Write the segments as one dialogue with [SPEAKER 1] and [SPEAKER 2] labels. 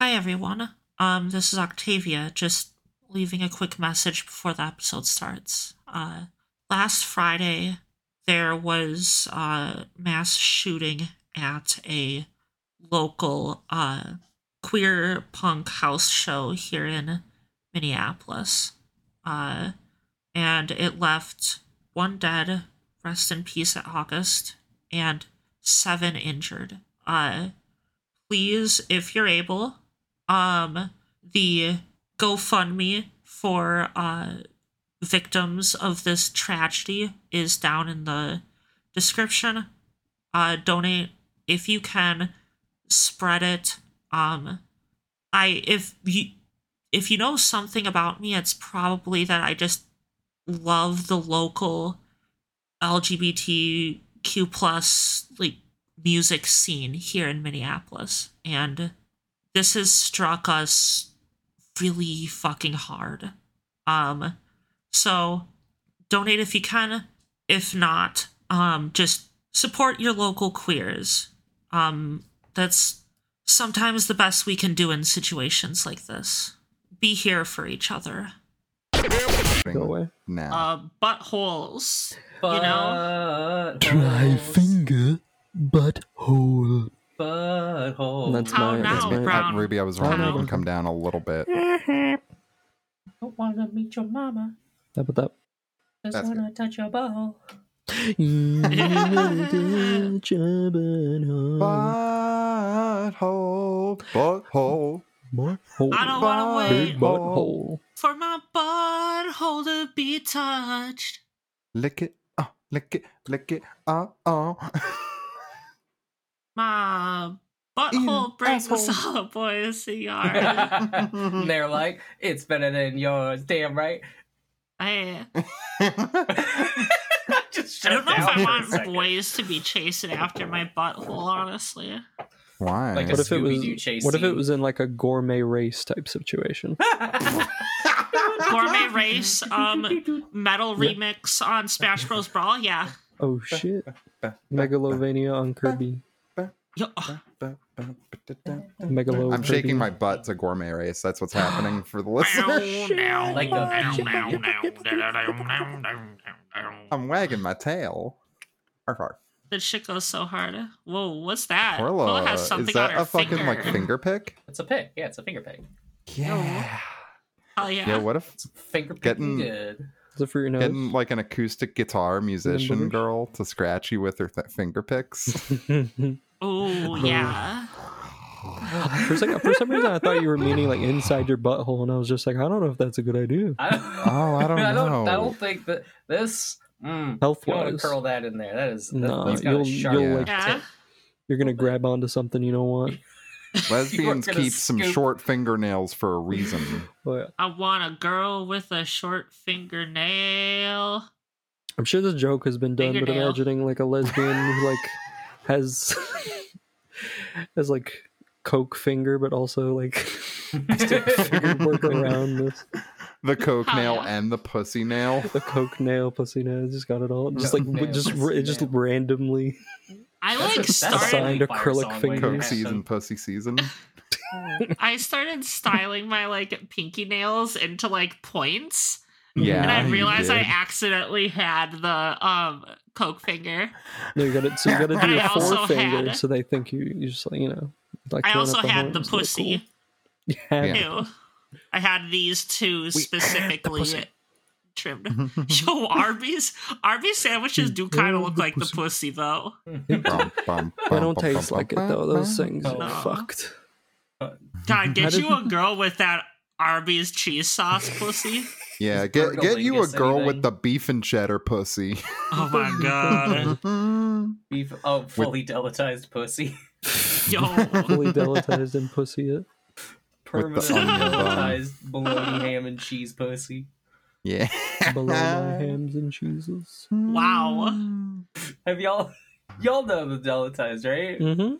[SPEAKER 1] Hi everyone. Um, this is Octavia. Just leaving a quick message before the episode starts. Uh, last Friday, there was a mass shooting at a local uh, queer punk house show here in Minneapolis, uh, and it left one dead, rest in peace at August, and seven injured. Uh, please, if you're able, um, the GoFundMe for uh, victims of this tragedy is down in the description. Uh, donate if you can. Spread it. Um, I if you if you know something about me, it's probably that I just love the local LGBTQ plus like music scene here in Minneapolis, and this has struck us really fucking hard. Um, so donate if you can. If not, um, just support your local queers. Um, that's sometimes the best we can do in situations like this. Be here for each other.
[SPEAKER 2] Go away.
[SPEAKER 3] Now.
[SPEAKER 1] Uh, buttholes.
[SPEAKER 4] But
[SPEAKER 1] You
[SPEAKER 2] Dry finger, butthole.
[SPEAKER 4] Butthole.
[SPEAKER 2] That's
[SPEAKER 1] How
[SPEAKER 2] my.
[SPEAKER 1] now,
[SPEAKER 2] That's my.
[SPEAKER 1] bro? Brown.
[SPEAKER 3] Uh, Ruby, I was wrong. You
[SPEAKER 1] Brown.
[SPEAKER 3] can come down a little bit.
[SPEAKER 4] Don't wanna meet your mama.
[SPEAKER 2] How about
[SPEAKER 4] Just
[SPEAKER 3] That's
[SPEAKER 4] wanna touch your butthole.
[SPEAKER 2] that? You little jabberhole.
[SPEAKER 3] Butthole, butthole.
[SPEAKER 2] More hole.
[SPEAKER 1] I don't want to
[SPEAKER 2] Big
[SPEAKER 1] wait
[SPEAKER 2] butthole.
[SPEAKER 1] for my butthole to be touched.
[SPEAKER 3] Lick it, uh, lick it, lick it, uh, uh.
[SPEAKER 1] My butthole brings us all, boys. CR.
[SPEAKER 4] And They're like, it's better than yours. Damn right.
[SPEAKER 1] I,
[SPEAKER 4] Just
[SPEAKER 1] I
[SPEAKER 4] shut
[SPEAKER 1] don't know if
[SPEAKER 4] down for
[SPEAKER 1] I
[SPEAKER 4] a
[SPEAKER 1] want
[SPEAKER 4] second.
[SPEAKER 1] boys to be chasing after my butthole, honestly.
[SPEAKER 3] Why?
[SPEAKER 4] Like a
[SPEAKER 2] What if it
[SPEAKER 4] Scooby-Doo
[SPEAKER 2] was?
[SPEAKER 4] chase
[SPEAKER 2] What if it
[SPEAKER 4] scene.
[SPEAKER 2] was in like a gourmet race type situation?
[SPEAKER 1] Gourmet race, um, metal
[SPEAKER 2] Yeah.
[SPEAKER 1] remix on Smash Bros. Brawl, yeah.
[SPEAKER 2] Oh shit! Megalovania on Kirby.
[SPEAKER 1] Yo, oh,
[SPEAKER 2] Megalo.
[SPEAKER 3] I'm shaking my butt to gourmet race. That's what's happening for the listeners.
[SPEAKER 4] Like
[SPEAKER 3] I'm wagging my tail. Arf, arf.
[SPEAKER 1] that shit goes so hard. Whoa, what's that?
[SPEAKER 3] Corla,
[SPEAKER 1] Corla Uh, has something
[SPEAKER 3] is
[SPEAKER 1] on
[SPEAKER 3] that
[SPEAKER 1] her
[SPEAKER 3] a fucking
[SPEAKER 1] finger.
[SPEAKER 3] like finger pick?
[SPEAKER 4] It's a pick. Yeah, it's a finger pick.
[SPEAKER 3] Yeah.
[SPEAKER 1] Oh
[SPEAKER 3] Yeah.
[SPEAKER 1] yeah.
[SPEAKER 3] what if
[SPEAKER 4] It's finger
[SPEAKER 3] Getting-
[SPEAKER 4] picking good.
[SPEAKER 2] Is it for your
[SPEAKER 3] getting
[SPEAKER 2] nose?
[SPEAKER 3] like an acoustic guitar musician
[SPEAKER 2] Numbers.
[SPEAKER 3] girl to scratch you with her th- finger picks?
[SPEAKER 1] oh yeah.
[SPEAKER 3] Oh,
[SPEAKER 2] For, a second, for some reason, I thought you were meaning like inside your butthole, and I was just like, I don't know if that's a good idea.
[SPEAKER 4] I don't,
[SPEAKER 3] Oh, I don't
[SPEAKER 4] I don't,
[SPEAKER 3] know.
[SPEAKER 4] I don't think that this. Mm,
[SPEAKER 2] Health
[SPEAKER 4] you don't want
[SPEAKER 2] wise,
[SPEAKER 4] to curl that in there. That is. That,
[SPEAKER 2] No,
[SPEAKER 4] has got
[SPEAKER 2] you'll-
[SPEAKER 4] a sharp
[SPEAKER 3] you'll,
[SPEAKER 2] like,
[SPEAKER 4] tip.
[SPEAKER 1] Yeah.
[SPEAKER 2] you're gonna grab onto something you don't want.
[SPEAKER 3] Lesbians
[SPEAKER 4] gonna
[SPEAKER 3] keep some
[SPEAKER 4] scoop-
[SPEAKER 3] short fingernails for a reason.
[SPEAKER 2] But
[SPEAKER 1] I want a girl with a short fingernail.
[SPEAKER 2] I'm sure this joke has been done, but
[SPEAKER 1] Fingernail.
[SPEAKER 2] imagining like a lesbian who like has has like coke finger, but also like figure work around this
[SPEAKER 3] the coke
[SPEAKER 1] Hell
[SPEAKER 3] nail
[SPEAKER 1] yeah.
[SPEAKER 3] and the pussy nail.
[SPEAKER 2] the coke nail pussy nail. Just got it all. Just
[SPEAKER 4] Coke
[SPEAKER 2] like w-
[SPEAKER 4] nail,
[SPEAKER 2] just
[SPEAKER 4] pussy
[SPEAKER 2] r- it just
[SPEAKER 4] nail.
[SPEAKER 2] randomly.
[SPEAKER 1] I
[SPEAKER 4] That's a-
[SPEAKER 1] like
[SPEAKER 4] that's a
[SPEAKER 1] started
[SPEAKER 2] Signed
[SPEAKER 4] Friendly Fire
[SPEAKER 2] acrylic
[SPEAKER 4] song
[SPEAKER 2] fingers.
[SPEAKER 4] later.
[SPEAKER 3] Coke season, pussy season.
[SPEAKER 1] I started styling my like pinky nails into like points.
[SPEAKER 3] Yeah,
[SPEAKER 1] And I
[SPEAKER 3] you
[SPEAKER 1] realized I
[SPEAKER 3] did.
[SPEAKER 1] accidentally had the um coke finger.
[SPEAKER 2] No, you got to so you got to
[SPEAKER 1] And
[SPEAKER 2] do
[SPEAKER 1] I
[SPEAKER 2] a
[SPEAKER 1] also
[SPEAKER 2] forefinger,
[SPEAKER 1] had-
[SPEAKER 2] so they think you you just like you know. Like
[SPEAKER 1] I
[SPEAKER 2] throwing
[SPEAKER 1] also
[SPEAKER 2] up a
[SPEAKER 1] had
[SPEAKER 2] horn,
[SPEAKER 1] the
[SPEAKER 2] it's really
[SPEAKER 1] pussy.
[SPEAKER 2] cool. You had
[SPEAKER 3] Yeah.
[SPEAKER 2] the
[SPEAKER 1] Ew. I had Mm-hmm, these two specifically
[SPEAKER 2] pussy.
[SPEAKER 1] trimmed. Yo, Arby's Arby's sandwiches do kind of look like the pussy though.
[SPEAKER 3] Bum, bum,
[SPEAKER 2] They
[SPEAKER 3] bum, bum,
[SPEAKER 2] don't taste
[SPEAKER 3] bum,
[SPEAKER 2] like it
[SPEAKER 3] bum,
[SPEAKER 2] though. Those
[SPEAKER 3] bum.
[SPEAKER 2] things are
[SPEAKER 4] No.
[SPEAKER 2] fucked.
[SPEAKER 1] God, get
[SPEAKER 2] did-
[SPEAKER 1] you a girl with that Arby's cheese sauce pussy.
[SPEAKER 3] Yeah,
[SPEAKER 4] Is
[SPEAKER 3] get get you a
[SPEAKER 4] Burgalingus
[SPEAKER 3] girl with
[SPEAKER 4] anything?
[SPEAKER 3] the beef and cheddar pussy.
[SPEAKER 1] Oh my god.
[SPEAKER 4] Beef, oh, fully delatized pussy.
[SPEAKER 1] Yo.
[SPEAKER 2] Fully delatized and pussy it.
[SPEAKER 4] Permanently
[SPEAKER 3] onion bun.
[SPEAKER 4] delatized bologna ham and cheese pussy.
[SPEAKER 3] yeah.
[SPEAKER 2] below my hams and cheeses.
[SPEAKER 1] Wow.
[SPEAKER 4] Have y'all y'all know the delatized, right?
[SPEAKER 1] Mm.
[SPEAKER 2] Mm-hmm.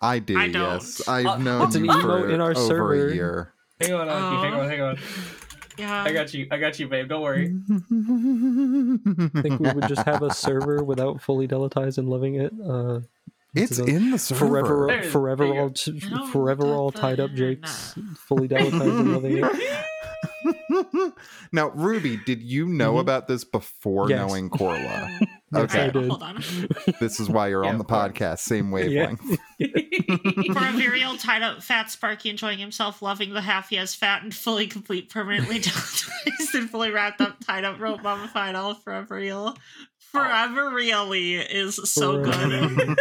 [SPEAKER 3] I do.
[SPEAKER 1] I don't.
[SPEAKER 3] yes, I've
[SPEAKER 4] Uh,
[SPEAKER 3] known
[SPEAKER 4] It's
[SPEAKER 2] an
[SPEAKER 3] you
[SPEAKER 2] emo
[SPEAKER 3] for
[SPEAKER 2] in our
[SPEAKER 3] over
[SPEAKER 2] server.
[SPEAKER 3] a year.
[SPEAKER 4] Hang on, Aki, hang
[SPEAKER 3] Uh-huh.
[SPEAKER 1] Aw.
[SPEAKER 4] on, hang on.
[SPEAKER 1] Yeah.
[SPEAKER 4] I got you, I got you, babe. Don't worry.
[SPEAKER 2] I think we would just have a server without fully delatized and loving it. Uh,
[SPEAKER 3] It's
[SPEAKER 2] a
[SPEAKER 3] in the server.
[SPEAKER 2] Forever, uh,
[SPEAKER 4] There's-
[SPEAKER 2] forever
[SPEAKER 4] there you
[SPEAKER 2] all,
[SPEAKER 4] go.
[SPEAKER 2] t-
[SPEAKER 1] I don't
[SPEAKER 2] forever
[SPEAKER 1] got
[SPEAKER 2] all
[SPEAKER 1] the
[SPEAKER 2] tied up.
[SPEAKER 1] internet.
[SPEAKER 2] Jake's fully delatized and loving it.
[SPEAKER 3] now, Ruby, did you know
[SPEAKER 4] Mm-hmm.
[SPEAKER 2] Mhm.
[SPEAKER 3] about this before
[SPEAKER 2] Yes.
[SPEAKER 3] knowing Corla?
[SPEAKER 2] Yes,
[SPEAKER 3] Okay.
[SPEAKER 2] I did.
[SPEAKER 1] Hold on.
[SPEAKER 3] this is why you're
[SPEAKER 4] Yeah,
[SPEAKER 3] on the
[SPEAKER 4] of course.
[SPEAKER 3] podcast. Same wavelength.
[SPEAKER 1] For a Virial tied up fat Sparky enjoying himself, loving the half he has fat and fully complete, permanently delatized and fully wrapped up, tied up, rope mummified, all forever real. Forever really is so good.
[SPEAKER 2] Forever.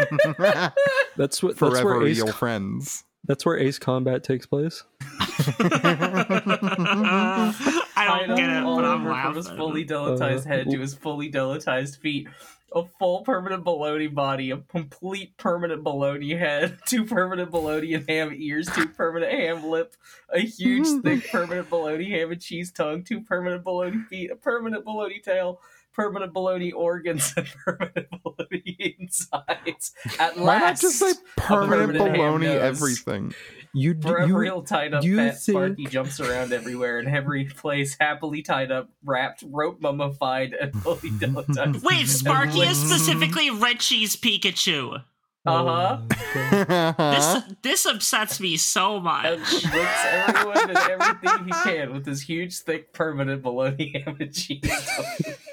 [SPEAKER 2] That's what. That's
[SPEAKER 3] Forever
[SPEAKER 2] where Ace.
[SPEAKER 3] real friends.
[SPEAKER 2] That's where Ace Combat takes place.
[SPEAKER 1] I don't get it,
[SPEAKER 4] all
[SPEAKER 1] but I'm
[SPEAKER 4] over From his
[SPEAKER 1] laughing. Uh-huh.
[SPEAKER 4] fully delatized
[SPEAKER 2] Uh,
[SPEAKER 4] head to his fully delatized feet. A full permanent baloney body, a complete permanent baloney head, two permanent baloney and ham ears, two permanent ham lip, a huge thick permanent baloney ham and cheese tongue, two permanent baloney feet, a permanent baloney tail, permanent baloney organs, and permanent baloney insides. At last,
[SPEAKER 3] Why not just say permanent,
[SPEAKER 4] permanent ham
[SPEAKER 3] baloney
[SPEAKER 4] nose.
[SPEAKER 3] everything?
[SPEAKER 2] You d-
[SPEAKER 4] Forever
[SPEAKER 2] you
[SPEAKER 4] real tied up
[SPEAKER 2] you
[SPEAKER 4] fat Sparky
[SPEAKER 2] think-
[SPEAKER 4] jumps around everywhere in every place, happily tied up, wrapped, rope mummified, and fully demonetized.
[SPEAKER 1] Wait, Sparky is specifically Richie's Pikachu.
[SPEAKER 2] Oh,
[SPEAKER 4] Uh-huh.
[SPEAKER 2] huh.
[SPEAKER 1] This this upsets me so
[SPEAKER 4] And
[SPEAKER 1] much.
[SPEAKER 4] licks everyone and everything he can with his huge, thick, permanent bologna ham and cheese.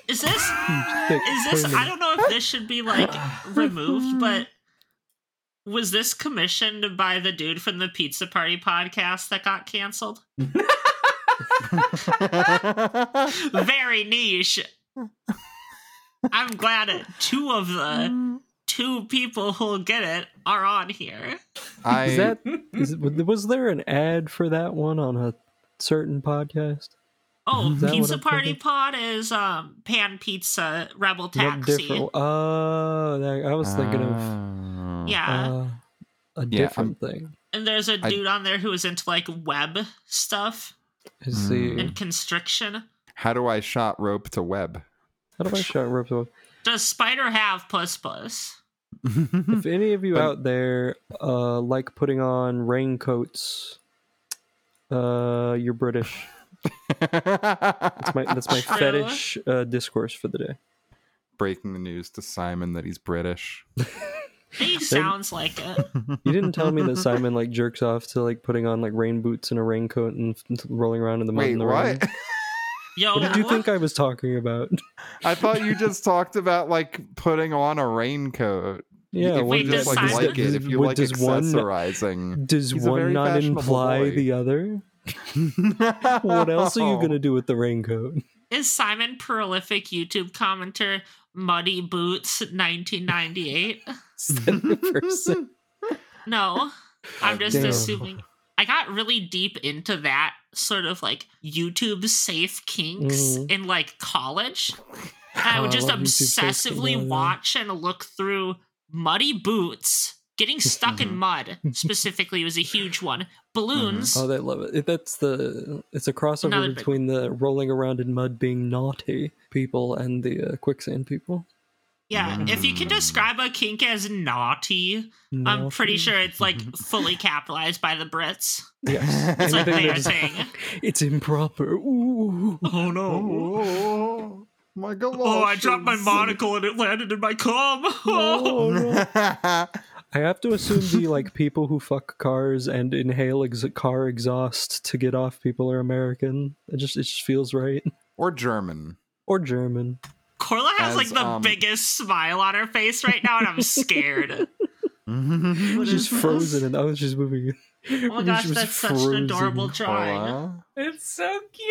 [SPEAKER 1] Is this is this I don't know if this should be like removed, but was this commissioned by the dude from the Pizza Party podcast that got canceled? Very niche. I'm glad that two of the two people who'll get it are on here.
[SPEAKER 3] I
[SPEAKER 2] Is that is, was there an ad for that one on a certain podcast?
[SPEAKER 1] Oh,
[SPEAKER 2] Is that what
[SPEAKER 1] Pizza
[SPEAKER 2] I'm
[SPEAKER 1] Party
[SPEAKER 2] thinking?
[SPEAKER 1] Pod is um Pan Pizza Rebel
[SPEAKER 2] No,
[SPEAKER 1] Taxi.
[SPEAKER 2] different- Oh, that- I was thinking of
[SPEAKER 3] Ah.
[SPEAKER 1] yeah.
[SPEAKER 2] uh, a
[SPEAKER 3] Yeah,
[SPEAKER 2] different thing.
[SPEAKER 1] and there's a
[SPEAKER 3] I-
[SPEAKER 1] dude on there who is into like web stuff
[SPEAKER 3] Hmm.
[SPEAKER 2] I see.
[SPEAKER 1] and constriction.
[SPEAKER 3] How do I shot rope to web?
[SPEAKER 2] How do I shout ropes off?
[SPEAKER 1] Does Spider have puss puss? Hmm.
[SPEAKER 2] If any of you
[SPEAKER 3] But-
[SPEAKER 2] out there uh, like putting on raincoats, uh, you're British. That's my that's my
[SPEAKER 1] True.
[SPEAKER 2] fetish uh, discourse for the day.
[SPEAKER 3] Breaking the news to Simon that he's British.
[SPEAKER 1] He sounds like it.
[SPEAKER 2] You didn't tell me that Simon like jerks off to like putting on like rain boots and a raincoat and f- rolling around in the mud
[SPEAKER 3] Wait,
[SPEAKER 2] in the rain.
[SPEAKER 3] what?
[SPEAKER 1] Yo,
[SPEAKER 2] What did you think I was talking about?
[SPEAKER 3] I thought you just talked about like putting on a raincoat.
[SPEAKER 2] Yeah,
[SPEAKER 3] if
[SPEAKER 2] what
[SPEAKER 1] Wait,
[SPEAKER 3] you
[SPEAKER 2] did
[SPEAKER 3] just
[SPEAKER 1] does
[SPEAKER 2] I-
[SPEAKER 3] like
[SPEAKER 1] Simon-
[SPEAKER 3] like it, if you
[SPEAKER 2] what
[SPEAKER 3] like
[SPEAKER 2] does one
[SPEAKER 3] accessorizing.
[SPEAKER 2] does
[SPEAKER 3] He's a
[SPEAKER 2] one
[SPEAKER 3] very
[SPEAKER 2] not
[SPEAKER 3] fashionable
[SPEAKER 2] imply
[SPEAKER 3] boy.
[SPEAKER 2] the other? What else are you gonna do with the raincoat?
[SPEAKER 1] is Simon prolific YouTube commenter Muddy Boots 1998?
[SPEAKER 2] Seventy percent.
[SPEAKER 1] No, I'm just
[SPEAKER 2] Damn.
[SPEAKER 1] assuming. I got really deep into that sort of like YouTube safe kinks
[SPEAKER 2] Mhm.
[SPEAKER 1] in like college. And I
[SPEAKER 2] Oh,
[SPEAKER 1] would
[SPEAKER 2] I
[SPEAKER 1] just
[SPEAKER 2] love YouTube safe kink,
[SPEAKER 1] obsessively
[SPEAKER 2] yeah, yeah.
[SPEAKER 1] watch and look through muddy boots, getting stuck
[SPEAKER 2] Mm-hmm.
[SPEAKER 3] Mhm.
[SPEAKER 1] in mud specifically was a huge one. Balloons.
[SPEAKER 2] Oh, they love it. it. That's the it's a crossover
[SPEAKER 1] Another big
[SPEAKER 2] between the rolling around in mud being naughty people and the uh, quicksand people.
[SPEAKER 1] Yeah, if you can
[SPEAKER 2] mm-hmm.
[SPEAKER 3] Mm.
[SPEAKER 1] describe a kink as naughty, I'm pretty sure it's like fully capitalized by the Brits.
[SPEAKER 2] Yes,
[SPEAKER 1] It's like
[SPEAKER 2] Anything
[SPEAKER 1] they are
[SPEAKER 2] that's-
[SPEAKER 1] saying,
[SPEAKER 2] it's improper. Ooh.
[SPEAKER 1] "Oh no."
[SPEAKER 3] Oh, my God!
[SPEAKER 1] Oh, I dropped my monocle and it landed in my cum. Oh.
[SPEAKER 2] Oh, no. I have to assume the like people who fuck cars and inhale ex- car exhaust to get off people are American. It just it just feels right.
[SPEAKER 3] or German.
[SPEAKER 2] Or German.
[SPEAKER 1] Corla has
[SPEAKER 3] As,
[SPEAKER 1] like the
[SPEAKER 3] um,
[SPEAKER 1] biggest smile on her face right now, and I'm scared. What
[SPEAKER 2] She's
[SPEAKER 1] is this?
[SPEAKER 2] frozen and I was just moving.
[SPEAKER 1] Oh my gosh, that's such an adorable drawing.
[SPEAKER 3] Hola.
[SPEAKER 4] it's so cute.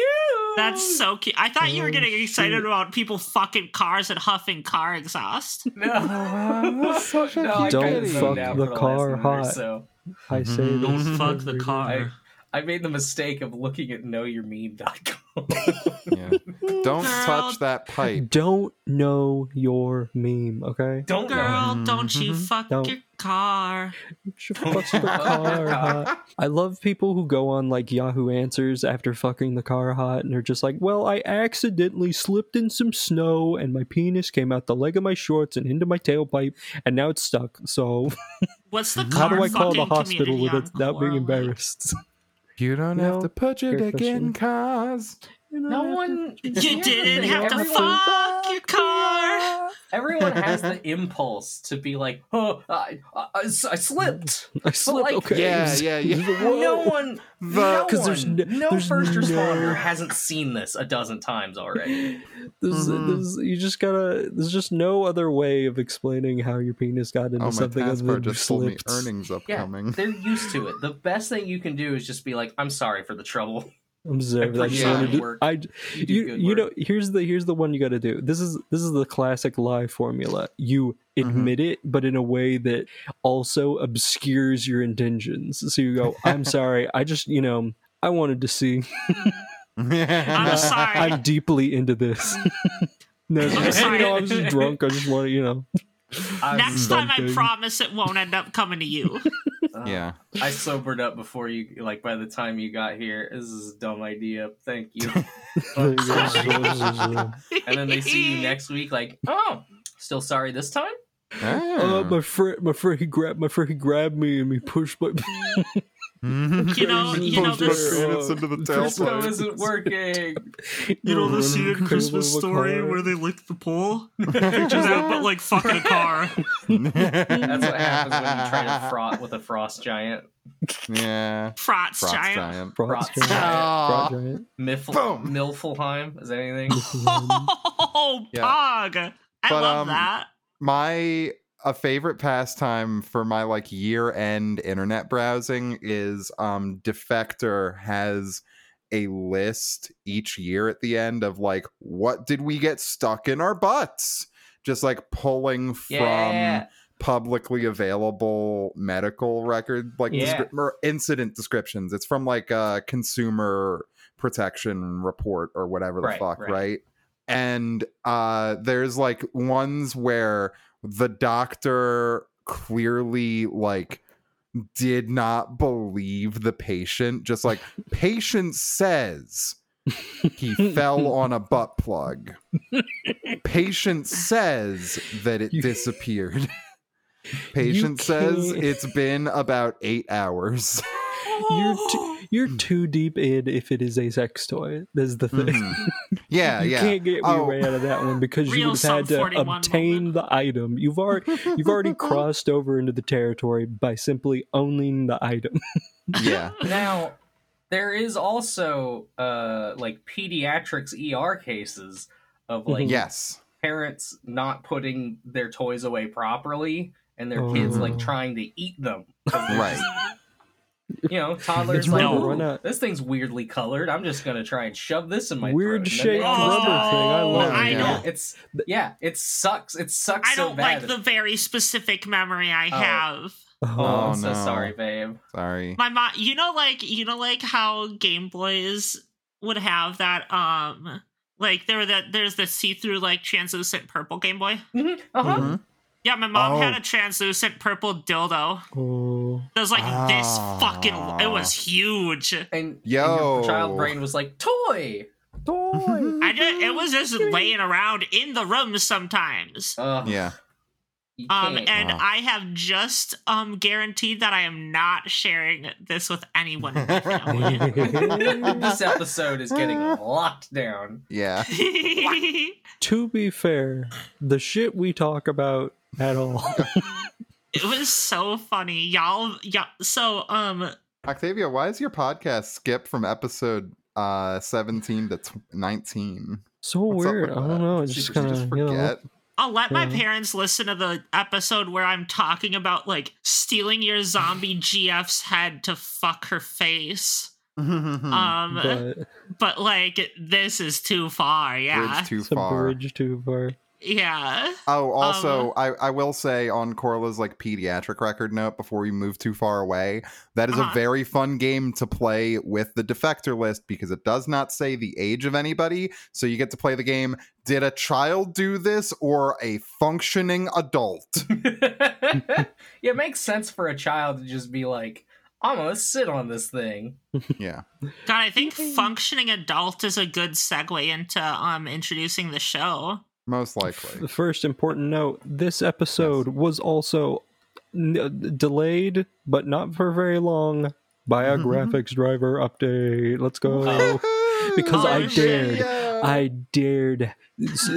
[SPEAKER 1] That's so cute. I thought you were
[SPEAKER 2] Oh,
[SPEAKER 1] getting excited
[SPEAKER 2] shoot.
[SPEAKER 1] about people fucking cars and huffing car exhaust.
[SPEAKER 4] no.
[SPEAKER 3] That's such a
[SPEAKER 4] no, I
[SPEAKER 3] cute
[SPEAKER 2] Don't
[SPEAKER 4] kinda zoned
[SPEAKER 2] fuck
[SPEAKER 4] out
[SPEAKER 2] the
[SPEAKER 4] for last
[SPEAKER 2] car
[SPEAKER 4] minute or
[SPEAKER 2] hot.
[SPEAKER 4] So
[SPEAKER 2] I say this
[SPEAKER 1] Mm-hmm. Don't fuck
[SPEAKER 2] every
[SPEAKER 1] the
[SPEAKER 2] day.
[SPEAKER 1] car.
[SPEAKER 4] I made the mistake of looking at knowyourmeme.com.
[SPEAKER 3] Yeah.
[SPEAKER 1] Girl.
[SPEAKER 3] Don't touch that pipe.
[SPEAKER 2] Don't know your meme, okay?
[SPEAKER 4] Don't know.
[SPEAKER 1] Girl, don't you
[SPEAKER 3] Mhm.
[SPEAKER 1] fuck
[SPEAKER 2] Don't.
[SPEAKER 1] your car.
[SPEAKER 2] Should fuck the car hot. I love people who go on like Yahoo Answers after fucking the car hot and are just like, well, I accidentally slipped in some snow and my penis came out the leg of my shorts and into my tailpipe and now it's stuck. So
[SPEAKER 1] What's the
[SPEAKER 2] how
[SPEAKER 1] car
[SPEAKER 2] do I call the
[SPEAKER 1] fucking
[SPEAKER 2] hospital
[SPEAKER 1] community on
[SPEAKER 2] without being
[SPEAKER 1] Coral Lake?
[SPEAKER 2] embarrassed?
[SPEAKER 3] You don't
[SPEAKER 2] No.
[SPEAKER 3] have to put your
[SPEAKER 2] Great
[SPEAKER 3] dick in
[SPEAKER 2] question.
[SPEAKER 3] cars.
[SPEAKER 2] You know,
[SPEAKER 4] No
[SPEAKER 2] I have to-
[SPEAKER 4] one.
[SPEAKER 1] You didn't have to
[SPEAKER 4] Everyone-
[SPEAKER 1] fuck your car.
[SPEAKER 4] Everyone has the impulse to be like, "Oh, I, I, I slipped."
[SPEAKER 2] I slipped.
[SPEAKER 4] like-
[SPEAKER 2] okay.
[SPEAKER 3] Yeah, yeah, yeah.
[SPEAKER 2] Whoa.
[SPEAKER 4] No one, no
[SPEAKER 2] 'Cause there's
[SPEAKER 4] one,
[SPEAKER 2] no-
[SPEAKER 4] no
[SPEAKER 2] there's
[SPEAKER 4] first
[SPEAKER 2] no-
[SPEAKER 4] responder hasn't seen this a dozen times already.
[SPEAKER 2] There's,
[SPEAKER 3] Mhm.
[SPEAKER 2] there's, you just gotta. There's just no other way of explaining how your penis got into
[SPEAKER 3] Oh, my
[SPEAKER 2] something other
[SPEAKER 3] passport
[SPEAKER 2] than you
[SPEAKER 3] just told me
[SPEAKER 2] slipped.
[SPEAKER 3] earnings upcoming.
[SPEAKER 4] They're used to it. The best thing you can do is just be like, "I'm sorry for the trouble."
[SPEAKER 2] I'm sorry.
[SPEAKER 4] I
[SPEAKER 2] I just
[SPEAKER 3] appreciate
[SPEAKER 2] wanted
[SPEAKER 4] your
[SPEAKER 2] to-
[SPEAKER 4] work.
[SPEAKER 2] I
[SPEAKER 4] You do
[SPEAKER 2] you,
[SPEAKER 4] good
[SPEAKER 2] you
[SPEAKER 4] work.
[SPEAKER 2] know here's the here's the one you got to do this is this is the classic lie formula you
[SPEAKER 3] Mm-hmm.
[SPEAKER 2] admit it but in a way that also obscures your intentions so you go i'm sorry i just you know i wanted to see
[SPEAKER 1] I'm sorry.
[SPEAKER 2] i'm deeply into this no it's
[SPEAKER 1] I'm
[SPEAKER 2] just, you
[SPEAKER 1] sorry.
[SPEAKER 2] know i was just drunk i just want to you know
[SPEAKER 4] I'm-
[SPEAKER 1] Next time, I
[SPEAKER 2] Something.
[SPEAKER 1] promise it won't end up coming to you.
[SPEAKER 4] uh,
[SPEAKER 3] Yeah.
[SPEAKER 4] I sobered up before you. Like by the time you got here, this is a dumb idea. Thank you.
[SPEAKER 2] Oh,
[SPEAKER 4] and then they see you next week, like, "Oh, still sorry this time."
[SPEAKER 2] uh, my friend my friend he grabbed my friend he grabbed me and he pushed my
[SPEAKER 1] You know, you know
[SPEAKER 3] Pushed my
[SPEAKER 1] this.
[SPEAKER 3] Ah.
[SPEAKER 2] Oh,
[SPEAKER 3] penis into the
[SPEAKER 4] Frisco
[SPEAKER 3] tailpipe.
[SPEAKER 4] isn't working.
[SPEAKER 1] You know the
[SPEAKER 2] Running
[SPEAKER 1] scene in
[SPEAKER 2] cradle
[SPEAKER 1] Christmas
[SPEAKER 2] of a
[SPEAKER 1] Story
[SPEAKER 2] car.
[SPEAKER 1] where they lick the pole?
[SPEAKER 3] Uh-huh.
[SPEAKER 1] Pictures out, but like fuck the car.
[SPEAKER 4] That's what happens when you try to frot with a frost giant.
[SPEAKER 3] Yeah.
[SPEAKER 1] Frotz
[SPEAKER 3] Frost
[SPEAKER 1] giant.
[SPEAKER 3] giant.
[SPEAKER 2] Frost
[SPEAKER 4] Frost
[SPEAKER 2] giant.
[SPEAKER 3] Aw.
[SPEAKER 2] Frost giant.
[SPEAKER 4] Miffl-
[SPEAKER 3] Boom.
[SPEAKER 4] Milfulheim is that anything?
[SPEAKER 1] Oh,
[SPEAKER 3] Yeah.
[SPEAKER 1] pog! I
[SPEAKER 3] But,
[SPEAKER 1] love
[SPEAKER 3] um,
[SPEAKER 1] that.
[SPEAKER 3] my a favorite pastime for my like year end internet browsing is um defector has a list each year at the end of like what did we get stuck in our butts just like pulling from
[SPEAKER 4] Yeah.
[SPEAKER 3] publicly available medical record like
[SPEAKER 4] Yeah.
[SPEAKER 3] descri- or incident descriptions it's from like a consumer protection report or whatever the
[SPEAKER 4] Right,
[SPEAKER 3] fuck
[SPEAKER 4] right.
[SPEAKER 3] right, and uh there's like ones where the doctor clearly like did not believe the patient just like patient says he fell on a butt plug patient says that it
[SPEAKER 2] You-
[SPEAKER 3] disappeared patient says
[SPEAKER 2] can't-
[SPEAKER 3] it's been about eight hours
[SPEAKER 2] You're too, you're
[SPEAKER 4] Hmm.
[SPEAKER 2] too deep in if it is a sex toy. That's the thing.
[SPEAKER 1] Hmm.
[SPEAKER 3] Mhm. yeah
[SPEAKER 2] Hmm. you
[SPEAKER 3] yeah
[SPEAKER 2] can't get me
[SPEAKER 3] Oh.
[SPEAKER 2] right out of that one because you
[SPEAKER 1] Real
[SPEAKER 2] would have had
[SPEAKER 1] Sum
[SPEAKER 2] to
[SPEAKER 1] 41
[SPEAKER 2] obtain
[SPEAKER 1] moment.
[SPEAKER 2] the item. You've already you've already crossed over into the territory by simply owning the item.
[SPEAKER 3] yeah
[SPEAKER 4] Now, there is also uh like pediatrics ER cases of
[SPEAKER 3] Mm-hmm.
[SPEAKER 4] like
[SPEAKER 3] yes
[SPEAKER 4] parents not putting their toys away properly and their
[SPEAKER 2] Oh.
[SPEAKER 4] kids like trying to eat them. 'Cause they're
[SPEAKER 3] right
[SPEAKER 4] just- You know, toddlers
[SPEAKER 2] It's
[SPEAKER 4] like
[SPEAKER 1] rubber,
[SPEAKER 4] "Ooh,
[SPEAKER 2] why not?
[SPEAKER 4] this thing's weirdly colored. I'm just gonna try and shove this in my
[SPEAKER 2] Weird
[SPEAKER 4] throat," and then
[SPEAKER 2] shaped
[SPEAKER 4] they all
[SPEAKER 1] Oh,
[SPEAKER 2] rubber thing.
[SPEAKER 4] stop.
[SPEAKER 2] I love
[SPEAKER 1] I
[SPEAKER 2] that.
[SPEAKER 4] Yeah,
[SPEAKER 1] don't-
[SPEAKER 4] it's yeah, it sucks. It sucks.
[SPEAKER 1] I
[SPEAKER 4] so
[SPEAKER 1] don't
[SPEAKER 4] bad.
[SPEAKER 1] like the very specific memory I
[SPEAKER 4] Oh.
[SPEAKER 1] have.
[SPEAKER 4] Oh,
[SPEAKER 2] Oh,
[SPEAKER 4] I'm
[SPEAKER 3] Oh,
[SPEAKER 4] so
[SPEAKER 3] no.
[SPEAKER 4] sorry, babe.
[SPEAKER 3] sorry
[SPEAKER 1] My mom, you know, like you know, like how Game Boys would have that. Um, like there were that there's the see-through like translucent purple Game Boy.
[SPEAKER 4] Mhm, Uh-huh.
[SPEAKER 2] Mm-hmm.
[SPEAKER 3] Mhm.
[SPEAKER 1] Yeah, my mom
[SPEAKER 3] Oh.
[SPEAKER 1] had a translucent purple dildo.
[SPEAKER 2] oh.
[SPEAKER 1] It was like this
[SPEAKER 3] Ah.
[SPEAKER 1] fucking. It was huge.
[SPEAKER 4] And, and your
[SPEAKER 3] Yo.
[SPEAKER 4] child brain was like, toy.
[SPEAKER 2] Toy.
[SPEAKER 1] I just, it was just laying around in the room sometimes.
[SPEAKER 4] Ugh,
[SPEAKER 3] yeah
[SPEAKER 4] you
[SPEAKER 1] Um,
[SPEAKER 4] can't.
[SPEAKER 1] and
[SPEAKER 3] Wow.
[SPEAKER 1] I have just um guaranteed that I am not sharing this with anyone in my family.
[SPEAKER 4] this episode is getting locked down.
[SPEAKER 3] yeah
[SPEAKER 2] to be fair, the shit we talk about at all.
[SPEAKER 1] it was so funny, y'all. Yeah. So um,
[SPEAKER 3] Octavia, why is your podcast skip from episode uh 17 to t- 19?
[SPEAKER 2] so
[SPEAKER 3] What's up
[SPEAKER 2] weird. I
[SPEAKER 3] with
[SPEAKER 2] don't
[SPEAKER 3] that?
[SPEAKER 2] know. It's
[SPEAKER 3] Did
[SPEAKER 2] just
[SPEAKER 3] you
[SPEAKER 2] kind of you know.
[SPEAKER 3] forget?
[SPEAKER 1] I'll let my
[SPEAKER 2] Yeah.
[SPEAKER 1] parents listen to the episode where I'm talking about like stealing your zombie GF's head to fuck her face.
[SPEAKER 3] Hmm,
[SPEAKER 4] Uh,
[SPEAKER 1] Um, but,
[SPEAKER 2] But
[SPEAKER 1] like this is too far. Yeah,
[SPEAKER 3] Bridge too
[SPEAKER 2] it's a
[SPEAKER 3] far.
[SPEAKER 2] bridge too far.
[SPEAKER 1] yeah.
[SPEAKER 3] Oh, also, I, I will say on Corla's like pediatric record note before we move too far away, that is
[SPEAKER 1] Uh-huh.
[SPEAKER 3] a very fun game to play with the defector list because it does not say the age of anybody. So you get to play the game. Did a child do this or a functioning adult?
[SPEAKER 4] yeah, it makes sense for a child to just be like, I'm gonna sit on this thing.
[SPEAKER 3] yeah.
[SPEAKER 1] God, I think functioning adult is a good segue into um introducing the show.
[SPEAKER 3] Most
[SPEAKER 2] The
[SPEAKER 3] likely.
[SPEAKER 2] first important note this episode was also n- uh, delayed, but not for very long, by a graphics driver update. Let's go.
[SPEAKER 4] Oh.
[SPEAKER 2] Because
[SPEAKER 1] I
[SPEAKER 3] Yeah.
[SPEAKER 1] dared.
[SPEAKER 2] I dared s-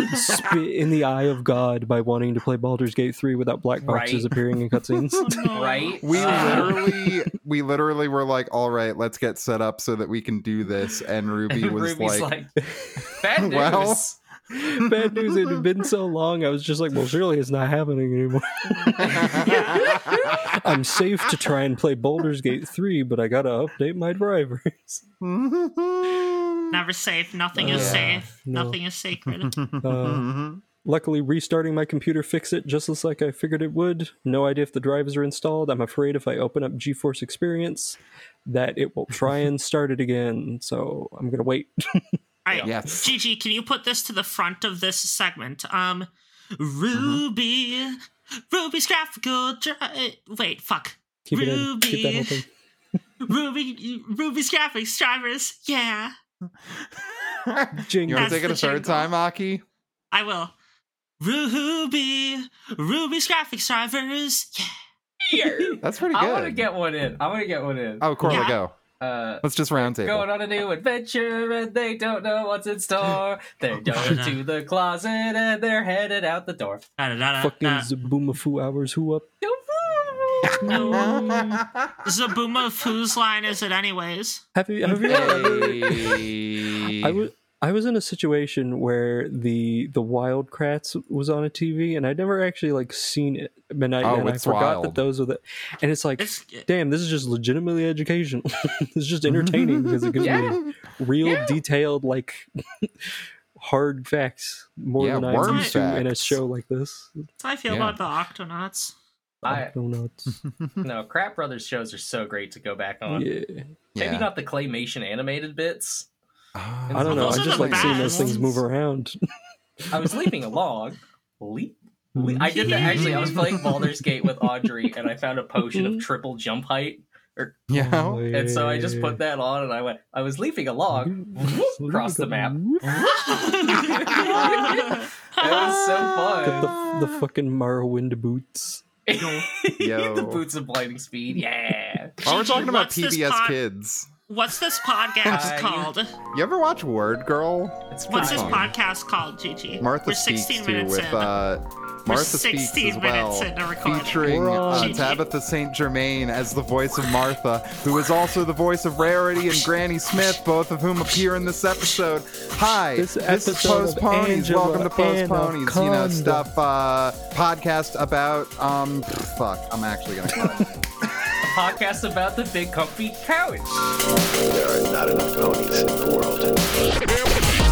[SPEAKER 2] spit in the eye of God by wanting to play Baldur's Gate 3 without black boxes
[SPEAKER 4] Right.
[SPEAKER 2] appearing in cutscenes.
[SPEAKER 1] Oh, no.
[SPEAKER 4] right?
[SPEAKER 3] we
[SPEAKER 4] Uh,
[SPEAKER 3] literally we literally were like all right let's get set up so that we can do this and ruby was like,
[SPEAKER 4] Ruby's like, bad
[SPEAKER 3] Well,
[SPEAKER 4] news.
[SPEAKER 2] Bad news, it had been so long, I was just like, well, surely it's not happening anymore. I'm safe to try and play Baldur's Gate 3, but I gotta update my drivers.
[SPEAKER 1] Never safe. Nothing is
[SPEAKER 3] Yeah,
[SPEAKER 1] safe.
[SPEAKER 2] no.
[SPEAKER 1] Nothing is sacred.
[SPEAKER 2] Uh,
[SPEAKER 3] Mm-hmm.
[SPEAKER 2] Luckily, restarting my computer fixed it just as like I figured it would. No idea if the drivers are installed. I'm afraid if I open up GeForce Experience, that it will try and start it again. So I'm gonna wait.
[SPEAKER 1] Right.
[SPEAKER 3] Yes.
[SPEAKER 1] Gigi, can you put this to the front of this segment? Um, Ruby, Ruby's graphical. Dri- uh, wait, fuck.
[SPEAKER 2] Mm-hmm. Keep it in. Keep that
[SPEAKER 1] Ruby.
[SPEAKER 2] open.
[SPEAKER 1] Ruby, Ruby's graphics drivers. Yeah,
[SPEAKER 3] you
[SPEAKER 2] Jingle.
[SPEAKER 3] want
[SPEAKER 1] That's
[SPEAKER 3] to take it
[SPEAKER 1] the
[SPEAKER 3] a third
[SPEAKER 1] jingle.
[SPEAKER 3] time aki
[SPEAKER 1] I will. Ruby, Ruby's graphics drivers. Yeah.
[SPEAKER 3] that's pretty good
[SPEAKER 4] I want to get one in. I want to get one in.
[SPEAKER 3] oh corla
[SPEAKER 1] Yeah.
[SPEAKER 3] go
[SPEAKER 4] Uh,
[SPEAKER 3] let's just round table
[SPEAKER 4] going on a new adventure and they don't know what's in store. They're going to the closet and they're headed out the door.
[SPEAKER 1] Da, da, da, da,
[SPEAKER 2] Fucking
[SPEAKER 1] da.
[SPEAKER 2] Zaboomafoo hours. Who up?
[SPEAKER 1] No. Zabuma Foo's line is it anyways?
[SPEAKER 2] Have you? Have you ever?
[SPEAKER 3] Hey.
[SPEAKER 2] I was. I was in a situation where the the Wild Kratts was on a TV, and I'd never actually like seen it, and I,
[SPEAKER 3] Oh,
[SPEAKER 2] and I
[SPEAKER 3] it's
[SPEAKER 2] forgot that
[SPEAKER 3] wild.
[SPEAKER 2] those were the. And it's like,
[SPEAKER 1] It's
[SPEAKER 2] damn, this is just legitimately educational. it's just entertaining because it gives me real detailed, like hard facts more
[SPEAKER 3] Yeah,
[SPEAKER 2] than I'm
[SPEAKER 3] worm
[SPEAKER 2] used to in a
[SPEAKER 3] facts.
[SPEAKER 2] show like this.
[SPEAKER 1] that's how I feel
[SPEAKER 3] Yeah.
[SPEAKER 1] about the Octonauts.
[SPEAKER 4] I,
[SPEAKER 2] don't know. It's-
[SPEAKER 4] no, Crap Brothers shows are so great to go back on.
[SPEAKER 2] yeah.
[SPEAKER 4] Maybe
[SPEAKER 3] Yeah.
[SPEAKER 4] not the claymation animated bits.
[SPEAKER 3] Ah.
[SPEAKER 2] I don't know. I
[SPEAKER 1] Those are
[SPEAKER 2] just
[SPEAKER 1] the
[SPEAKER 2] like seeing those
[SPEAKER 1] best.
[SPEAKER 2] things move around.
[SPEAKER 4] I was leaping along. Leap. Le-
[SPEAKER 2] Hmm.
[SPEAKER 4] I did that actually. I was playing Baldur's Gate with Audrey, and I found a potion of triple jump height,
[SPEAKER 3] yeah
[SPEAKER 4] and so I just put that on, and I went. I was leaping along across the map. it was
[SPEAKER 2] Get
[SPEAKER 4] so fun.
[SPEAKER 2] the, the fucking Morrowind boots.
[SPEAKER 3] Yo.
[SPEAKER 4] the boots of blinding speed. Yeah.
[SPEAKER 3] While we're talking about
[SPEAKER 1] What's this
[SPEAKER 3] pbs
[SPEAKER 1] pod-
[SPEAKER 3] kids
[SPEAKER 1] What's this podcast
[SPEAKER 4] Uh,
[SPEAKER 1] called?
[SPEAKER 3] you ever watch word girl
[SPEAKER 4] It's
[SPEAKER 1] What's this
[SPEAKER 4] fun.
[SPEAKER 1] podcast called, Gigi?
[SPEAKER 3] martha
[SPEAKER 1] We're
[SPEAKER 3] speaks
[SPEAKER 1] 16
[SPEAKER 3] too
[SPEAKER 1] minutes
[SPEAKER 3] with
[SPEAKER 1] in.
[SPEAKER 3] uh Martha
[SPEAKER 1] 16
[SPEAKER 3] speaks as well,
[SPEAKER 1] minutes into recording.
[SPEAKER 3] featuring
[SPEAKER 2] We're on.
[SPEAKER 3] uh, Tabitha St. Germain as the voice of Martha, who is also the voice of Rarity and Granny Smith, both of whom appear in this episode. Hi,
[SPEAKER 2] This
[SPEAKER 3] this, is
[SPEAKER 2] episode
[SPEAKER 3] Post
[SPEAKER 2] of
[SPEAKER 3] Ponies.
[SPEAKER 2] Angela
[SPEAKER 3] Welcome to Post Ponies. You know
[SPEAKER 2] Anaconda.
[SPEAKER 3] stuff. Uh, podcast about um. Fuck, I'm actually gonna. cut it.
[SPEAKER 4] podcast about the big comfy couch.
[SPEAKER 5] There are not enough ponies in the world.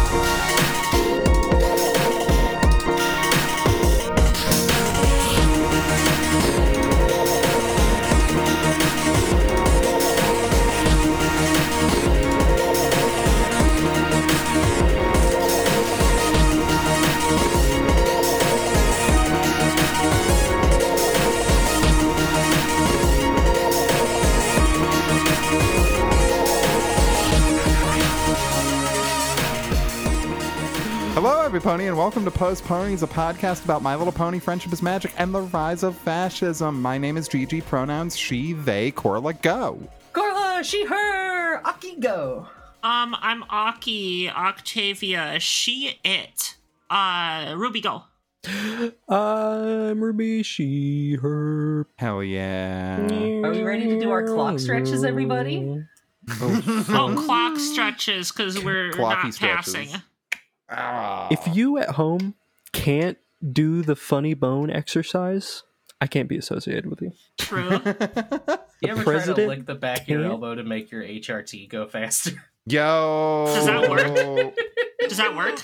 [SPEAKER 3] Hello, everypony, and welcome to Post Ponies, a podcast about My Little Pony, friendship is magic, and the rise of fascism. My name is Gigi. Pronouns she, they, Corla, go.
[SPEAKER 4] Gorla, she, her, Akigo.
[SPEAKER 1] Um, I'm Aki Octavia. She it. Uh, Ruby go.
[SPEAKER 2] I'm Ruby She Her.
[SPEAKER 3] Hell yeah.
[SPEAKER 4] Are we ready to do our clock stretches, everybody?
[SPEAKER 1] Oh, clock stretches because we're
[SPEAKER 3] Mm. Clocky
[SPEAKER 1] not passing.
[SPEAKER 3] stretches. Ah.
[SPEAKER 2] If you at home can't do the funny bone exercise, I can't be associated with you.
[SPEAKER 1] True.
[SPEAKER 4] You ever try
[SPEAKER 2] president
[SPEAKER 4] to lick the back of your
[SPEAKER 2] can't-
[SPEAKER 4] elbow to make your HRT go faster?
[SPEAKER 3] Yo.
[SPEAKER 1] Does that Does that work?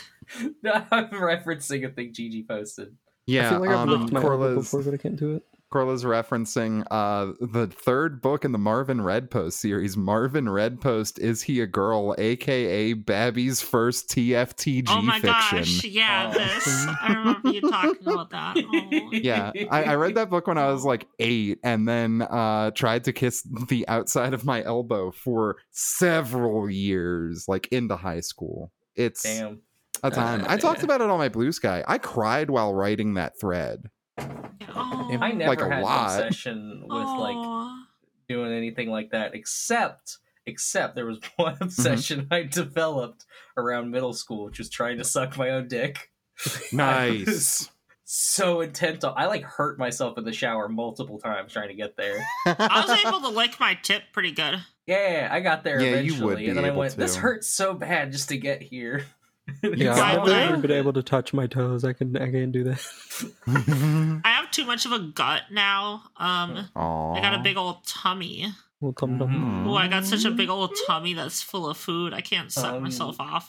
[SPEAKER 4] No, I'm referencing a thing Gigi posted.
[SPEAKER 2] I
[SPEAKER 3] yeah.
[SPEAKER 2] feel like I've
[SPEAKER 3] um,
[SPEAKER 2] licked my elbow
[SPEAKER 3] Corla's,
[SPEAKER 2] before, but I can't do it.
[SPEAKER 3] Corla's referencing uh, the third book in the Marvin Redpost series. Marvin Redpost, Is He a Girl? AKA Babby's first TFTG
[SPEAKER 1] oh my
[SPEAKER 3] fiction.
[SPEAKER 1] gosh. Yeah,
[SPEAKER 4] Oh.
[SPEAKER 1] this. I remember you talking about that. Oh.
[SPEAKER 3] yeah I, I read that book when i was like eight and then uh tried to kiss the outside of my elbow for several years like into high school it's
[SPEAKER 4] Damn.
[SPEAKER 3] a time i talked about it on my blue sky i cried while writing that thread
[SPEAKER 1] Oh.
[SPEAKER 4] I never
[SPEAKER 3] a
[SPEAKER 4] had
[SPEAKER 3] lot.
[SPEAKER 4] an obsession with like
[SPEAKER 1] Aw.
[SPEAKER 4] doing anything like that except Except there was one
[SPEAKER 3] Mm-hmm.
[SPEAKER 4] obsession I developed around middle school, which was trying to suck my own dick.
[SPEAKER 3] Nice.
[SPEAKER 4] So intent on I like hurt myself in the shower multiple times trying to get there.
[SPEAKER 1] I was able to lick my tip pretty good.
[SPEAKER 4] Yeah, I got there
[SPEAKER 3] Yeah, you
[SPEAKER 4] eventually.
[SPEAKER 3] would be
[SPEAKER 4] and then I
[SPEAKER 3] able
[SPEAKER 4] went, This
[SPEAKER 3] to."
[SPEAKER 4] hurts so bad just to get here.
[SPEAKER 2] Yeah,
[SPEAKER 1] By
[SPEAKER 2] I've
[SPEAKER 1] the
[SPEAKER 2] never
[SPEAKER 1] way-
[SPEAKER 2] been able to touch my toes. I can I can't do that.
[SPEAKER 1] I have too much of a gut now. Um, I got a big old tummy.
[SPEAKER 2] Well, come down.
[SPEAKER 3] Mm-hmm.
[SPEAKER 4] Mhm.
[SPEAKER 1] Oh, I got such a big old
[SPEAKER 3] Mm.
[SPEAKER 1] tummy that's full of food. I can't suck
[SPEAKER 4] Um.
[SPEAKER 1] myself off.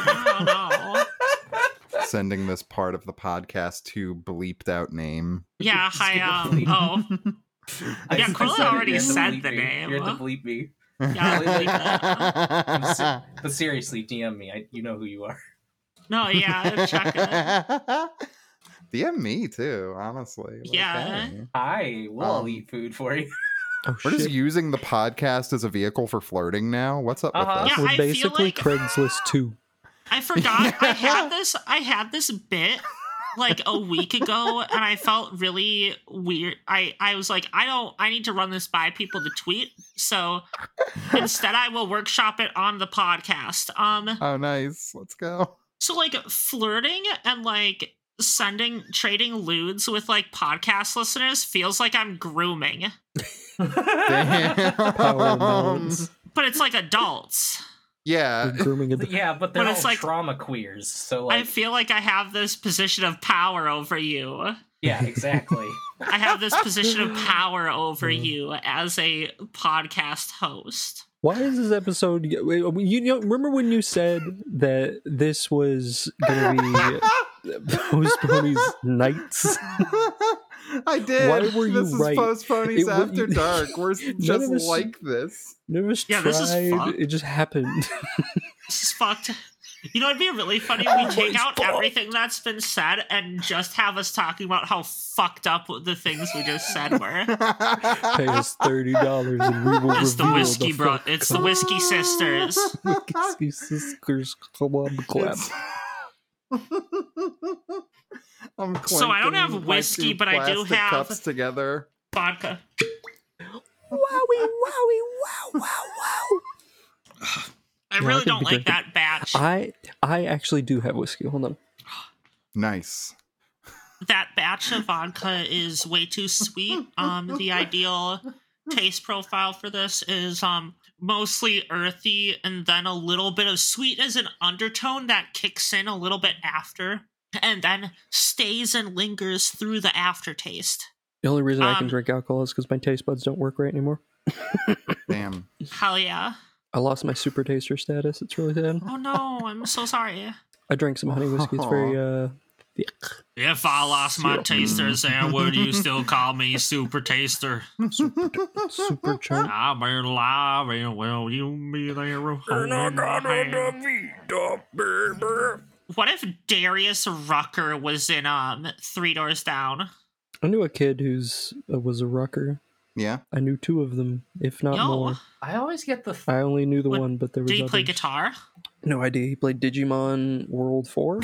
[SPEAKER 1] I don't know.
[SPEAKER 3] sending this part of the podcast to bleeped out name.
[SPEAKER 1] Yeah, hi. Um, oh,
[SPEAKER 4] I-
[SPEAKER 1] Yeah,
[SPEAKER 4] I
[SPEAKER 1] Carla
[SPEAKER 4] said it,
[SPEAKER 1] already
[SPEAKER 4] you had to
[SPEAKER 1] said
[SPEAKER 4] bleep
[SPEAKER 1] the
[SPEAKER 4] me.
[SPEAKER 1] name.
[SPEAKER 4] You had to bleep me. I'm se-
[SPEAKER 3] yeah,
[SPEAKER 4] but seriously, DM me. I, you know who you are.
[SPEAKER 1] no, yeah, check it.
[SPEAKER 3] DM me too, honestly. Like,
[SPEAKER 1] Yeah.
[SPEAKER 3] hey.
[SPEAKER 4] I will
[SPEAKER 3] Um,
[SPEAKER 4] eat food for you.
[SPEAKER 2] Oh
[SPEAKER 3] We're just
[SPEAKER 2] shit!
[SPEAKER 3] using the podcast as a vehicle for flirting now. What's up
[SPEAKER 4] Uh-huh.
[SPEAKER 3] with
[SPEAKER 1] Yeah,
[SPEAKER 3] that?
[SPEAKER 1] I
[SPEAKER 2] We're
[SPEAKER 1] feel
[SPEAKER 2] basically
[SPEAKER 1] like-
[SPEAKER 2] Craigslist two.
[SPEAKER 1] I forgot I had this. I had this bit like a week ago, and I felt really weird. I I was like, I don't. I need to run this by people to tweet. So instead, I will workshop it on the podcast. Um,
[SPEAKER 3] Oh, nice. Let's go.
[SPEAKER 1] so like flirting and like sending trading lewds with like podcast listeners feels like I'm grooming,
[SPEAKER 2] Power
[SPEAKER 3] Damn.
[SPEAKER 2] balance.
[SPEAKER 1] but it's like adults.
[SPEAKER 3] yeah.
[SPEAKER 2] We're grooming at the
[SPEAKER 4] yeah, but they're
[SPEAKER 1] But
[SPEAKER 4] all
[SPEAKER 1] it's like-
[SPEAKER 4] trauma queers. So
[SPEAKER 1] I
[SPEAKER 4] like,
[SPEAKER 1] feel like I have this position of power over you.
[SPEAKER 4] yeah, exactly.
[SPEAKER 1] I have this position of power over
[SPEAKER 2] Mm.
[SPEAKER 1] you as a podcast host.
[SPEAKER 2] Why is this episode? oh, You know, remember when you said that this was gonna be post ponies nights?
[SPEAKER 3] I did.
[SPEAKER 2] Why were you
[SPEAKER 3] this is
[SPEAKER 2] right?
[SPEAKER 3] post
[SPEAKER 2] It
[SPEAKER 3] ponies
[SPEAKER 2] wa-
[SPEAKER 3] after dark. We're
[SPEAKER 2] None
[SPEAKER 3] just
[SPEAKER 2] of this-
[SPEAKER 3] like this.
[SPEAKER 2] None of us
[SPEAKER 1] Yeah,
[SPEAKER 2] tried.
[SPEAKER 1] this is fun.
[SPEAKER 2] It just happened.
[SPEAKER 1] This is fucked. You know, it'd be really funny if we take out everything that's been said and just have us talking about how fucked up the things we just said were.
[SPEAKER 2] Pay us thirty dollars and we will
[SPEAKER 1] It's the
[SPEAKER 2] reveal
[SPEAKER 1] whiskey,
[SPEAKER 2] the
[SPEAKER 1] bro. It's the whiskey sisters.
[SPEAKER 2] Whiskey sisters club clap.
[SPEAKER 3] It's- I'm
[SPEAKER 1] So I don't have
[SPEAKER 3] clanking my
[SPEAKER 1] whiskey,
[SPEAKER 3] two
[SPEAKER 1] but I do
[SPEAKER 3] plastic
[SPEAKER 1] have-
[SPEAKER 3] cups together.
[SPEAKER 1] Vodka.
[SPEAKER 2] Wowie wowie wow wow wow.
[SPEAKER 1] I
[SPEAKER 2] Yeah, I
[SPEAKER 1] really
[SPEAKER 2] could
[SPEAKER 1] don't
[SPEAKER 2] be
[SPEAKER 1] like
[SPEAKER 2] drinking-
[SPEAKER 1] that batch.
[SPEAKER 2] I I actually do have whiskey. Hold on.
[SPEAKER 3] Nice.
[SPEAKER 1] that batch of vodka is way too sweet. Um, the ideal taste profile for this is um mostly earthy and then a little bit of sweet as an undertone that kicks in a little bit after and then stays and lingers through the aftertaste.
[SPEAKER 2] The only reason I can
[SPEAKER 1] Um,
[SPEAKER 2] drink alcohol is because my taste buds don't work right anymore.
[SPEAKER 3] Damn.
[SPEAKER 1] Hell yeah.
[SPEAKER 2] I lost my super taster status. It's really sad.
[SPEAKER 1] Oh no, I'm so sorry.
[SPEAKER 2] I drank some honey whiskey. It's very uh.
[SPEAKER 1] If I lost my taster, Sam, would you still call me Super Taster?
[SPEAKER 2] Super, super chunk.
[SPEAKER 1] I'm alive and will you be there? What if Darius Rucker was in um Three Doors Down?
[SPEAKER 2] I knew a kid who's uh, was a rucker.
[SPEAKER 3] Yeah.
[SPEAKER 2] I knew two of them, if not
[SPEAKER 1] Yo.
[SPEAKER 2] more.
[SPEAKER 4] I always get the
[SPEAKER 2] I only knew the
[SPEAKER 1] What-
[SPEAKER 2] one, but there was
[SPEAKER 1] Did he play
[SPEAKER 2] others.
[SPEAKER 1] guitar?
[SPEAKER 2] No idea. He played Digimon World Four.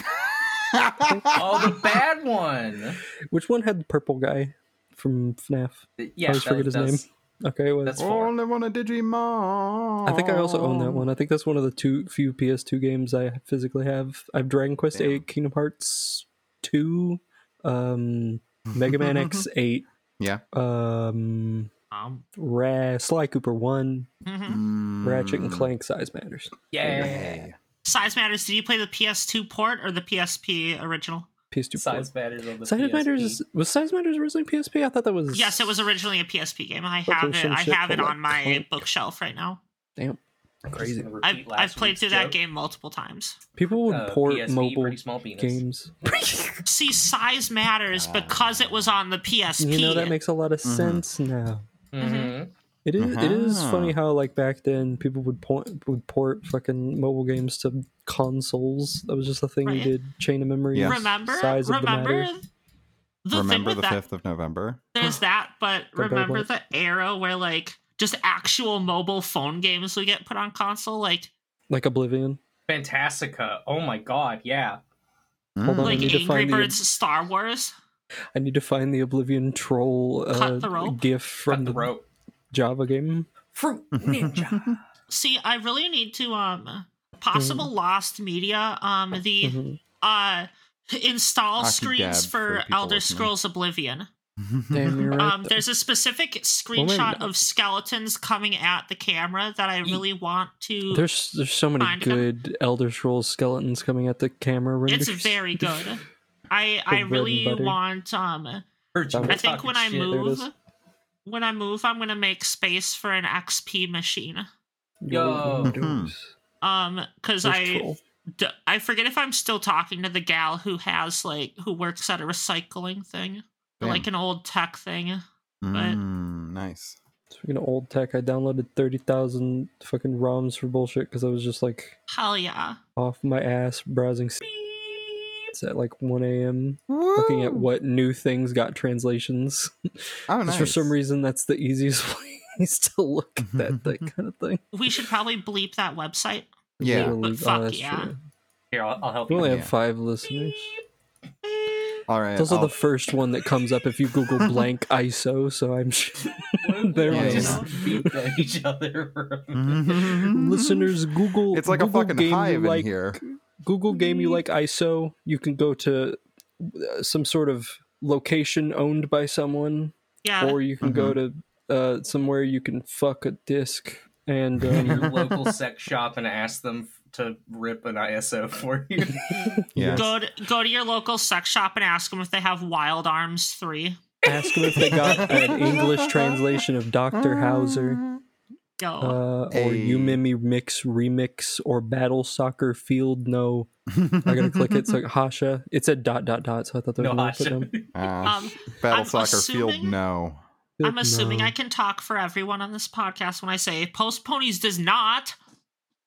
[SPEAKER 4] oh the bad one.
[SPEAKER 2] Which one had the purple guy from FNAF?
[SPEAKER 4] Yeah,
[SPEAKER 2] always
[SPEAKER 4] that-
[SPEAKER 2] forget his
[SPEAKER 4] that's-
[SPEAKER 2] Okay, it was.
[SPEAKER 4] That's four.
[SPEAKER 3] Only want a Digimon.
[SPEAKER 2] I think I also own that one. I think that's one of the two few PS2 games I physically have. I have Dragon Quest
[SPEAKER 3] Damn.
[SPEAKER 2] Eight, Kingdom Hearts Two, um, Mega Man X Eight,
[SPEAKER 3] Yeah.
[SPEAKER 2] um,
[SPEAKER 1] Um,
[SPEAKER 2] Ra- Sly Cooper One,
[SPEAKER 1] mhm.
[SPEAKER 3] Mm.
[SPEAKER 2] Ratchet and Clank Size Matters.
[SPEAKER 4] Yeah.
[SPEAKER 1] Size matters. Did you play the PS2 port or the PSP original?
[SPEAKER 2] PS2. port.
[SPEAKER 4] Size matters on the
[SPEAKER 2] Size
[SPEAKER 4] PSP.
[SPEAKER 2] Matters was Size Matters originally PSP. I thought that was
[SPEAKER 1] Yes, it was originally a PSP game. I
[SPEAKER 2] Okay,
[SPEAKER 1] have it.
[SPEAKER 2] some
[SPEAKER 1] I
[SPEAKER 2] shit
[SPEAKER 1] have it
[SPEAKER 2] called,
[SPEAKER 1] on
[SPEAKER 2] like,
[SPEAKER 1] my
[SPEAKER 2] Clank.
[SPEAKER 1] bookshelf right now.
[SPEAKER 4] Just
[SPEAKER 2] crazy.
[SPEAKER 4] gonna repeat
[SPEAKER 1] I've,
[SPEAKER 4] last
[SPEAKER 1] I've played
[SPEAKER 4] week's
[SPEAKER 1] through that
[SPEAKER 4] joke.
[SPEAKER 1] game multiple times.
[SPEAKER 2] People would
[SPEAKER 4] Uh,
[SPEAKER 2] port
[SPEAKER 4] PSP,
[SPEAKER 2] mobile
[SPEAKER 4] pretty small penis.
[SPEAKER 2] games.
[SPEAKER 1] See, size matters because it was on the PSP.
[SPEAKER 2] Ah. You know that makes a lot of
[SPEAKER 4] Mm-hmm.
[SPEAKER 3] Mhm.
[SPEAKER 2] sense now.
[SPEAKER 4] Mhm.
[SPEAKER 2] It is- it is
[SPEAKER 3] Uh-huh.
[SPEAKER 2] funny how like back then people would point would port fucking mobile games to consoles. That was just a thing you
[SPEAKER 1] Right.
[SPEAKER 2] did. Chain of memory.
[SPEAKER 3] Yes.
[SPEAKER 1] remember,
[SPEAKER 2] Size of the
[SPEAKER 1] remember
[SPEAKER 2] matter.
[SPEAKER 1] the thing
[SPEAKER 3] Remember
[SPEAKER 1] with
[SPEAKER 3] the
[SPEAKER 1] that.
[SPEAKER 3] 5th of November?
[SPEAKER 1] There's that, but
[SPEAKER 2] Go
[SPEAKER 1] remember
[SPEAKER 2] Beyblade.
[SPEAKER 1] the era where like just actual mobile phone games would get put on console? Like
[SPEAKER 2] Like Oblivion.
[SPEAKER 4] Fantastica. Oh my god, yeah.
[SPEAKER 2] Hold on, I
[SPEAKER 1] like
[SPEAKER 2] need to
[SPEAKER 1] Angry
[SPEAKER 2] find the-
[SPEAKER 1] Birds Star Wars.
[SPEAKER 2] I need to find the Oblivion troll
[SPEAKER 1] Cut the
[SPEAKER 2] uh,
[SPEAKER 1] rope.
[SPEAKER 2] gif from
[SPEAKER 4] Cut the
[SPEAKER 2] the
[SPEAKER 4] rope.
[SPEAKER 2] Java game.
[SPEAKER 4] Fruit Ninja.
[SPEAKER 1] See, I really need to um
[SPEAKER 2] Hmm.
[SPEAKER 1] possible lost media um the
[SPEAKER 2] Mhm.
[SPEAKER 1] uh install
[SPEAKER 3] I could
[SPEAKER 1] screens
[SPEAKER 3] dab
[SPEAKER 1] for
[SPEAKER 3] for people
[SPEAKER 1] Elder
[SPEAKER 3] listening.
[SPEAKER 1] Scrolls Oblivion.
[SPEAKER 3] Mm.
[SPEAKER 2] Damn, you're right.
[SPEAKER 1] Um, there's a specific
[SPEAKER 2] maybe
[SPEAKER 1] screenshot
[SPEAKER 2] not.
[SPEAKER 1] of skeletons coming at the camera that I really want to.
[SPEAKER 2] there's there's so many
[SPEAKER 1] Mm. Find them.
[SPEAKER 2] good Elder Scrolls skeletons coming at the camera. Renders.
[SPEAKER 1] it's very good. I
[SPEAKER 2] bread
[SPEAKER 1] I
[SPEAKER 2] and
[SPEAKER 1] really
[SPEAKER 2] butter.
[SPEAKER 1] want um
[SPEAKER 4] Urge,
[SPEAKER 2] I
[SPEAKER 1] I
[SPEAKER 4] you're
[SPEAKER 1] think
[SPEAKER 4] talking
[SPEAKER 1] when I
[SPEAKER 4] shit.
[SPEAKER 2] There it
[SPEAKER 1] move
[SPEAKER 2] is.
[SPEAKER 1] when I move I'm gonna make space for an XP machine.
[SPEAKER 4] Yo.
[SPEAKER 2] Windows.
[SPEAKER 1] Um because
[SPEAKER 2] That's
[SPEAKER 1] I
[SPEAKER 2] cool.
[SPEAKER 1] d- I forget if I'm still talking to the gal who has like who works at a recycling thing.
[SPEAKER 3] Damn.
[SPEAKER 1] Like an old tech thing. but-
[SPEAKER 3] Mm, nice.
[SPEAKER 2] Speaking of old tech, I downloaded thirty thousand fucking ROMs for bullshit because I was just like
[SPEAKER 1] Hell yeah.
[SPEAKER 2] off my ass browsing s- it's at like one a.m. looking at what new things got translations.
[SPEAKER 3] Oh,
[SPEAKER 2] 'Cause
[SPEAKER 3] nice.
[SPEAKER 2] For some reason, that's the easiest place to look at that thing, kind of thing.
[SPEAKER 1] We should probably bleep that website.
[SPEAKER 3] Yeah.
[SPEAKER 2] Literally-
[SPEAKER 1] But fuck
[SPEAKER 2] that's
[SPEAKER 1] yeah.
[SPEAKER 2] true.
[SPEAKER 4] Here, I'll, I'll help
[SPEAKER 2] We
[SPEAKER 4] you.
[SPEAKER 2] only have
[SPEAKER 3] Yeah.
[SPEAKER 2] five listeners.
[SPEAKER 3] All right.
[SPEAKER 2] It's also
[SPEAKER 3] I'll-
[SPEAKER 2] the first one that comes up if you Google blank ISO, so I'm sure There
[SPEAKER 3] we
[SPEAKER 4] just beat at each other. for a minute.
[SPEAKER 2] Mm-hmm. listeners Google.
[SPEAKER 3] It's like
[SPEAKER 2] Google
[SPEAKER 3] a fucking
[SPEAKER 2] game you
[SPEAKER 3] hive
[SPEAKER 2] like,
[SPEAKER 3] in here.
[SPEAKER 2] Google game you like ISO. You can go to uh, some sort of location owned by someone,
[SPEAKER 1] Yeah.
[SPEAKER 2] or you can go
[SPEAKER 3] Mm-hmm.
[SPEAKER 2] to uh, somewhere you can fuck a disc. And
[SPEAKER 4] Go to
[SPEAKER 2] um,
[SPEAKER 4] your local sex shop and ask them f- to rip an ISO for you.
[SPEAKER 3] Yeah.
[SPEAKER 1] Go to, go to your local sex shop and ask them if they have Wild Arms 3.
[SPEAKER 2] ask them if they got an English translation of Doctor Hauser.
[SPEAKER 1] Go.
[SPEAKER 2] uh, or
[SPEAKER 3] Hey.
[SPEAKER 2] you mimi mix remix or battle soccer field no i gotta click it it's like hasha it said dot dot dot so i thought there
[SPEAKER 4] no,
[SPEAKER 2] was
[SPEAKER 4] I
[SPEAKER 2] no,
[SPEAKER 4] should.
[SPEAKER 3] Ah,
[SPEAKER 1] Um,
[SPEAKER 3] Battle
[SPEAKER 1] I'm
[SPEAKER 3] Soccer Field,
[SPEAKER 1] assuming-
[SPEAKER 3] no.
[SPEAKER 1] I'm assuming I can talk for everyone on this podcast when I say Post Ponies does not.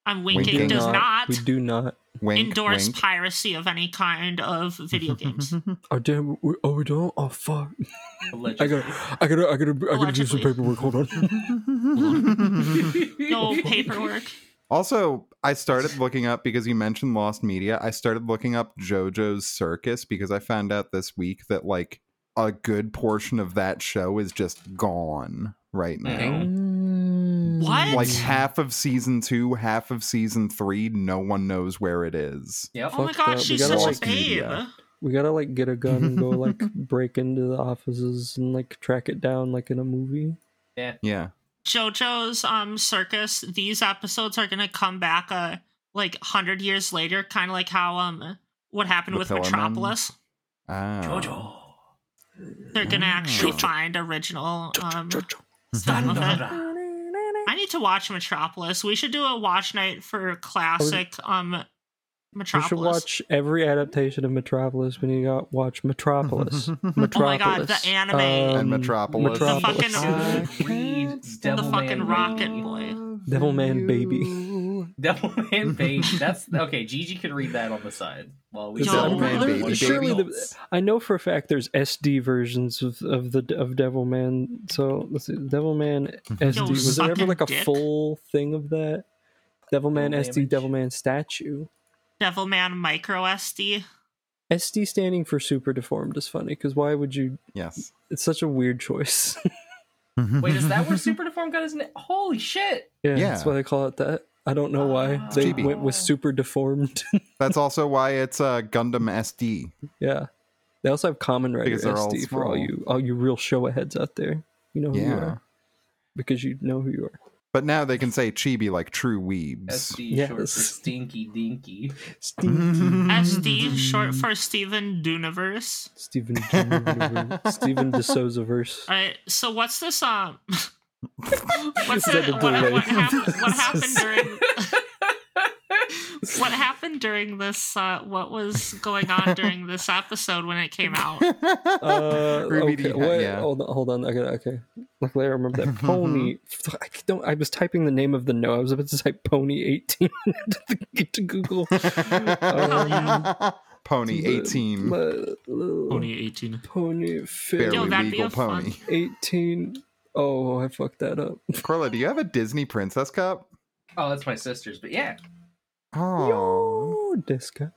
[SPEAKER 1] I'm winking,
[SPEAKER 3] Winking.
[SPEAKER 1] does not,
[SPEAKER 2] we do not
[SPEAKER 3] Wink,
[SPEAKER 1] endorse
[SPEAKER 3] wink.
[SPEAKER 1] piracy of any kind of video games.
[SPEAKER 2] oh damn we, oh we don't oh fuck i
[SPEAKER 4] Allegedly.
[SPEAKER 2] gotta i gotta i gotta i gotta do some
[SPEAKER 1] Allegedly.
[SPEAKER 2] paperwork hold on
[SPEAKER 1] No paperwork.
[SPEAKER 3] Also, I started looking up because you mentioned Lost Media. I started looking up JoJo's Circus because I found out this week that like a good portion of that show is just gone right now.
[SPEAKER 4] Dang.
[SPEAKER 1] What?
[SPEAKER 3] Like half of season two, half of season three, no one knows where it is.
[SPEAKER 4] Yep.
[SPEAKER 1] oh my
[SPEAKER 2] Fuck
[SPEAKER 1] god,
[SPEAKER 2] that. We
[SPEAKER 1] she's
[SPEAKER 2] gotta
[SPEAKER 1] such a
[SPEAKER 3] like
[SPEAKER 1] babe.
[SPEAKER 3] media.
[SPEAKER 2] we gotta like get a gun and go like break into the offices and like track it down like in a movie
[SPEAKER 3] Yeah.
[SPEAKER 1] JoJo's um circus. These episodes are gonna come back uh like hundred years later, kind of like how um what happened
[SPEAKER 3] The
[SPEAKER 1] with
[SPEAKER 3] Pillar Men?
[SPEAKER 1] Metropolis.
[SPEAKER 3] Ah.
[SPEAKER 4] Jojo.
[SPEAKER 1] They're gonna actually find original um stuff of it. I need to watch Metropolis. We should do a watch night for classic um
[SPEAKER 2] we should
[SPEAKER 1] Metropolis.
[SPEAKER 2] watch every adaptation of Metropolis. We need to go- watch Metropolis. Metropolis.
[SPEAKER 1] Oh
[SPEAKER 2] Um,
[SPEAKER 1] God, the anime.
[SPEAKER 3] And Metropolis.
[SPEAKER 1] The fucking- uh,
[SPEAKER 2] Metropolis.
[SPEAKER 4] Reed,
[SPEAKER 1] the
[SPEAKER 4] Devil
[SPEAKER 1] fucking
[SPEAKER 4] Man
[SPEAKER 1] Rocket
[SPEAKER 4] Reed.
[SPEAKER 1] Boy.
[SPEAKER 2] Devilman Baby.
[SPEAKER 4] Devilman Baby. That's okay. Gigi can read that on the side while we
[SPEAKER 1] The
[SPEAKER 4] tell
[SPEAKER 1] Devilman
[SPEAKER 4] them
[SPEAKER 1] Baby.
[SPEAKER 4] what
[SPEAKER 2] Surely
[SPEAKER 4] it
[SPEAKER 2] the-
[SPEAKER 4] is.
[SPEAKER 2] I know for a fact there's SD versions of, of the of Devilman. So let's see, Devilman
[SPEAKER 3] Mm-hmm.
[SPEAKER 2] SD.
[SPEAKER 1] Yo,
[SPEAKER 2] Was there ever
[SPEAKER 1] sucking
[SPEAKER 2] like a
[SPEAKER 1] dick.
[SPEAKER 2] full thing of that? Devilman
[SPEAKER 4] Full
[SPEAKER 2] SD,
[SPEAKER 4] damage.
[SPEAKER 2] Devilman statue.
[SPEAKER 1] Devilman Micro SD.
[SPEAKER 2] SD standing for super deformed is funny because why would you?
[SPEAKER 3] Yes.
[SPEAKER 2] It's such a weird choice.
[SPEAKER 4] Wait, is that where Super Deformed got his name? Holy shit!
[SPEAKER 2] yeah,
[SPEAKER 3] Yeah.
[SPEAKER 2] that's why they call it that. I don't know why
[SPEAKER 4] Ah.
[SPEAKER 2] they
[SPEAKER 3] GB.
[SPEAKER 2] went with super deformed.
[SPEAKER 3] That's also why it's uh, Gundam SD.
[SPEAKER 2] Yeah. They also have Common Rider
[SPEAKER 3] Because they're all
[SPEAKER 2] SD for all
[SPEAKER 3] small.
[SPEAKER 2] you all you real showa heads out there. You know who you
[SPEAKER 3] Yeah.
[SPEAKER 2] are because you know who you are.
[SPEAKER 3] But now they can say chibi like true weebs.
[SPEAKER 4] SD short for
[SPEAKER 2] Yes.
[SPEAKER 4] Stinky Dinky.
[SPEAKER 3] Mm-hmm.
[SPEAKER 2] Steven
[SPEAKER 1] SD short for Steven Duniverse.
[SPEAKER 2] Steven Universe- Steven DeSouza verse.
[SPEAKER 1] Alright, so what's this um what's
[SPEAKER 2] Is
[SPEAKER 1] the,
[SPEAKER 2] that a
[SPEAKER 1] what, what,
[SPEAKER 2] delay?
[SPEAKER 1] happened, what happened during what happened during this uh what was going on during this episode when it came out?
[SPEAKER 2] Uh,
[SPEAKER 3] Ruby D hat,
[SPEAKER 2] okay, wait,
[SPEAKER 3] yeah.
[SPEAKER 2] hold on, hold on. Okay, okay. Luckily, I remember that pony. I don't. I was typing the name of the no. I was about to type pony eighteen to get to Google. oh. Um,
[SPEAKER 3] Pony 18.
[SPEAKER 2] Pony.
[SPEAKER 1] 2018.
[SPEAKER 2] Pony.
[SPEAKER 1] Yo,
[SPEAKER 3] Hmm. Barely
[SPEAKER 1] that'd be
[SPEAKER 3] legal
[SPEAKER 1] a fun-
[SPEAKER 3] pony.
[SPEAKER 2] 18 oh i fucked that up
[SPEAKER 3] Corla, do you have a Disney princess cup?
[SPEAKER 4] Oh, that's my sister's, but yeah.
[SPEAKER 3] Oh.
[SPEAKER 2] Yo, disco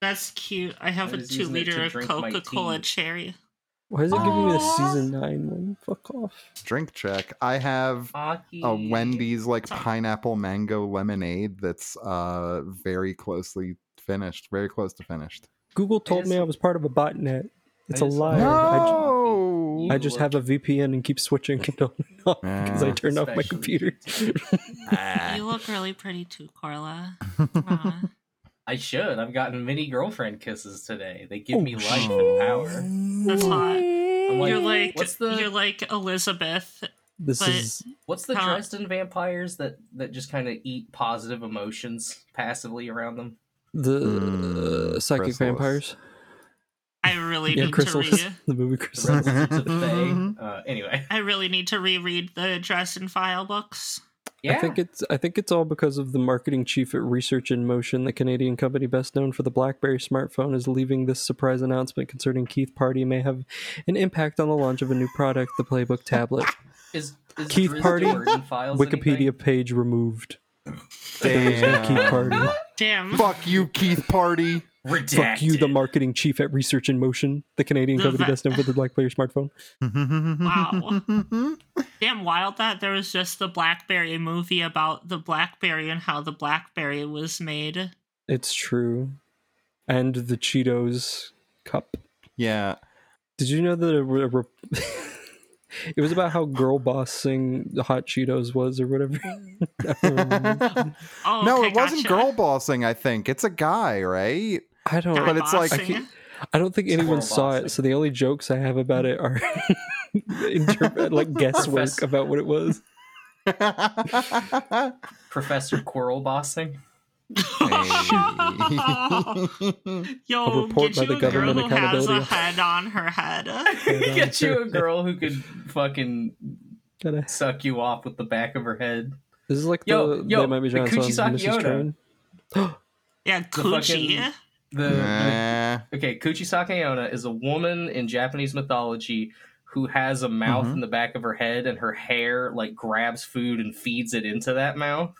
[SPEAKER 1] That's cute. I have a
[SPEAKER 4] I was
[SPEAKER 1] two
[SPEAKER 4] using it to
[SPEAKER 1] liter of
[SPEAKER 4] drink my
[SPEAKER 1] Coca Cola
[SPEAKER 4] tea.
[SPEAKER 1] cherry.
[SPEAKER 2] Why is it giving me the
[SPEAKER 1] Aw.
[SPEAKER 2] season nine one? Fuck off.
[SPEAKER 3] Drink check. I have
[SPEAKER 4] Hockey.
[SPEAKER 3] a Wendy's like
[SPEAKER 1] Sorry.
[SPEAKER 3] pineapple mango lemonade that's uh very closely finished, very close to finished.
[SPEAKER 2] Google told me
[SPEAKER 4] just-
[SPEAKER 2] I was part of a botnet. It's a
[SPEAKER 4] just-
[SPEAKER 2] lie.
[SPEAKER 4] No!
[SPEAKER 3] No!
[SPEAKER 2] I, I just have a VPN and keep switching it on and off because I
[SPEAKER 3] Yeah.
[SPEAKER 2] turned off my
[SPEAKER 4] Especially
[SPEAKER 2] computer. Ah.
[SPEAKER 1] You look really pretty too, Carla. Aw.
[SPEAKER 4] I should. I've gotten many girlfriend kisses today. They give
[SPEAKER 2] Oh,
[SPEAKER 4] me life and power.
[SPEAKER 1] That's hot.
[SPEAKER 4] I'm like,
[SPEAKER 1] You're like
[SPEAKER 4] what's the
[SPEAKER 1] you're like Elizabeth.
[SPEAKER 2] This
[SPEAKER 1] But-
[SPEAKER 2] is
[SPEAKER 4] what's the
[SPEAKER 1] Huh.
[SPEAKER 4] Dresden vampires that that just kind of eat positive emotions passively around them?
[SPEAKER 2] the uh,
[SPEAKER 3] Mm,
[SPEAKER 2] psychic
[SPEAKER 3] Chrysalis.
[SPEAKER 2] vampires.
[SPEAKER 1] I really
[SPEAKER 2] Yeah,
[SPEAKER 1] need
[SPEAKER 2] Crystal.
[SPEAKER 1] to read.
[SPEAKER 2] the movie
[SPEAKER 4] The
[SPEAKER 2] Crystal.
[SPEAKER 4] Revolutions of Fae. Uh, anyway,
[SPEAKER 1] I really need to reread the Dresden File books.
[SPEAKER 4] yeah.
[SPEAKER 2] I think it's I think it's all because of the marketing chief at Research in Motion, the Canadian company best known for the BlackBerry smartphone, is leaving this surprise announcement concerning Keith Party may have an impact on the launch of a new product, the Playbook tablet.
[SPEAKER 4] is, is
[SPEAKER 2] Keith
[SPEAKER 4] Drizzt
[SPEAKER 2] Party,
[SPEAKER 4] Origin Files
[SPEAKER 2] Wikipedia
[SPEAKER 4] anything?
[SPEAKER 2] page removed. There is no Keith Party.
[SPEAKER 3] Damn.
[SPEAKER 1] Damn.
[SPEAKER 3] Fuck you, Keith Party.
[SPEAKER 4] Redacted.
[SPEAKER 2] Fuck you, the marketing chief at Research in Motion, the Canadian
[SPEAKER 1] The
[SPEAKER 2] company
[SPEAKER 1] va-
[SPEAKER 2] best known for the BlackBerry smartphone.
[SPEAKER 3] wow.
[SPEAKER 1] Damn wild that there was just the Blackberry movie about the Blackberry and how the Blackberry was made.
[SPEAKER 2] It's true, and the Cheetos cup.
[SPEAKER 3] Yeah.
[SPEAKER 2] Did you know that a, re- a re- it was about how girl bossing the hot Cheetos was or whatever? I don't remember.
[SPEAKER 1] Oh,
[SPEAKER 3] no,
[SPEAKER 1] okay,
[SPEAKER 3] it wasn't
[SPEAKER 1] gotcha.
[SPEAKER 3] girl bossing, I think. It's a guy, right?
[SPEAKER 2] I don't.
[SPEAKER 1] Guy
[SPEAKER 3] but it's like-
[SPEAKER 1] bossing.
[SPEAKER 2] I don't think
[SPEAKER 4] It's
[SPEAKER 2] anyone
[SPEAKER 4] girl
[SPEAKER 2] saw
[SPEAKER 4] bossing.
[SPEAKER 2] it, so the only jokes I have about it are inter- like guesswork
[SPEAKER 4] Professor.
[SPEAKER 2] about what it was.
[SPEAKER 4] Professor Quirrell bossing.
[SPEAKER 3] Hey.
[SPEAKER 1] Yo,
[SPEAKER 2] A report
[SPEAKER 1] get
[SPEAKER 2] by
[SPEAKER 1] you
[SPEAKER 2] the
[SPEAKER 1] a girl
[SPEAKER 2] Government
[SPEAKER 1] who has a
[SPEAKER 2] Accountability
[SPEAKER 1] head on her head.
[SPEAKER 4] Get you a girl who could fucking
[SPEAKER 2] Gotta-
[SPEAKER 4] suck you off with the back of her head.
[SPEAKER 2] This is like
[SPEAKER 4] Yo,
[SPEAKER 2] the
[SPEAKER 4] yo,
[SPEAKER 2] they might be
[SPEAKER 4] the
[SPEAKER 2] Johnson,
[SPEAKER 4] Kuchisaki
[SPEAKER 2] Mrs.
[SPEAKER 4] Oda.
[SPEAKER 2] Train.
[SPEAKER 1] Yeah, coochie.
[SPEAKER 4] fucking- The,
[SPEAKER 3] Nah.
[SPEAKER 4] okay, Kuchisake Onna is a woman in Japanese mythology who has a mouth
[SPEAKER 2] Mm-hmm.
[SPEAKER 4] in the back of her head, and her hair like grabs food and feeds it into that mouth.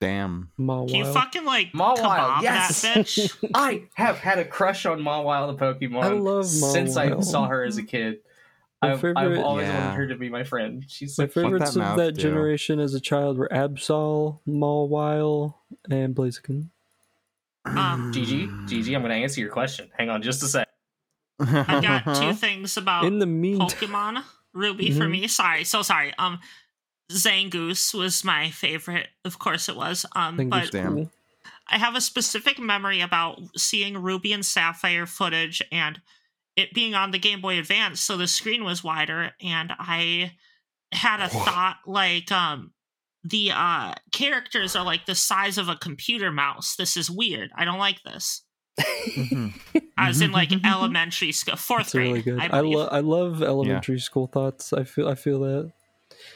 [SPEAKER 3] Damn.
[SPEAKER 2] Ma
[SPEAKER 1] Can you
[SPEAKER 2] Wild.
[SPEAKER 1] fucking like
[SPEAKER 4] Ma
[SPEAKER 1] Ma
[SPEAKER 4] Wild, yes!
[SPEAKER 1] that bitch?
[SPEAKER 4] I have had a crush on Ma Wild the Pokemon
[SPEAKER 2] I love Ma
[SPEAKER 4] since I
[SPEAKER 2] Wild.
[SPEAKER 4] saw her as a kid.
[SPEAKER 2] My
[SPEAKER 4] I've, I've
[SPEAKER 2] favorite-
[SPEAKER 4] always
[SPEAKER 3] Yeah.
[SPEAKER 4] wanted her to be my friend. She's
[SPEAKER 2] My
[SPEAKER 4] like
[SPEAKER 2] favorites
[SPEAKER 3] that mouth
[SPEAKER 2] of that
[SPEAKER 3] do.
[SPEAKER 2] generation as a child were Absol, Mawile, and Blaziken.
[SPEAKER 1] Um,
[SPEAKER 4] Gigi, Gigi, I'm going to answer your question. Hang on just a sec.
[SPEAKER 1] I
[SPEAKER 3] Uh-huh.
[SPEAKER 1] got two things
[SPEAKER 4] Oh,
[SPEAKER 1] about
[SPEAKER 2] In the meantime,
[SPEAKER 1] Pokemon Ruby for
[SPEAKER 2] Mhm.
[SPEAKER 1] me. Sorry, so sorry. Um, Zangoose was my favorite. Of course, it was. Um,
[SPEAKER 2] Thank you,
[SPEAKER 1] but
[SPEAKER 3] Damn.
[SPEAKER 2] Stan.
[SPEAKER 1] I have a specific memory about seeing Ruby and Sapphire footage and it being on the Game Boy Advance, so the screen was wider, and I had a thought like, um, the uh characters are like the size of a computer mouse. This is weird. I don't like this. I was in like elementary school, fourth
[SPEAKER 2] It's
[SPEAKER 1] grade.
[SPEAKER 2] Mm-hmm. really good.
[SPEAKER 1] I,
[SPEAKER 2] I,
[SPEAKER 1] believe.
[SPEAKER 2] love I love elementary school thoughts. I feel I feel that.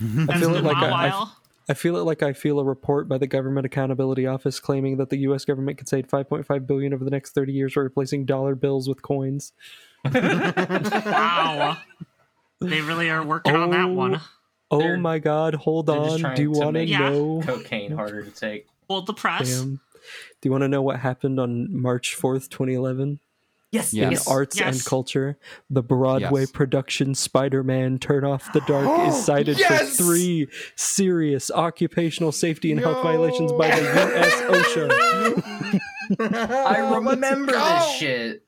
[SPEAKER 2] I
[SPEAKER 1] That's
[SPEAKER 2] feel it
[SPEAKER 1] been
[SPEAKER 2] like
[SPEAKER 1] a
[SPEAKER 2] I- I-
[SPEAKER 1] while.
[SPEAKER 2] I feel it like I feel a report by the Government Accountability Office claiming that the U.S. government could save 5.5 billion over the next 30 years by replacing dollar bills with coins.
[SPEAKER 1] Wow. They really are working on that
[SPEAKER 2] Oh,
[SPEAKER 1] one.
[SPEAKER 2] Oh
[SPEAKER 4] They're-
[SPEAKER 2] my God! Hold
[SPEAKER 4] they're just
[SPEAKER 2] on.
[SPEAKER 4] trying
[SPEAKER 2] Do you
[SPEAKER 4] to
[SPEAKER 2] want to
[SPEAKER 4] make-
[SPEAKER 1] Yeah.
[SPEAKER 2] know?
[SPEAKER 4] Cocaine harder to take.
[SPEAKER 1] Hold the press.
[SPEAKER 2] Damn. Do you want to know what happened on March 4th, 2011?
[SPEAKER 4] Yes,
[SPEAKER 3] Yeah.
[SPEAKER 2] in arts and
[SPEAKER 1] Yes.
[SPEAKER 2] culture. The Broadway
[SPEAKER 3] Yes.
[SPEAKER 2] production Spider Man Turn Off the Dark is cited
[SPEAKER 3] Yes!
[SPEAKER 2] for three serious occupational safety and health
[SPEAKER 3] No.
[SPEAKER 2] violations by the U.S. OSHA.
[SPEAKER 4] I remember this shit.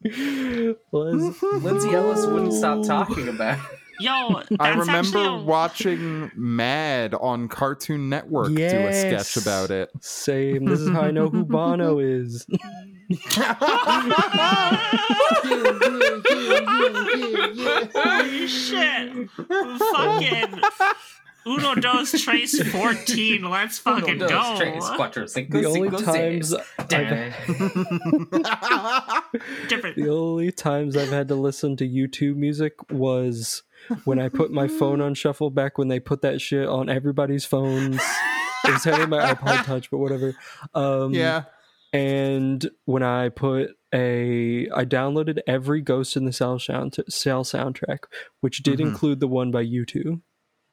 [SPEAKER 2] Was
[SPEAKER 4] Lindsay Ellis wouldn't stop talking about it.
[SPEAKER 1] Yo, that's
[SPEAKER 3] I
[SPEAKER 1] actually
[SPEAKER 3] remember
[SPEAKER 1] a-
[SPEAKER 3] watching Mad on Cartoon Network do a
[SPEAKER 2] Yes.
[SPEAKER 3] sketch about it.
[SPEAKER 2] same. This is how I know who Bono is.
[SPEAKER 1] Holy shit! fucking Uno Dos Trace 14. Let's fucking
[SPEAKER 4] Uno,
[SPEAKER 1] go.
[SPEAKER 4] dos, tres, cuatro, cinco,
[SPEAKER 2] The only
[SPEAKER 4] cinco,
[SPEAKER 2] times
[SPEAKER 4] seis. Damn.
[SPEAKER 1] Different.
[SPEAKER 2] the only times I've had to listen to YouTube music was when I put my phone on shuffle back when they put that shit on everybody's phones. It was having my iPod Touch, but whatever. Um,
[SPEAKER 3] yeah.
[SPEAKER 2] and when I put a, I downloaded every Ghost in the Cell sound Cell soundtrack, which did
[SPEAKER 3] Mhm.
[SPEAKER 2] include the one by U two,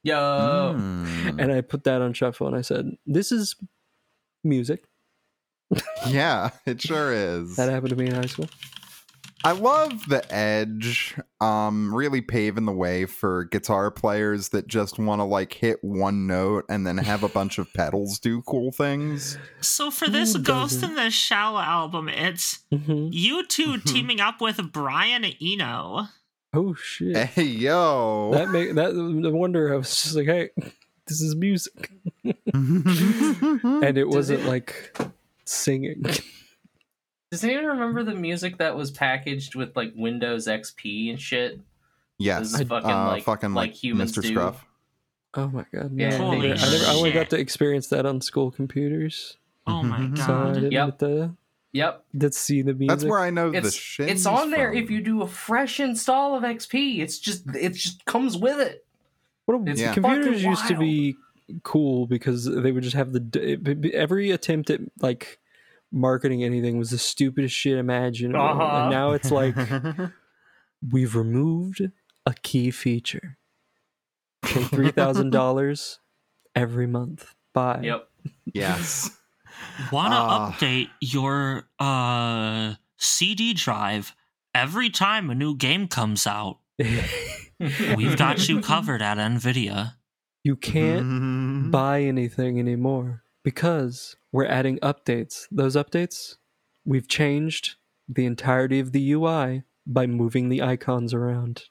[SPEAKER 4] Yo.
[SPEAKER 3] Mm.
[SPEAKER 2] Uh, and I put that on shuffle, and I said, "This is music."
[SPEAKER 3] Yeah, it sure is.
[SPEAKER 2] That happened to me in high school.
[SPEAKER 3] I love the edge, um, really paving the way for guitar players that just want to like hit one note and then have a bunch of pedals do cool things.
[SPEAKER 1] So for this
[SPEAKER 2] Who
[SPEAKER 1] Ghost
[SPEAKER 2] doesn't?
[SPEAKER 1] in the Shell album, it's
[SPEAKER 2] Mhm.
[SPEAKER 1] you two
[SPEAKER 3] Mhm.
[SPEAKER 1] teaming up with Brian Eno.
[SPEAKER 2] Oh shit!
[SPEAKER 3] Hey yo,
[SPEAKER 2] That make that no wonder I was just like, hey, this is music, and it wasn't like singing.
[SPEAKER 4] Does anyone remember the music that was packaged with like Windows XP and shit?
[SPEAKER 3] yes,
[SPEAKER 4] This is fucking,
[SPEAKER 3] uh,
[SPEAKER 4] like-
[SPEAKER 3] fucking
[SPEAKER 4] like humans
[SPEAKER 3] Mr.
[SPEAKER 4] do.
[SPEAKER 3] Scruff.
[SPEAKER 2] Oh my god! No.
[SPEAKER 4] Yeah,
[SPEAKER 2] I,
[SPEAKER 1] Holy
[SPEAKER 2] never, I never- I only got
[SPEAKER 1] shit.
[SPEAKER 2] to experience that on school computers,
[SPEAKER 1] Oh my
[SPEAKER 3] Mhm.
[SPEAKER 2] so I
[SPEAKER 1] god.
[SPEAKER 2] didn't
[SPEAKER 4] Yep.
[SPEAKER 2] get to,
[SPEAKER 4] Yep.
[SPEAKER 2] to see the music.
[SPEAKER 3] That's where I know the
[SPEAKER 4] It's
[SPEAKER 3] shit.
[SPEAKER 4] it's on there if you do a fresh install of XP. It's just it just comes with it.
[SPEAKER 2] What a,
[SPEAKER 4] It's
[SPEAKER 3] Yeah.
[SPEAKER 2] computers
[SPEAKER 4] fucking
[SPEAKER 2] used to be cool because they would just have the d- b- b- every attempt at like marketing anything was the stupidest shit imaginable,
[SPEAKER 4] Uh-huh.
[SPEAKER 2] and now it's like we've removed a key feature. Pay three thousand dollars every month. Buy.
[SPEAKER 4] Yep.
[SPEAKER 3] yes.
[SPEAKER 1] Wanna
[SPEAKER 3] Ah.
[SPEAKER 1] update your uh CD drive every time a new game comes out. We've got you covered at Nvidia.
[SPEAKER 2] you can't
[SPEAKER 3] Mm-hmm.
[SPEAKER 2] buy anything anymore because we're adding updates. Those updates, we've changed the entirety of the UI by moving the icons around.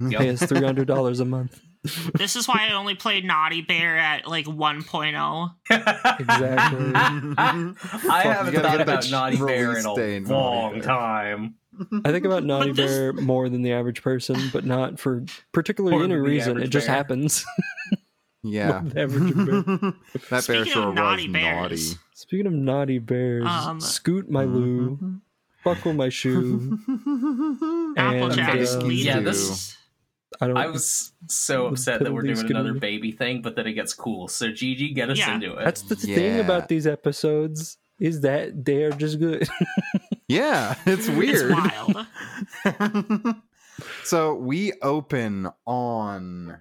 [SPEAKER 4] Yep.
[SPEAKER 2] Pay us three hundred dollars a month.
[SPEAKER 1] This is why I only played Naughty Bear at like oh. 1.0.
[SPEAKER 2] Exactly.
[SPEAKER 4] I haven't
[SPEAKER 3] you gotta
[SPEAKER 4] thought
[SPEAKER 3] get that
[SPEAKER 4] about Naughty Bear
[SPEAKER 3] release
[SPEAKER 4] in
[SPEAKER 3] day,
[SPEAKER 4] a
[SPEAKER 3] Naughty
[SPEAKER 4] long
[SPEAKER 3] Bear.
[SPEAKER 4] time.
[SPEAKER 2] I think about Naughty
[SPEAKER 1] But this-
[SPEAKER 2] Bear more than the average person, but not for particularly
[SPEAKER 4] More
[SPEAKER 2] any
[SPEAKER 4] than the
[SPEAKER 2] reason. It
[SPEAKER 4] average
[SPEAKER 2] just
[SPEAKER 4] bear.
[SPEAKER 2] happens.
[SPEAKER 3] Yeah.
[SPEAKER 2] The average
[SPEAKER 3] that bear
[SPEAKER 1] Speaking
[SPEAKER 3] sure
[SPEAKER 1] of naughty
[SPEAKER 3] was
[SPEAKER 1] bears,
[SPEAKER 2] Speaking of naughty bears,
[SPEAKER 1] Um,
[SPEAKER 2] scoot my
[SPEAKER 3] mm-hmm.
[SPEAKER 2] loo, buckle my shoe.
[SPEAKER 3] naughty.
[SPEAKER 2] and,
[SPEAKER 1] Applejack
[SPEAKER 4] Okay,
[SPEAKER 1] is
[SPEAKER 2] uh,
[SPEAKER 1] leading.
[SPEAKER 4] yeah, this-
[SPEAKER 2] I don't.
[SPEAKER 4] I was so upset that we're doing another baby thing, but then it gets cool. So Gigi, get us
[SPEAKER 1] Yeah.
[SPEAKER 4] into it.
[SPEAKER 2] That's the thing
[SPEAKER 3] Yeah.
[SPEAKER 2] about these episodes is that they are just good.
[SPEAKER 3] yeah, it's
[SPEAKER 1] It's
[SPEAKER 3] weird.
[SPEAKER 1] wild.
[SPEAKER 3] so we open on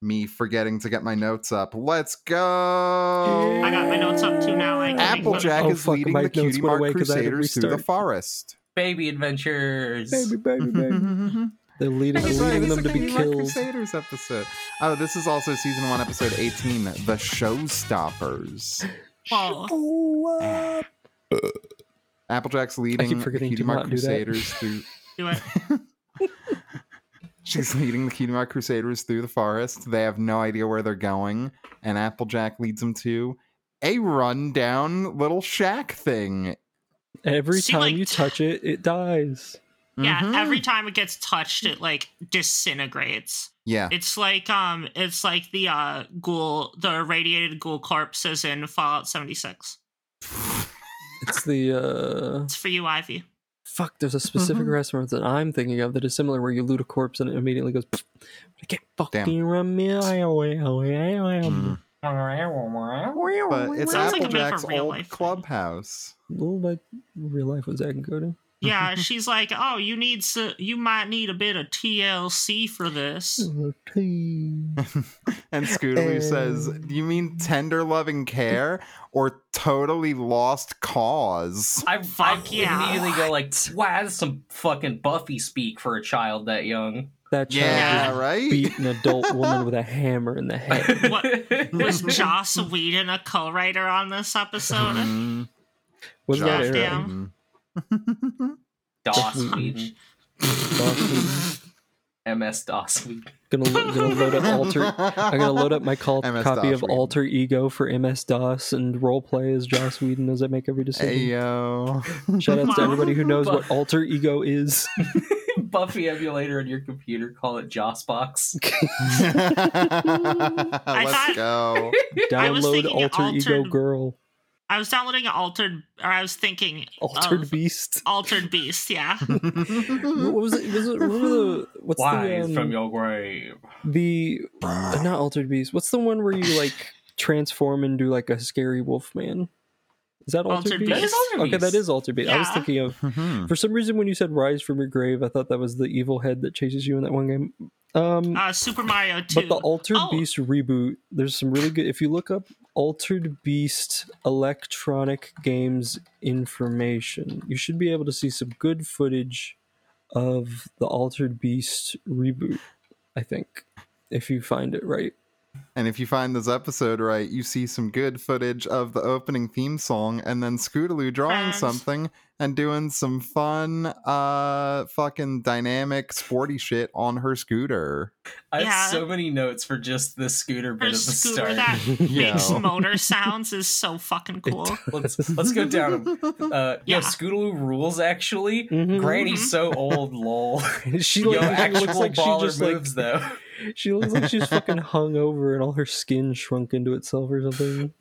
[SPEAKER 3] me forgetting to get my notes up. Let's go.
[SPEAKER 1] I got my notes up too now. I can make
[SPEAKER 3] Applejack
[SPEAKER 2] Oh,
[SPEAKER 3] is
[SPEAKER 2] fuck,
[SPEAKER 3] leading
[SPEAKER 2] my
[SPEAKER 3] the
[SPEAKER 2] notes
[SPEAKER 3] Cutie
[SPEAKER 2] went
[SPEAKER 3] Mark
[SPEAKER 2] away 'cause I had to
[SPEAKER 3] Crusaders through the
[SPEAKER 2] restart.
[SPEAKER 3] forest.
[SPEAKER 4] Baby adventures.
[SPEAKER 2] baby, baby, baby. They're leading,
[SPEAKER 3] That's
[SPEAKER 2] they're
[SPEAKER 3] right,
[SPEAKER 2] leading
[SPEAKER 3] it's
[SPEAKER 2] them
[SPEAKER 3] a
[SPEAKER 2] to be
[SPEAKER 3] Cutie Mark
[SPEAKER 2] killed.
[SPEAKER 3] Crusaders episode. Oh, this is also season one, episode 18, The Showstoppers.
[SPEAKER 1] Whoa.
[SPEAKER 2] Oh,
[SPEAKER 3] Applejack's leading the
[SPEAKER 2] forgetting
[SPEAKER 3] Cutie
[SPEAKER 2] to
[SPEAKER 3] Mark
[SPEAKER 2] not do that.
[SPEAKER 3] Crusaders through
[SPEAKER 1] Do it.
[SPEAKER 3] She's leading the Kingdom Hearts Crusaders through the forest. They have no idea where they're going, and Applejack leads them to a rundown little shack thing.
[SPEAKER 2] Every
[SPEAKER 1] See,
[SPEAKER 2] time
[SPEAKER 1] like-
[SPEAKER 2] you touch it, it dies.
[SPEAKER 1] Yeah,
[SPEAKER 3] Mhm.
[SPEAKER 1] every time it gets touched, it like disintegrates.
[SPEAKER 3] yeah,
[SPEAKER 1] It's like um, it's like the uh ghoul, the irradiated ghoul corpses in Fallout seventy six.
[SPEAKER 2] It's the uh
[SPEAKER 1] It's for you, Ivy.
[SPEAKER 2] fuck. There's a specific
[SPEAKER 1] Mm-hmm.
[SPEAKER 2] restaurant that I'm thinking of that is similar, where you loot a corpse and it immediately goes. "Pfft, I can't fucking remember.
[SPEAKER 3] Mm. but it's
[SPEAKER 1] Sounds like a bit of a
[SPEAKER 3] Applejack's
[SPEAKER 1] real
[SPEAKER 3] old
[SPEAKER 1] life.
[SPEAKER 3] clubhouse.
[SPEAKER 2] A little bit real life was Zack and Cody.
[SPEAKER 1] Yeah, she's like, oh, you need so you might need a bit of TLC for this.
[SPEAKER 3] And Scootaloo says, "Do you mean tender loving care or totally lost cause?"
[SPEAKER 4] I, I
[SPEAKER 1] Fuck yeah.
[SPEAKER 4] immediately go like, wow, that's some fucking Buffy speak for a child that young.
[SPEAKER 2] That child
[SPEAKER 3] Yeah,
[SPEAKER 1] Yeah.
[SPEAKER 3] uh, right.
[SPEAKER 2] just beat an adult woman with a hammer in the head.
[SPEAKER 1] What- Was Joss Whedon a co-writer on this episode?
[SPEAKER 3] Mm,
[SPEAKER 2] Was that
[SPEAKER 3] Josh
[SPEAKER 1] Josh
[SPEAKER 2] Aaron?
[SPEAKER 1] Damn.
[SPEAKER 3] Whedon.
[SPEAKER 4] DOS
[SPEAKER 2] Whedon.
[SPEAKER 4] Sweden. MS DOS Sweden.
[SPEAKER 2] Gonna, lo- gonna load up alter. I'm gonna load up my cult
[SPEAKER 3] MS
[SPEAKER 2] copy
[SPEAKER 3] DOS
[SPEAKER 2] of
[SPEAKER 3] Whedon.
[SPEAKER 2] Alter Ego for MS DOS and roleplay as Joss Whedon as I make every decision.
[SPEAKER 3] Ayo.
[SPEAKER 2] Shout out to
[SPEAKER 1] Wow.
[SPEAKER 2] everybody who knows what alter ego is.
[SPEAKER 4] Buffy emulator on your computer, call it Joss Box.
[SPEAKER 3] Let's
[SPEAKER 1] thought-
[SPEAKER 3] go.
[SPEAKER 1] was
[SPEAKER 2] Download
[SPEAKER 1] thinking
[SPEAKER 2] alter ego
[SPEAKER 1] altered-
[SPEAKER 2] girl,
[SPEAKER 1] I was downloading altered, or I was thinking
[SPEAKER 2] altered
[SPEAKER 1] of
[SPEAKER 2] beast.
[SPEAKER 1] altered beast. Yeah,
[SPEAKER 2] What was it? Was it what were the what's
[SPEAKER 4] Why
[SPEAKER 2] the um,
[SPEAKER 4] from your grave?
[SPEAKER 2] the uh, not altered beast? What's the one where you like transform into like a scary wolf man? Is that altered,
[SPEAKER 1] Altered
[SPEAKER 2] beast?
[SPEAKER 1] Beast. That is
[SPEAKER 4] Altered
[SPEAKER 2] Okay, that
[SPEAKER 4] Beast.
[SPEAKER 2] is altered beast. I was
[SPEAKER 1] Yeah.
[SPEAKER 2] thinking of
[SPEAKER 3] Mhm.
[SPEAKER 2] for some reason when you said rise from your grave, I thought that was the evil head that chases you in that one game. Um,
[SPEAKER 1] Uh, Super Mario 2.
[SPEAKER 2] but the Altered
[SPEAKER 1] Oh.
[SPEAKER 2] Beast reboot, there's some really good. If you look up Altered Beast electronic games information, you should be able to see some good footage of the Altered Beast reboot. I think if you find it right.
[SPEAKER 3] And if you find this episode right, you see some good footage of the opening theme song and then Scootaloo drawing
[SPEAKER 1] Friends.
[SPEAKER 3] something and doing some fun, uh, fucking dynamic, sporty shit on her scooter.
[SPEAKER 4] I
[SPEAKER 1] Yeah.
[SPEAKER 4] have so many notes for just this scooter bit
[SPEAKER 1] Her
[SPEAKER 4] at the
[SPEAKER 1] scooter
[SPEAKER 4] start.
[SPEAKER 1] that
[SPEAKER 3] Yeah.
[SPEAKER 1] makes motor sounds is so fucking cool.
[SPEAKER 4] let's let's go down. Uh,
[SPEAKER 1] Yeah.
[SPEAKER 4] Yo, Scootaloo rules actually.
[SPEAKER 1] Mm-hmm.
[SPEAKER 2] Mhm.
[SPEAKER 4] Granny's so old, lol.
[SPEAKER 2] she
[SPEAKER 4] Mm-hmm. Yo,
[SPEAKER 2] like, she
[SPEAKER 4] actual
[SPEAKER 2] looks like she
[SPEAKER 4] baller
[SPEAKER 2] just like
[SPEAKER 4] moves though.
[SPEAKER 2] she looks like she's fucking hung over and all her skin shrunk into itself or something.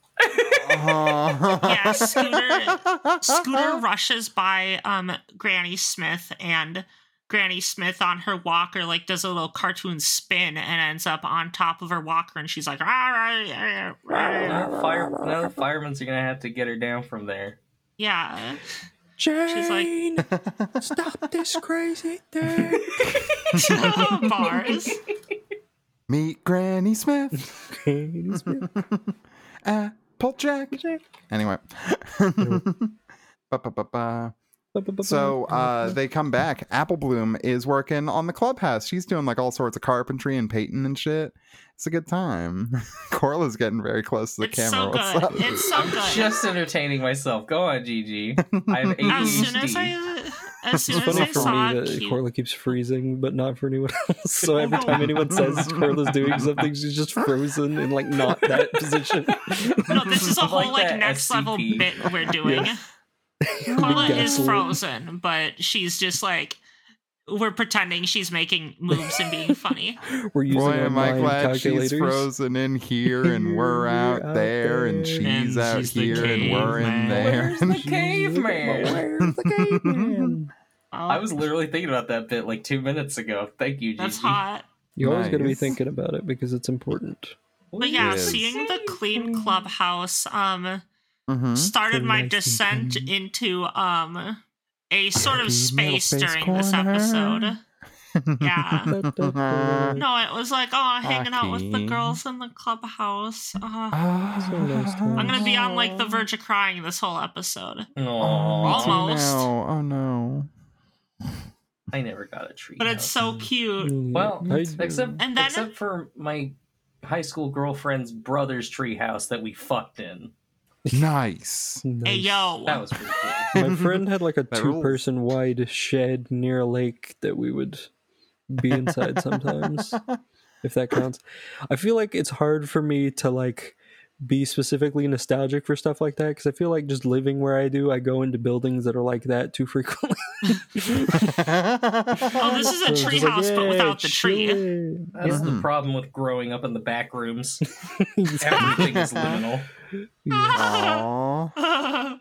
[SPEAKER 3] Uh-huh.
[SPEAKER 1] Yeah, Scooter- Scooter rushes by um Granny Smith and Granny Smith on her walker like does a little cartoon spin and ends up on top of her walker and she's like "Ah, rah, rah, rah, rah."
[SPEAKER 4] Now the fire, now the firemen's are gonna have to get her down from there.
[SPEAKER 1] Yeah.
[SPEAKER 2] Jane,
[SPEAKER 1] Jane,
[SPEAKER 2] stop this crazy thing.
[SPEAKER 1] Bars.
[SPEAKER 3] Meet Granny Smith, Applejack. Anyway. Ba-ba-ba-ba. So uh, they come back. Apple Bloom is working on the clubhouse. She's doing like all sorts of carpentry and painting and shit. It's a good time. Corla's getting very close to the
[SPEAKER 1] It's so
[SPEAKER 3] camera. What's
[SPEAKER 1] good.
[SPEAKER 3] up?
[SPEAKER 1] It's so good.
[SPEAKER 4] Just entertaining myself. Go on, Gigi. I have ADHD.
[SPEAKER 1] as soon as I as
[SPEAKER 2] it's
[SPEAKER 1] soon as
[SPEAKER 2] funny
[SPEAKER 1] I
[SPEAKER 2] for
[SPEAKER 1] saw
[SPEAKER 2] me that
[SPEAKER 1] cute-
[SPEAKER 2] Corla keeps freezing, but not for anyone else. So every time anyone says Corla's doing something, she's just frozen in like not that position.
[SPEAKER 1] No, this is a
[SPEAKER 4] Like
[SPEAKER 1] whole like,
[SPEAKER 4] that
[SPEAKER 1] next level
[SPEAKER 4] SCP.
[SPEAKER 1] bit we're doing. Carla
[SPEAKER 2] Big
[SPEAKER 1] is
[SPEAKER 2] gasol-
[SPEAKER 1] frozen, but she's just like we're pretending she's making moves and being funny.
[SPEAKER 2] We're using
[SPEAKER 3] Boy,
[SPEAKER 2] our
[SPEAKER 3] am I
[SPEAKER 2] mind
[SPEAKER 3] glad
[SPEAKER 2] calculators.
[SPEAKER 3] she's frozen in here and we're
[SPEAKER 2] You're
[SPEAKER 3] out,
[SPEAKER 2] out
[SPEAKER 3] there and
[SPEAKER 2] there.
[SPEAKER 3] she's
[SPEAKER 1] And
[SPEAKER 3] out
[SPEAKER 1] she's the
[SPEAKER 3] here and we're in
[SPEAKER 1] caveman.
[SPEAKER 3] there.
[SPEAKER 4] Where's the caveman?
[SPEAKER 2] Where's the caveman?
[SPEAKER 1] Oh,
[SPEAKER 4] I was literally thinking about that bit like two minutes ago. Thank you, Gigi.
[SPEAKER 1] that's hot.
[SPEAKER 2] You're always going to be
[SPEAKER 3] Nice.
[SPEAKER 2] thinking about it because it's important.
[SPEAKER 1] But yeah,
[SPEAKER 3] Yes.
[SPEAKER 1] seeing the clean clubhouse um
[SPEAKER 3] Mhm.
[SPEAKER 1] started my
[SPEAKER 2] Nice and
[SPEAKER 1] descent into um a sort of
[SPEAKER 3] Middle
[SPEAKER 1] space
[SPEAKER 3] space
[SPEAKER 1] during this
[SPEAKER 3] corner.
[SPEAKER 1] episode. Yeah.
[SPEAKER 2] Da-da-da.
[SPEAKER 1] No, it was like, oh, hanging out with the
[SPEAKER 3] Hockey.
[SPEAKER 1] girls in the clubhouse. Uh,
[SPEAKER 3] Ah.
[SPEAKER 2] So nice to have.
[SPEAKER 1] I'm gonna be on like the verge of crying this whole episode.
[SPEAKER 3] Oh, me too
[SPEAKER 4] Aww.
[SPEAKER 1] Almost.
[SPEAKER 3] now. Oh no.
[SPEAKER 4] I never got a treat.
[SPEAKER 1] But it's so cute.
[SPEAKER 4] Well,
[SPEAKER 2] I-
[SPEAKER 4] except
[SPEAKER 1] And then-
[SPEAKER 4] except for my high school girlfriend's brother's treehouse that we fucked in.
[SPEAKER 3] Nice.
[SPEAKER 1] Hey
[SPEAKER 2] Nice.
[SPEAKER 1] yo.
[SPEAKER 4] That was pretty cool.
[SPEAKER 2] My friend had like a
[SPEAKER 3] That rules.
[SPEAKER 2] two person wide shed near a lake that we would be inside sometimes, if that counts. I feel like it's hard for me to like be specifically nostalgic for stuff like that because I feel like just living where I do, I go into buildings that are like that too frequently.
[SPEAKER 1] Oh, this is
[SPEAKER 2] So
[SPEAKER 1] a
[SPEAKER 2] it's just like,
[SPEAKER 1] treehouse, but
[SPEAKER 2] yeah,
[SPEAKER 1] without the tree.
[SPEAKER 2] chilling.
[SPEAKER 4] That's
[SPEAKER 3] Mhm.
[SPEAKER 4] the problem with growing up in the back rooms.
[SPEAKER 2] Yeah.
[SPEAKER 4] Everything is liminal.
[SPEAKER 2] Yeah.
[SPEAKER 3] Aw.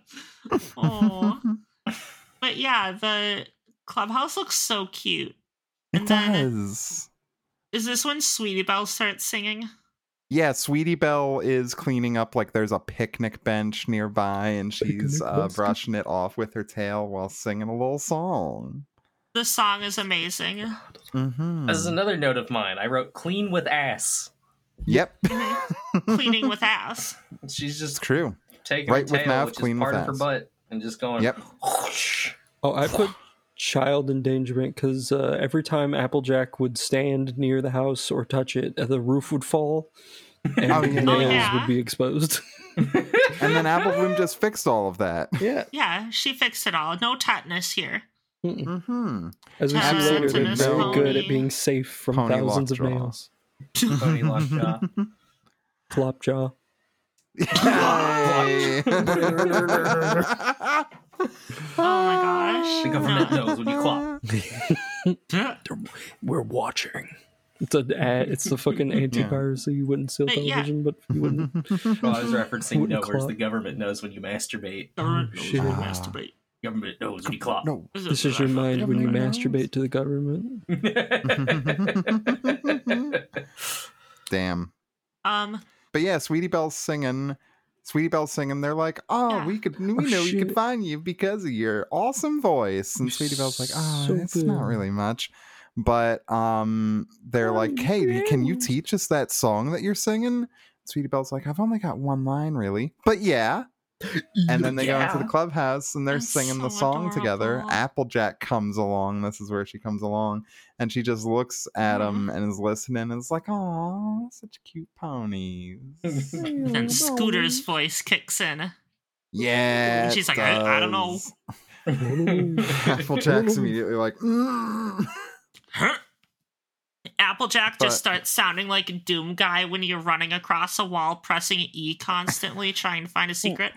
[SPEAKER 1] oh, but yeah, the clubhouse looks so cute.
[SPEAKER 3] It
[SPEAKER 1] And then-
[SPEAKER 3] does.
[SPEAKER 1] Is this when Sweetie Belle starts singing?
[SPEAKER 3] Yeah, Sweetie Belle is cleaning up like there's a picnic bench nearby and she's
[SPEAKER 2] Picnic
[SPEAKER 3] uh,
[SPEAKER 2] basket.
[SPEAKER 3] brushing it off with her tail while singing a little song.
[SPEAKER 1] The song is amazing.
[SPEAKER 3] Mhm.
[SPEAKER 4] This is another note of mine. I wrote clean with ass.
[SPEAKER 3] Yep,
[SPEAKER 1] Cleaning with ass.
[SPEAKER 4] She's
[SPEAKER 3] it's
[SPEAKER 4] just
[SPEAKER 3] true.
[SPEAKER 4] taking
[SPEAKER 3] Right
[SPEAKER 4] her
[SPEAKER 3] with
[SPEAKER 4] tail,
[SPEAKER 3] mouth,
[SPEAKER 4] which is
[SPEAKER 3] clean
[SPEAKER 4] part
[SPEAKER 3] with
[SPEAKER 4] of her
[SPEAKER 3] ass.
[SPEAKER 4] butt, and just going.
[SPEAKER 3] Yep.
[SPEAKER 2] Oh, I put child endangerment because uh, every time Applejack would stand near the house or touch it, uh, the roof would fall and
[SPEAKER 3] Oh,
[SPEAKER 2] the
[SPEAKER 3] yeah.
[SPEAKER 2] nails
[SPEAKER 1] Oh, yeah.
[SPEAKER 2] would be exposed.
[SPEAKER 3] And then Apple Bloom just fixed all of that.
[SPEAKER 2] yeah.
[SPEAKER 1] Yeah, she fixed it all. No tetanus here.
[SPEAKER 3] Mm-hmm.
[SPEAKER 2] As we see
[SPEAKER 3] Absolutely
[SPEAKER 2] later, they're
[SPEAKER 3] no
[SPEAKER 2] very good at
[SPEAKER 1] pony.
[SPEAKER 2] being safe from
[SPEAKER 3] pony
[SPEAKER 2] thousands of
[SPEAKER 3] lockjaw.
[SPEAKER 2] nails.
[SPEAKER 4] Pony Lockjaw.
[SPEAKER 2] Flopjaw.
[SPEAKER 1] Oh my gosh.
[SPEAKER 4] The government knows when you clap.
[SPEAKER 2] We're watching. It's an ad. It's the fucking anti-virus, so you wouldn't steal
[SPEAKER 1] But yeah.
[SPEAKER 2] television, but you wouldn't.
[SPEAKER 4] Well, I was referencing
[SPEAKER 2] Wouldn't
[SPEAKER 4] Nowhere's
[SPEAKER 2] claw.
[SPEAKER 4] the government knows when you masturbate.
[SPEAKER 1] Government knows
[SPEAKER 2] shit.
[SPEAKER 1] when you masturbate.
[SPEAKER 4] Government knows when you clap.
[SPEAKER 3] No.
[SPEAKER 2] This is your mind when you masturbate to the government.
[SPEAKER 3] Damn.
[SPEAKER 1] Um,
[SPEAKER 3] But yeah, Sweetie Belle's singing. Sweetie Belle's singing. They're like, "Oh,
[SPEAKER 1] Yeah.
[SPEAKER 3] we could, we know we
[SPEAKER 2] shit.
[SPEAKER 3] could find you because of your awesome voice." And Sweetie Belle's like, "Oh,
[SPEAKER 2] So
[SPEAKER 3] it's not
[SPEAKER 2] good." Oh,
[SPEAKER 3] really much." but um they're like hey can you teach us that song that you're singing sweetie belle's like i've only got one line really but yeah and then they go into
[SPEAKER 4] Yeah.
[SPEAKER 3] the clubhouse and they're
[SPEAKER 1] That's
[SPEAKER 3] singing the
[SPEAKER 1] so
[SPEAKER 3] song together
[SPEAKER 1] adorable.
[SPEAKER 3] applejack comes along this is where she comes along and she just looks at
[SPEAKER 2] Mm-hmm.
[SPEAKER 3] him and is listening and is like oh such cute ponies
[SPEAKER 1] And then Scooter's voice kicks in.
[SPEAKER 3] yeah
[SPEAKER 1] And
[SPEAKER 3] it
[SPEAKER 1] she's like, "I- I don't know."
[SPEAKER 3] does." applejack's immediately like "Mm."
[SPEAKER 1] Huh? Applejack
[SPEAKER 3] But-
[SPEAKER 1] just starts sounding like Doom Guy when you're running across a wall, pressing E constantly, trying to find a secret.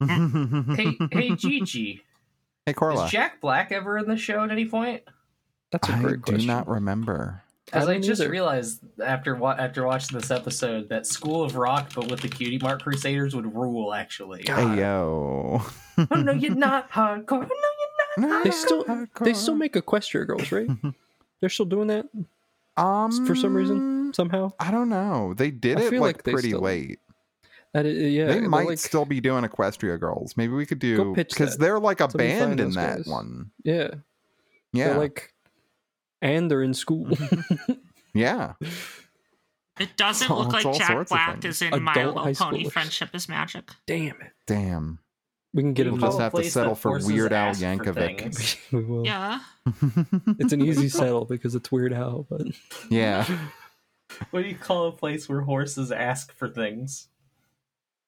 [SPEAKER 4] hey, hey, Gigi,
[SPEAKER 3] "Mm." hey Corla.
[SPEAKER 4] is Jack Black ever in the show at any point?
[SPEAKER 2] That's a
[SPEAKER 3] I
[SPEAKER 2] great question.
[SPEAKER 3] do not remember.
[SPEAKER 4] Because
[SPEAKER 2] I
[SPEAKER 4] I,
[SPEAKER 2] don't
[SPEAKER 4] just
[SPEAKER 2] either.
[SPEAKER 4] realized after wa- after watching this episode that School of Rock, but with the Cutie Mark Crusaders, would rule. Actually,
[SPEAKER 3] Hey yo.
[SPEAKER 4] oh no, you're not hardcore. No, you're
[SPEAKER 2] They still they still make Equestria Girls, right? They're still doing that
[SPEAKER 3] um
[SPEAKER 2] for some reason somehow.
[SPEAKER 3] I don't know. They did
[SPEAKER 2] I
[SPEAKER 3] it
[SPEAKER 2] feel
[SPEAKER 3] like,
[SPEAKER 2] like they
[SPEAKER 3] pretty
[SPEAKER 2] still-
[SPEAKER 3] late.
[SPEAKER 2] That i- yeah,
[SPEAKER 3] they
[SPEAKER 2] they're
[SPEAKER 3] might
[SPEAKER 2] like-
[SPEAKER 3] still be doing Equestria Girls. Maybe we could do
[SPEAKER 2] Go pitch
[SPEAKER 3] because
[SPEAKER 2] that.
[SPEAKER 3] they're like a
[SPEAKER 2] Somebody find
[SPEAKER 3] band in
[SPEAKER 2] those
[SPEAKER 3] that
[SPEAKER 2] guys.
[SPEAKER 3] one.
[SPEAKER 2] yeah,
[SPEAKER 3] Yeah,
[SPEAKER 2] They're like, and they're in school.
[SPEAKER 3] yeah.
[SPEAKER 1] It doesn't
[SPEAKER 3] Oh,
[SPEAKER 1] look
[SPEAKER 3] it's
[SPEAKER 1] like
[SPEAKER 3] all
[SPEAKER 1] Jack
[SPEAKER 3] sorts of
[SPEAKER 1] Black is
[SPEAKER 3] things.
[SPEAKER 1] in My
[SPEAKER 2] Adult high
[SPEAKER 1] Little Pony
[SPEAKER 2] schoolers.
[SPEAKER 1] Friendship is Magic.
[SPEAKER 2] Damn it,
[SPEAKER 3] Damn.
[SPEAKER 2] we can get
[SPEAKER 3] We'll
[SPEAKER 2] them.
[SPEAKER 3] just
[SPEAKER 2] To,
[SPEAKER 3] have to settle for Weird Al Yankovic.
[SPEAKER 2] we will.
[SPEAKER 1] Yeah.
[SPEAKER 2] It's an easy settle because it's Weird Al, but
[SPEAKER 3] yeah.
[SPEAKER 4] What do you call a place where horses ask for things?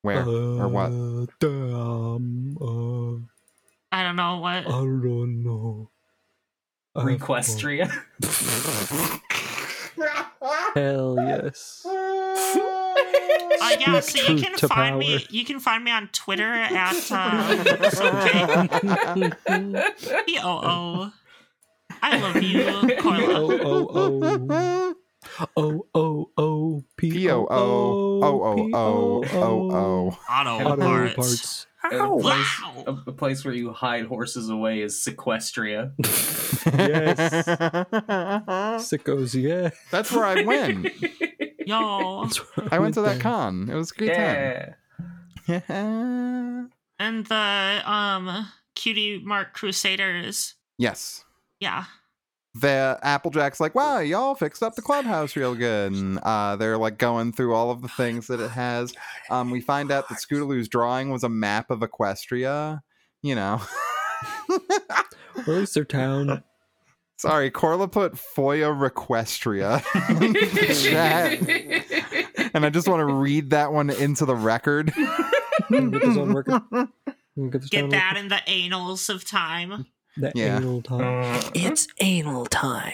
[SPEAKER 3] Where or what?
[SPEAKER 2] Uh, damn, uh,
[SPEAKER 1] I don't know what.
[SPEAKER 2] I don't know.
[SPEAKER 3] Oh,
[SPEAKER 2] Uh, I don't-
[SPEAKER 4] Requestria.
[SPEAKER 2] Hell yes.
[SPEAKER 1] Uh, yeah, so
[SPEAKER 2] Speak
[SPEAKER 1] you can
[SPEAKER 2] truth to
[SPEAKER 1] find
[SPEAKER 2] power.
[SPEAKER 1] me. You can find me on Twitter at uh, POO. I love you, Coil.
[SPEAKER 2] oh oh oh. O O O P O O O O O O
[SPEAKER 1] Auto
[SPEAKER 2] Auto
[SPEAKER 1] parts.
[SPEAKER 2] parts.
[SPEAKER 4] A place,
[SPEAKER 1] Wow.
[SPEAKER 4] a, a place where you hide horses away is sequestria.
[SPEAKER 2] Yes. Sickos, yeah.
[SPEAKER 3] That's where I went.
[SPEAKER 1] Yo.
[SPEAKER 3] I went to that con. It was a great
[SPEAKER 4] yeah.
[SPEAKER 3] time.
[SPEAKER 1] And the um cutie mark crusaders.
[SPEAKER 3] yes.
[SPEAKER 1] Yeah.
[SPEAKER 3] the Applejack's like, wow, y'all fixed up the clubhouse real good. And uh, they're like going through all of the things that it has. Um, we find out that Scootaloo's drawing was a map of Equestria. You know,
[SPEAKER 2] Or at least their town.
[SPEAKER 3] sorry, Corla put Foya Requestria. Chat. and I just want to read that one into the record.
[SPEAKER 2] Can we Hmm, Get this on record. Can we this
[SPEAKER 1] Get
[SPEAKER 2] on
[SPEAKER 1] that in the annals of time.
[SPEAKER 2] record? That
[SPEAKER 3] Yeah.
[SPEAKER 2] anal time.
[SPEAKER 1] Uh,
[SPEAKER 6] It's anal time.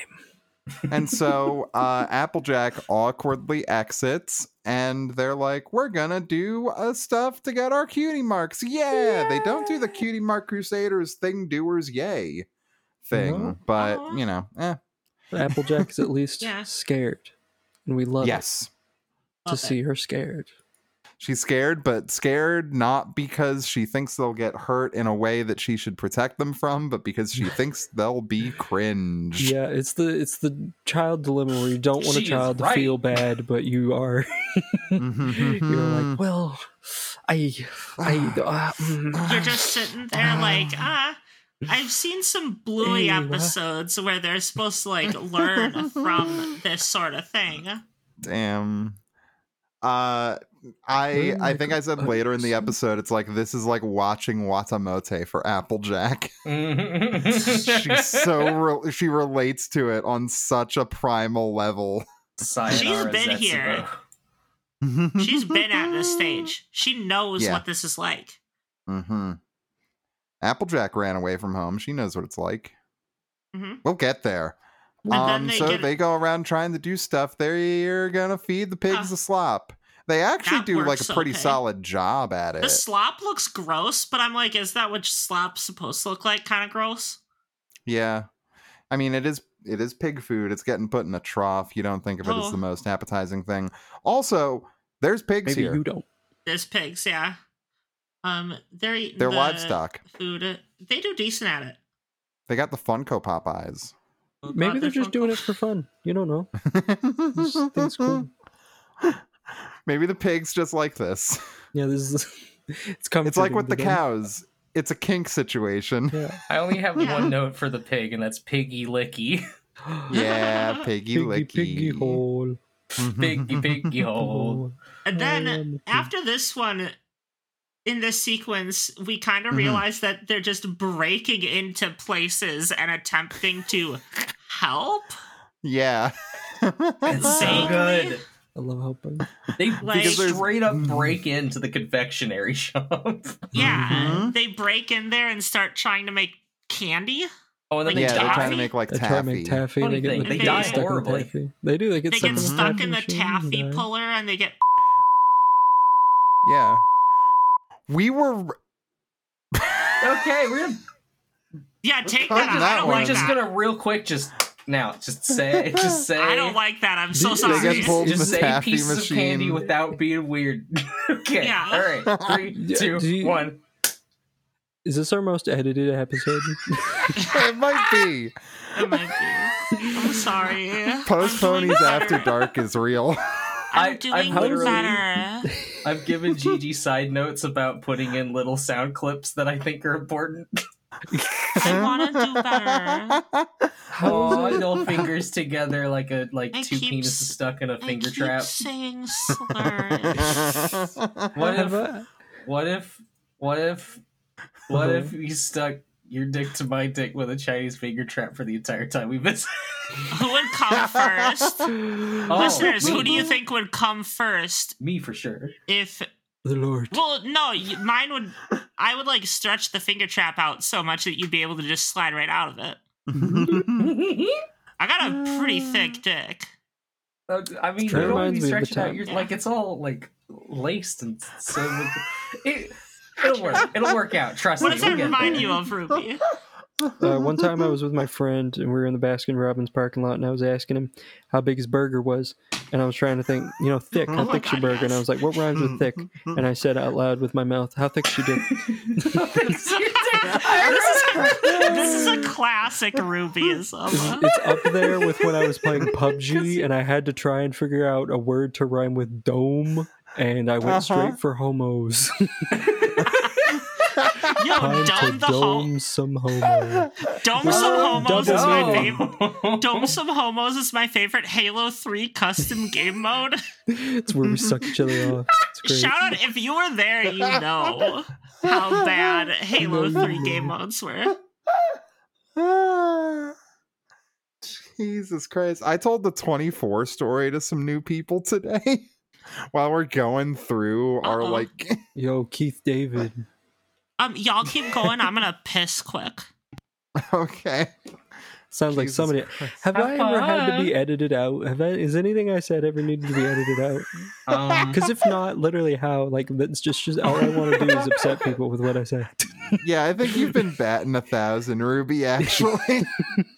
[SPEAKER 3] And so uh, Applejack awkwardly exits, and they're like, "We're gonna do uh, stuff to get our cutie marks." Yeah, they don't do the cutie mark crusaders thing doers, yay thing,
[SPEAKER 2] No.
[SPEAKER 3] but
[SPEAKER 1] Aw.
[SPEAKER 3] you know, eh.
[SPEAKER 2] Applejack is at least
[SPEAKER 1] Yeah.
[SPEAKER 2] scared. And we love
[SPEAKER 3] yes,
[SPEAKER 2] it to
[SPEAKER 1] Love it.
[SPEAKER 2] see her scared.
[SPEAKER 3] she's scared, but scared not because she thinks they'll get hurt in a way that she should protect them from, but because she thinks they'll be cringe.
[SPEAKER 2] Yeah, it's the it's the child dilemma where you don't want
[SPEAKER 4] She
[SPEAKER 2] a
[SPEAKER 4] is
[SPEAKER 2] child to
[SPEAKER 4] right.
[SPEAKER 2] feel bad, but you are
[SPEAKER 3] Mm-hmm.
[SPEAKER 2] you're like, well, I I uh, mm,
[SPEAKER 1] You're just sitting there like, ah. I've seen some Bluey
[SPEAKER 2] Ew, uh.
[SPEAKER 1] episodes where they're supposed to like learn from this sort of thing.
[SPEAKER 3] damn uh i i think i said later in the episode it's like this is like watching watamote for applejack she's so re- she relates to it on such a primal level
[SPEAKER 1] She's been here. She's been at this stage. She knows
[SPEAKER 3] Yeah.
[SPEAKER 1] what this is like.
[SPEAKER 3] hmm applejack ran away from home she knows what it's like
[SPEAKER 1] hmm
[SPEAKER 3] we'll get there
[SPEAKER 1] And
[SPEAKER 3] um
[SPEAKER 1] then they
[SPEAKER 3] so
[SPEAKER 1] get
[SPEAKER 3] they go around trying to do stuff they're gonna feed the pigs
[SPEAKER 1] Uh,
[SPEAKER 3] the slop they actually
[SPEAKER 1] that
[SPEAKER 3] do like a
[SPEAKER 1] works
[SPEAKER 3] pretty
[SPEAKER 1] okay.
[SPEAKER 3] solid job at it
[SPEAKER 1] the slop looks gross, but I'm like, is that what slop's supposed to look like? Kind of gross.
[SPEAKER 3] Yeah. I mean it is it is pig food. It's getting put in a trough. You don't think of it as
[SPEAKER 1] Oh.
[SPEAKER 3] the most appetizing thing. Also, there's pigs
[SPEAKER 2] maybe
[SPEAKER 3] here.
[SPEAKER 2] you don't.
[SPEAKER 1] There's pigs, yeah. Um, they're eating
[SPEAKER 3] They're
[SPEAKER 1] the
[SPEAKER 3] livestock.
[SPEAKER 1] food. They do decent at it.
[SPEAKER 3] They got the Funko Pop eyes.
[SPEAKER 2] Maybe they're just doing it for fun. You don't know. This thing's cool.
[SPEAKER 3] Maybe the pigs just like this.
[SPEAKER 2] Yeah, this is. It's
[SPEAKER 3] It's like
[SPEAKER 2] comforting
[SPEAKER 3] with the
[SPEAKER 2] to them.
[SPEAKER 3] cows. it's a kink situation.
[SPEAKER 2] Yeah.
[SPEAKER 4] I only have
[SPEAKER 1] Yeah.
[SPEAKER 4] one note for the pig, and that's piggy licky.
[SPEAKER 3] Yeah, piggy
[SPEAKER 2] Piggy,
[SPEAKER 3] licky.
[SPEAKER 2] piggy hole.
[SPEAKER 4] piggy piggy oh, hole.
[SPEAKER 1] And then
[SPEAKER 2] Um,
[SPEAKER 1] after this one, in this sequence, we kind
[SPEAKER 3] Mm-hmm.
[SPEAKER 1] of realize that they're just breaking into places and attempting to help.
[SPEAKER 3] Yeah.
[SPEAKER 4] It's so
[SPEAKER 1] Vaguely.
[SPEAKER 4] good.
[SPEAKER 2] I love helping.
[SPEAKER 4] They
[SPEAKER 1] Like-
[SPEAKER 4] like, straight up
[SPEAKER 3] Mm.
[SPEAKER 4] break into the confectionery shop.
[SPEAKER 1] Yeah,
[SPEAKER 3] Mhm.
[SPEAKER 1] they break in there and start trying to make candy.
[SPEAKER 4] Oh, and then
[SPEAKER 1] Like
[SPEAKER 3] yeah,
[SPEAKER 4] they
[SPEAKER 3] they're
[SPEAKER 4] die.
[SPEAKER 3] trying to make like
[SPEAKER 2] They
[SPEAKER 3] taffy.
[SPEAKER 2] try to make taffy. and They
[SPEAKER 4] Funny
[SPEAKER 2] get
[SPEAKER 4] thing,
[SPEAKER 2] the
[SPEAKER 1] they
[SPEAKER 2] pig
[SPEAKER 1] die
[SPEAKER 2] stuck in the
[SPEAKER 4] horribly.
[SPEAKER 2] taffy. They do. They get
[SPEAKER 1] They
[SPEAKER 2] stuck,
[SPEAKER 1] get stuck in the
[SPEAKER 2] machine and
[SPEAKER 1] taffy
[SPEAKER 2] die.
[SPEAKER 1] puller and they get
[SPEAKER 3] Yeah. We were
[SPEAKER 4] okay, we're gonna,
[SPEAKER 1] yeah. Take
[SPEAKER 3] cutting
[SPEAKER 1] that. out.
[SPEAKER 3] that
[SPEAKER 1] I don't
[SPEAKER 3] one.
[SPEAKER 4] we're
[SPEAKER 1] like
[SPEAKER 4] just
[SPEAKER 1] that.
[SPEAKER 4] gonna real quick just now just say just say
[SPEAKER 1] I don't like that. I'm so
[SPEAKER 2] They
[SPEAKER 1] sorry.
[SPEAKER 3] get pulled-
[SPEAKER 4] just
[SPEAKER 3] the
[SPEAKER 4] say
[SPEAKER 3] taffy
[SPEAKER 4] pieces
[SPEAKER 3] machine.
[SPEAKER 4] of candy without being weird. okay,
[SPEAKER 1] Yeah.
[SPEAKER 4] all right, three,
[SPEAKER 2] Yeah,
[SPEAKER 4] two,
[SPEAKER 2] do you-
[SPEAKER 4] one.
[SPEAKER 2] Is this our most edited episode?
[SPEAKER 3] it might be.
[SPEAKER 1] It might be. I'm sorry. I'm
[SPEAKER 3] Post
[SPEAKER 1] doing
[SPEAKER 3] Ponies After
[SPEAKER 1] better.
[SPEAKER 3] Dark is real.
[SPEAKER 1] I'm
[SPEAKER 4] I-
[SPEAKER 1] doing
[SPEAKER 4] I'm literally-
[SPEAKER 1] better.
[SPEAKER 4] I've given Gigi side notes about putting in little sound clips that I think are important.
[SPEAKER 1] I want to do better.
[SPEAKER 4] Oh, little fingers together like a like
[SPEAKER 1] I
[SPEAKER 4] two
[SPEAKER 1] keep
[SPEAKER 4] penises
[SPEAKER 1] s-
[SPEAKER 4] stuck in a
[SPEAKER 1] I
[SPEAKER 4] finger
[SPEAKER 1] keep
[SPEAKER 4] trap.
[SPEAKER 1] saying slurs.
[SPEAKER 4] What
[SPEAKER 2] Have
[SPEAKER 4] if
[SPEAKER 2] I-
[SPEAKER 4] what if what if what
[SPEAKER 2] Uh-huh.
[SPEAKER 4] if you stuck your dick to my dick with a Chinese finger trap for the entire time we've been
[SPEAKER 1] who would come first?
[SPEAKER 4] Oh,
[SPEAKER 1] Listeners,
[SPEAKER 4] me,
[SPEAKER 1] who do you think would come first?
[SPEAKER 4] me for sure.
[SPEAKER 1] If
[SPEAKER 2] the Lord.
[SPEAKER 1] well, no, y- mine would. I would like stretch the finger trap out so much that you'd be able to just slide right out of it. I got a pretty
[SPEAKER 4] Mm.
[SPEAKER 1] thick dick.
[SPEAKER 4] Uh, I mean, you
[SPEAKER 2] That
[SPEAKER 4] don't
[SPEAKER 2] reminds
[SPEAKER 4] wanna be
[SPEAKER 2] me of the
[SPEAKER 4] stretching out
[SPEAKER 2] time.
[SPEAKER 4] your like it's all like laced and so it, it'll work. It'll work out. Trust
[SPEAKER 1] What
[SPEAKER 4] me.
[SPEAKER 1] does
[SPEAKER 4] we'll
[SPEAKER 1] that
[SPEAKER 4] get
[SPEAKER 1] remind
[SPEAKER 4] there.
[SPEAKER 1] you of, Ruby?
[SPEAKER 2] Uh, one time I was with my friend and we were in the Baskin Robbins parking lot and I was asking him how big his burger was. And I was trying to think, you know, thick, how
[SPEAKER 1] Oh my
[SPEAKER 2] thick's your
[SPEAKER 1] God,
[SPEAKER 2] burger? And I
[SPEAKER 1] yes.
[SPEAKER 2] was like, what rhymes with thick? And I said out loud with my mouth, how thick's your dick?
[SPEAKER 4] Thanks, your dick.
[SPEAKER 1] This is a classic Rubyism.
[SPEAKER 2] It's up there with when I was playing PUBG and I had to try and figure out a word to rhyme with dome. And I went
[SPEAKER 3] Uh-huh.
[SPEAKER 2] straight for homos.
[SPEAKER 1] Yo,
[SPEAKER 2] Time
[SPEAKER 1] Oh, dome
[SPEAKER 2] to
[SPEAKER 1] the
[SPEAKER 2] dome
[SPEAKER 1] home,
[SPEAKER 2] some homo.
[SPEAKER 1] dome
[SPEAKER 3] Uh,
[SPEAKER 4] Uh,
[SPEAKER 1] some homos is
[SPEAKER 2] double
[SPEAKER 1] my
[SPEAKER 2] dome.
[SPEAKER 1] favorite. Dome Some Homos is my favorite Halo 3 custom game mode.
[SPEAKER 2] It's where we suck each other off. It's great.
[SPEAKER 1] Shout out if you were there, you know how bad Halo 3 game modes were.
[SPEAKER 3] Jesus Christ. I told the 24 story to some new people today while we're going through our
[SPEAKER 1] Uh-oh.
[SPEAKER 3] like
[SPEAKER 2] Yo, Keith David.
[SPEAKER 1] Um, y'all keep going. I'm gonna piss quick.
[SPEAKER 3] okay.
[SPEAKER 2] Sounds like
[SPEAKER 3] Jesus
[SPEAKER 2] somebody.
[SPEAKER 3] Christ.
[SPEAKER 2] Have
[SPEAKER 4] Have
[SPEAKER 2] I ever had to
[SPEAKER 4] fun.
[SPEAKER 2] be edited out? Have I, is anything I said ever needed to be edited out?
[SPEAKER 4] Um,
[SPEAKER 2] Because if not, literally how? Like that's just, just all I want to do is upset people with what I say.
[SPEAKER 3] Yeah, I think you've been batting a thousand, Ruby, actually.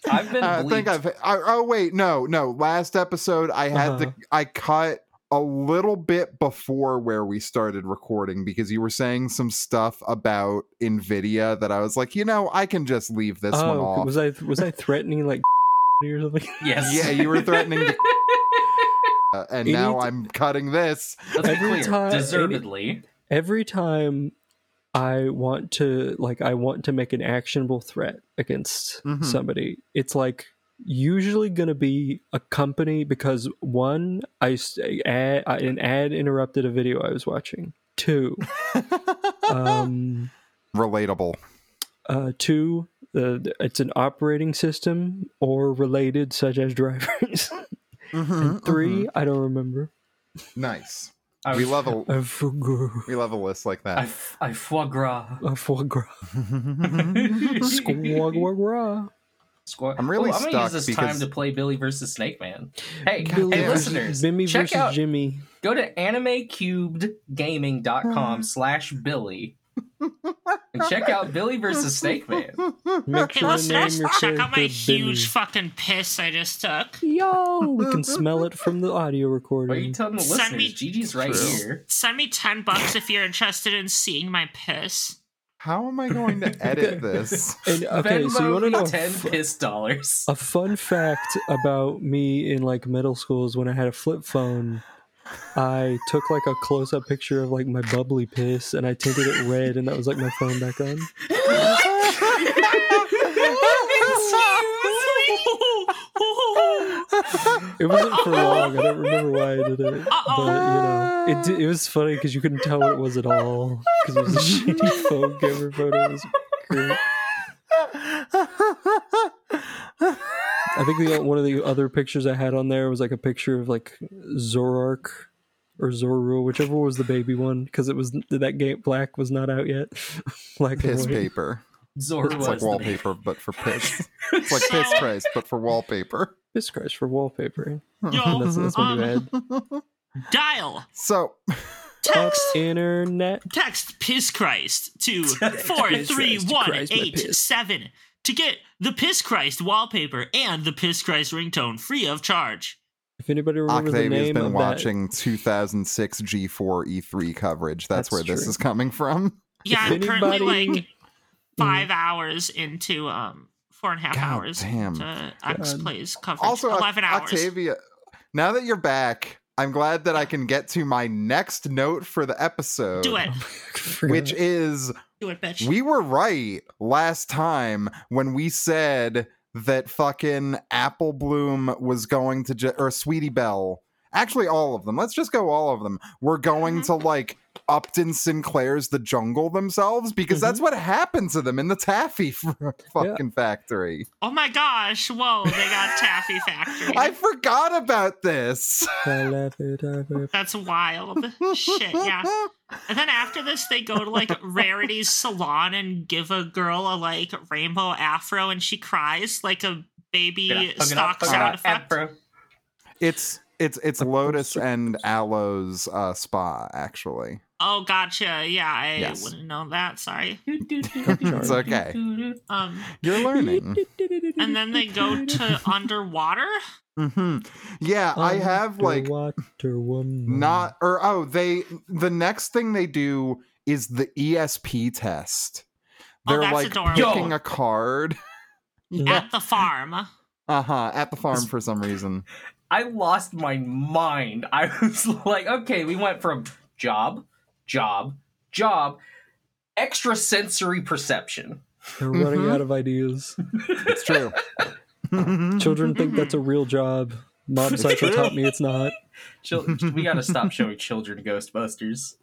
[SPEAKER 4] I've been.
[SPEAKER 3] I think
[SPEAKER 4] bleeped.
[SPEAKER 3] I've. I, oh wait, no, no. Last episode, I had to.
[SPEAKER 2] Uh-huh.
[SPEAKER 3] I cut a little bit before where we started recording because you were saying some stuff about Nvidia that I was like, you know, I can just leave this one
[SPEAKER 2] oh,
[SPEAKER 3] off.
[SPEAKER 2] was I was I threatening like or something?
[SPEAKER 4] Yes.
[SPEAKER 3] yeah, you were threatening, to, uh, and
[SPEAKER 2] Any
[SPEAKER 3] now
[SPEAKER 2] t-
[SPEAKER 3] I'm cutting this.
[SPEAKER 4] Let's be
[SPEAKER 2] Every
[SPEAKER 4] clear,
[SPEAKER 2] time-
[SPEAKER 4] deservedly.
[SPEAKER 2] Every time I want to like I want to make an actionable threat against
[SPEAKER 3] Mhm.
[SPEAKER 2] somebody, it's like usually going to be a company because one, I s- ad, I- an ad interrupted a video I was watching. Two, um.
[SPEAKER 3] Relatable.
[SPEAKER 2] uh, two uh, it's an operating system or related such as drivers and 3 i don't remember
[SPEAKER 3] Nice.
[SPEAKER 4] I
[SPEAKER 3] We
[SPEAKER 4] f-
[SPEAKER 3] love a
[SPEAKER 2] a foie gras
[SPEAKER 3] we love a list like
[SPEAKER 4] I,
[SPEAKER 3] that.
[SPEAKER 4] f- I foie gras.
[SPEAKER 2] a foie gras
[SPEAKER 4] Squad.
[SPEAKER 2] Foie gras.
[SPEAKER 4] Squad.
[SPEAKER 3] I'm really
[SPEAKER 4] Ooh, I'm gonna
[SPEAKER 3] stuck
[SPEAKER 4] use this
[SPEAKER 3] because-
[SPEAKER 4] time to play Billy versus Snake Man. Hey,
[SPEAKER 2] Billy
[SPEAKER 4] hey,
[SPEAKER 2] versus-
[SPEAKER 4] listeners,
[SPEAKER 2] Bimmy
[SPEAKER 4] check
[SPEAKER 2] versus
[SPEAKER 4] out-
[SPEAKER 2] jimmy
[SPEAKER 4] go to animecubedgaming.com slash Billy and check out Billy versus Snake Man.
[SPEAKER 2] make
[SPEAKER 1] Hey,
[SPEAKER 2] sure to name
[SPEAKER 1] listeners,
[SPEAKER 2] your
[SPEAKER 1] check out my
[SPEAKER 2] character
[SPEAKER 1] huge fucking piss I just took.
[SPEAKER 2] Bimmy. yo we can smell it from the audio
[SPEAKER 4] What are you
[SPEAKER 2] recording
[SPEAKER 4] telling the
[SPEAKER 1] Send
[SPEAKER 4] listeners?
[SPEAKER 1] me-
[SPEAKER 4] Gigi's right
[SPEAKER 3] True.
[SPEAKER 4] here.
[SPEAKER 1] Send me 10 bucks if you're interested in seeing my piss.
[SPEAKER 3] How am I going to edit this?
[SPEAKER 2] and okay
[SPEAKER 4] Venmo
[SPEAKER 2] so you want to
[SPEAKER 4] me
[SPEAKER 2] know a
[SPEAKER 4] ten
[SPEAKER 2] fu-
[SPEAKER 4] piss dollars.
[SPEAKER 2] a fun fact about me in like middle school is when i had a flip phone I took like a close up picture of like my bubbly piss and I tinted it red and that was like my phone back on. It wasn't for long. I don't remember why I did it, but you know, it di- it was funny because you couldn't tell what it was at all because it was a shitty phone camera photo. It was great. I think the one of the other pictures I had on there was like a picture of like Zorark or Zorro, whichever was the baby one, because it was that game Black was not out yet. Black and
[SPEAKER 3] Piss
[SPEAKER 2] white.
[SPEAKER 3] paper.
[SPEAKER 4] Zora
[SPEAKER 3] It's
[SPEAKER 4] was
[SPEAKER 3] like
[SPEAKER 4] the
[SPEAKER 3] wallpaper, but for piss. It's like piss Christ, but for wallpaper.
[SPEAKER 2] Piss Christ for wallpaper.
[SPEAKER 1] Yo,
[SPEAKER 2] That's, that's what you
[SPEAKER 1] um,
[SPEAKER 2] had.
[SPEAKER 1] dial
[SPEAKER 3] So
[SPEAKER 2] Up
[SPEAKER 1] text
[SPEAKER 2] internet.
[SPEAKER 1] text piss Christ to
[SPEAKER 4] Text
[SPEAKER 1] four three
[SPEAKER 2] Christ,
[SPEAKER 1] one
[SPEAKER 2] Christ, my
[SPEAKER 1] eight
[SPEAKER 2] piss.
[SPEAKER 1] seven to get the piss Christ wallpaper and the piss Christ ringtone free of charge.
[SPEAKER 2] If anybody remembers the
[SPEAKER 3] Octavia's
[SPEAKER 2] name
[SPEAKER 3] been
[SPEAKER 2] of that,
[SPEAKER 3] watching 2006 G4 E3 E coverage. That's,
[SPEAKER 2] That's
[SPEAKER 3] where this
[SPEAKER 2] true.
[SPEAKER 3] is coming from.
[SPEAKER 1] Yeah,
[SPEAKER 2] If
[SPEAKER 1] I'm currently
[SPEAKER 2] anybody-
[SPEAKER 1] like five hours into um four and a half
[SPEAKER 3] God
[SPEAKER 1] hours
[SPEAKER 3] damn.
[SPEAKER 1] to X
[SPEAKER 2] God.
[SPEAKER 1] Plays coverage.
[SPEAKER 3] Also, Oc-
[SPEAKER 1] eleven hours.
[SPEAKER 3] Octavia, now that you're back, I'm glad that I can get to my next note for the episode.
[SPEAKER 1] Do it.
[SPEAKER 2] forgot.
[SPEAKER 3] Which is
[SPEAKER 1] Do it, bitch.
[SPEAKER 3] We were right last time when we said that fucking Apple Bloom was going to, ju- or Sweetie Belle, actually all of them, let's just go all of them, We're going to like Upton Sinclair's The Jungle themselves because that's what happened to them in the taffy f- fucking factory.
[SPEAKER 1] Oh my gosh! Whoa, they got Taffy Factory.
[SPEAKER 3] I forgot about this.
[SPEAKER 2] I love it, I love it.
[SPEAKER 1] That's wild. Shit, yeah. And then after this, they go to like Rarity's salon and give a girl a like rainbow afro, and she cries like a baby
[SPEAKER 4] Fucking up,
[SPEAKER 1] stock
[SPEAKER 4] fucking
[SPEAKER 1] sound
[SPEAKER 4] up,
[SPEAKER 1] effect.
[SPEAKER 4] Afro.
[SPEAKER 3] It's it's it's Lotus and Aloe's uh, spa actually.
[SPEAKER 1] Oh, gotcha. Yeah, I
[SPEAKER 3] Yes.
[SPEAKER 1] wouldn't know that. Sorry.
[SPEAKER 3] It's okay.
[SPEAKER 1] Um,
[SPEAKER 3] You're learning.
[SPEAKER 1] and then they go to underwater.
[SPEAKER 3] hmm Yeah,
[SPEAKER 2] Um,
[SPEAKER 3] I have like
[SPEAKER 2] Underwater woman.
[SPEAKER 3] not or oh they the next thing they do is the ESP test.
[SPEAKER 1] Oh,
[SPEAKER 3] They're
[SPEAKER 1] that's
[SPEAKER 3] like
[SPEAKER 1] adorable.
[SPEAKER 3] picking
[SPEAKER 4] Yo.
[SPEAKER 3] a card.
[SPEAKER 1] At the farm.
[SPEAKER 3] Uh huh. At the farm for some reason.
[SPEAKER 4] I lost my mind. I was like, okay, we went from job, job, job, extrasensory perception.
[SPEAKER 2] They're running
[SPEAKER 3] mm-hmm.
[SPEAKER 2] out of ideas.
[SPEAKER 3] It's true.
[SPEAKER 2] Children think that's a real job. Mob Psycho taught me it's not.
[SPEAKER 4] Chil- we gotta stop showing children Ghostbusters.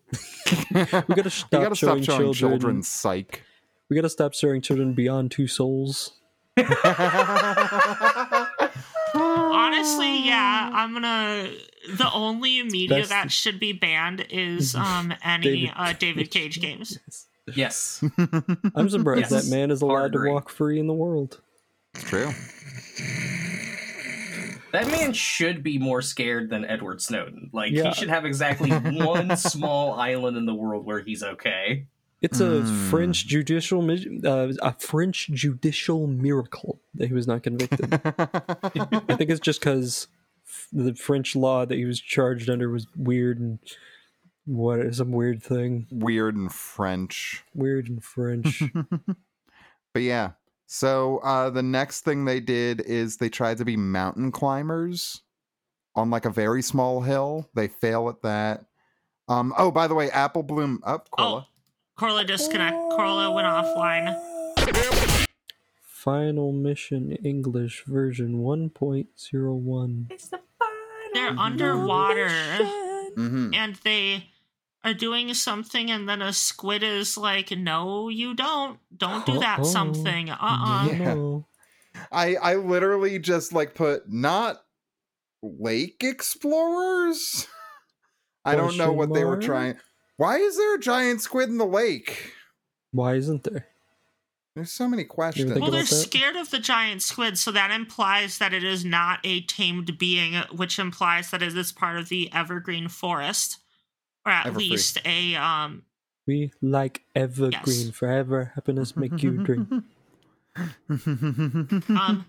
[SPEAKER 2] We gotta
[SPEAKER 3] You
[SPEAKER 2] stop,
[SPEAKER 3] gotta
[SPEAKER 2] showing,
[SPEAKER 3] stop showing children,
[SPEAKER 2] children.
[SPEAKER 3] psych.
[SPEAKER 2] We gotta stop showing children beyond two souls.
[SPEAKER 1] Honestly, yeah, I'm gonna. The only media
[SPEAKER 2] That's-
[SPEAKER 1] that should be banned is um any
[SPEAKER 2] David
[SPEAKER 1] uh, David Cage games.
[SPEAKER 4] Yes.
[SPEAKER 2] I'm surprised
[SPEAKER 4] Yes.
[SPEAKER 2] that man is allowed to
[SPEAKER 4] Hard
[SPEAKER 2] walk free in the world.
[SPEAKER 3] It's true.
[SPEAKER 4] That man should be more scared than Edward Snowden. Like
[SPEAKER 2] Yeah.
[SPEAKER 4] he should have exactly one small island in the world where he's okay.
[SPEAKER 2] It's a
[SPEAKER 3] Hmm.
[SPEAKER 2] French judicial mi- uh, a French judicial miracle that he was not convicted. I think it's just because the French law that he was charged under was weird and what some weird thing,
[SPEAKER 3] Weird and French.
[SPEAKER 2] weird and French.
[SPEAKER 3] But yeah. So uh the next thing they did is they tried to be mountain climbers on like a very small hill. They fail at that. Um oh by the way, Apple Bloom up oh, Corla.
[SPEAKER 1] Oh, Corla disconnect. Corla went offline.
[SPEAKER 2] Final mission English version 1.01.
[SPEAKER 1] They're underwater
[SPEAKER 3] Mm-hmm.
[SPEAKER 1] and they are doing something, and then a squid is like, "No, you don't. Don't do that
[SPEAKER 2] Uh-oh.
[SPEAKER 1] something. Uh uh
[SPEAKER 3] Yeah. I I literally just like put not lake explorers. I don't know
[SPEAKER 2] Question
[SPEAKER 3] what they were
[SPEAKER 2] mark?
[SPEAKER 3] trying. Why is there a giant squid in the lake?
[SPEAKER 2] Why isn't there?
[SPEAKER 3] There's so many questions.
[SPEAKER 2] think
[SPEAKER 1] Well, they're
[SPEAKER 2] about that.
[SPEAKER 1] scared of the giant squid, so that implies that it is not a tamed being, which implies that it is part of the evergreen forest, or at
[SPEAKER 3] Everfree.
[SPEAKER 1] least a um.
[SPEAKER 2] We like evergreen
[SPEAKER 1] Yes.
[SPEAKER 2] forever. Happiness make you dream.
[SPEAKER 1] um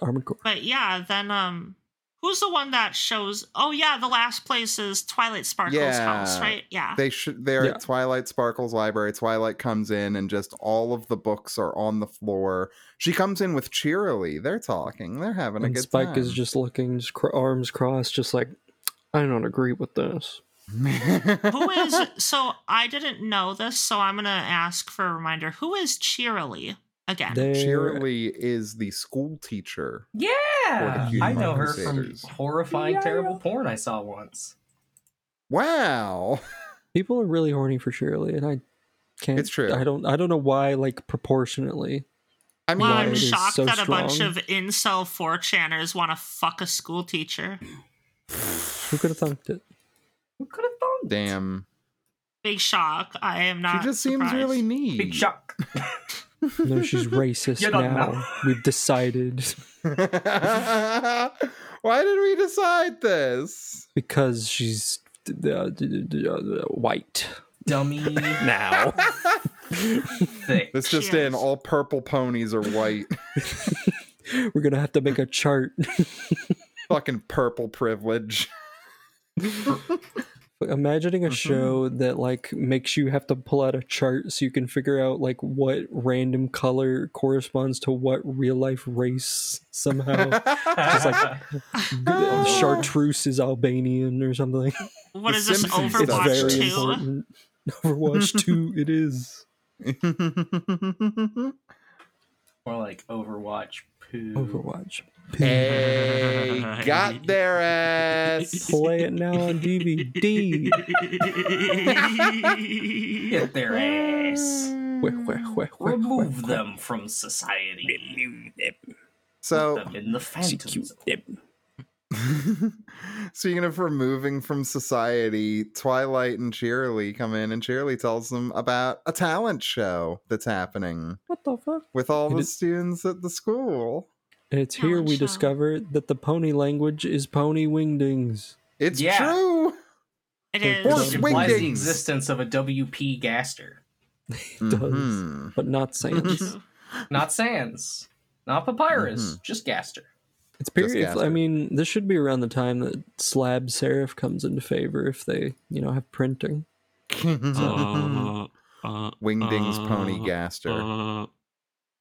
[SPEAKER 2] Armored core.
[SPEAKER 1] but yeah, then um, who's the one that shows? Oh yeah, the last place is Twilight Sparkle's
[SPEAKER 3] Yeah.
[SPEAKER 1] house, right? Yeah.
[SPEAKER 3] they should they're
[SPEAKER 2] Yeah.
[SPEAKER 3] at Twilight Sparkle's library. Twilight comes in and just all of the books are on the floor. She comes in with cheerily. They're talking. They're having a
[SPEAKER 2] And
[SPEAKER 3] good
[SPEAKER 2] Spike
[SPEAKER 3] time.
[SPEAKER 2] is just looking, just cr- arms crossed, just like, I don't agree with this.
[SPEAKER 1] Who is so I didn't know this, so I'm gonna ask for a reminder. Who is Cheerily again?
[SPEAKER 2] They're-
[SPEAKER 3] Cheerily is the school teacher.
[SPEAKER 4] Yeah,
[SPEAKER 3] Or the Cutie
[SPEAKER 4] I know her from
[SPEAKER 3] Crusaders.
[SPEAKER 4] horrifying, terrible porn I saw once.
[SPEAKER 3] Wow.
[SPEAKER 2] people are really horny for Shirley, and I can't.
[SPEAKER 3] It's true.
[SPEAKER 2] I don't. I don't know why. Like proportionately,
[SPEAKER 3] I mean,
[SPEAKER 1] well,
[SPEAKER 2] Why
[SPEAKER 1] I'm
[SPEAKER 2] it is
[SPEAKER 1] shocked
[SPEAKER 2] so
[SPEAKER 1] that a bunch
[SPEAKER 2] strong.
[SPEAKER 1] of incel 4chaners want to fuck a school teacher.
[SPEAKER 2] who could have thunked it?
[SPEAKER 4] Who could have thought?
[SPEAKER 3] damn.
[SPEAKER 1] Big shock. I am not.
[SPEAKER 3] She just seems
[SPEAKER 1] surprised.
[SPEAKER 3] really neat.
[SPEAKER 4] Big shock.
[SPEAKER 2] No, she's racist
[SPEAKER 4] You're not
[SPEAKER 2] now.
[SPEAKER 4] now.
[SPEAKER 2] We've decided
[SPEAKER 3] Why did we decide this?
[SPEAKER 2] because she's uh, d- d- d- uh, white
[SPEAKER 4] Dummy.
[SPEAKER 2] now.
[SPEAKER 4] Thick.
[SPEAKER 3] This just
[SPEAKER 1] Cheers.
[SPEAKER 3] in, all purple ponies are white.
[SPEAKER 2] We're gonna have to make a chart.
[SPEAKER 3] Fucking purple privilege.
[SPEAKER 2] Imagining a show that like makes you have to pull out a chart so you can figure out like what random color corresponds to what real life race somehow. Just like- Chartreuse is Albanian or something.
[SPEAKER 1] What
[SPEAKER 3] The
[SPEAKER 1] is this
[SPEAKER 3] Simpsons
[SPEAKER 2] It's
[SPEAKER 3] Overwatch
[SPEAKER 2] very
[SPEAKER 1] Overwatch Two?
[SPEAKER 2] important. Overwatch 2, it is.
[SPEAKER 4] More like Overwatch poo.
[SPEAKER 2] Overwatch.
[SPEAKER 3] hey, got their ass.
[SPEAKER 2] Play it now on DVD.
[SPEAKER 4] Get their ass.
[SPEAKER 2] Wah, wah, wah, wah, wah,
[SPEAKER 4] Remove
[SPEAKER 2] wah.
[SPEAKER 4] them from society. Put
[SPEAKER 3] So,
[SPEAKER 4] them in the phantoms.
[SPEAKER 2] Execute them.
[SPEAKER 3] speaking of removing from society, Twilight and Cheerily come in, and Cheerily tells them about a talent show that's happening
[SPEAKER 2] What the fuck?
[SPEAKER 3] with all
[SPEAKER 2] It
[SPEAKER 3] the
[SPEAKER 2] is-
[SPEAKER 3] students at the school.
[SPEAKER 2] And it's here
[SPEAKER 1] Talent
[SPEAKER 2] we
[SPEAKER 1] show.
[SPEAKER 2] discover that the pony language is pony wingdings.
[SPEAKER 3] It's
[SPEAKER 4] Yeah.
[SPEAKER 3] true.
[SPEAKER 1] It
[SPEAKER 2] Hey,
[SPEAKER 1] is.
[SPEAKER 3] Horse
[SPEAKER 4] Which implies
[SPEAKER 3] wingdings.
[SPEAKER 4] the existence of a WP Gaster.
[SPEAKER 2] It does.
[SPEAKER 3] Mhm.
[SPEAKER 2] But not sans.
[SPEAKER 1] True.
[SPEAKER 4] Not Sans. Not Papyrus.
[SPEAKER 2] Mm-hmm.
[SPEAKER 4] Just Gaster.
[SPEAKER 2] it's period.
[SPEAKER 3] gasp
[SPEAKER 2] I
[SPEAKER 3] it.
[SPEAKER 2] mean, this should be around the time that slab serif comes into favor if they, you know, have printing.
[SPEAKER 1] Uh, uh,
[SPEAKER 3] Wingdings
[SPEAKER 1] uh,
[SPEAKER 3] Pony Gaster.
[SPEAKER 1] uh,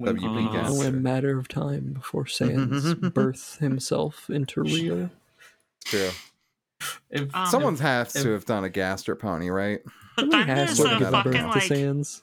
[SPEAKER 3] WP
[SPEAKER 1] Uh,
[SPEAKER 2] Only a
[SPEAKER 3] Gaster.
[SPEAKER 2] matter of time before sans birth himself into real.
[SPEAKER 3] True.
[SPEAKER 4] If-
[SPEAKER 1] Um,
[SPEAKER 3] Someone has
[SPEAKER 4] if-
[SPEAKER 3] to have done a Gaster pony, right?
[SPEAKER 1] but
[SPEAKER 2] Somebody
[SPEAKER 1] then there's
[SPEAKER 2] to
[SPEAKER 1] a
[SPEAKER 3] what
[SPEAKER 2] have
[SPEAKER 3] given
[SPEAKER 1] uh,
[SPEAKER 2] given
[SPEAKER 1] fucking
[SPEAKER 2] birth to
[SPEAKER 1] like
[SPEAKER 2] sans.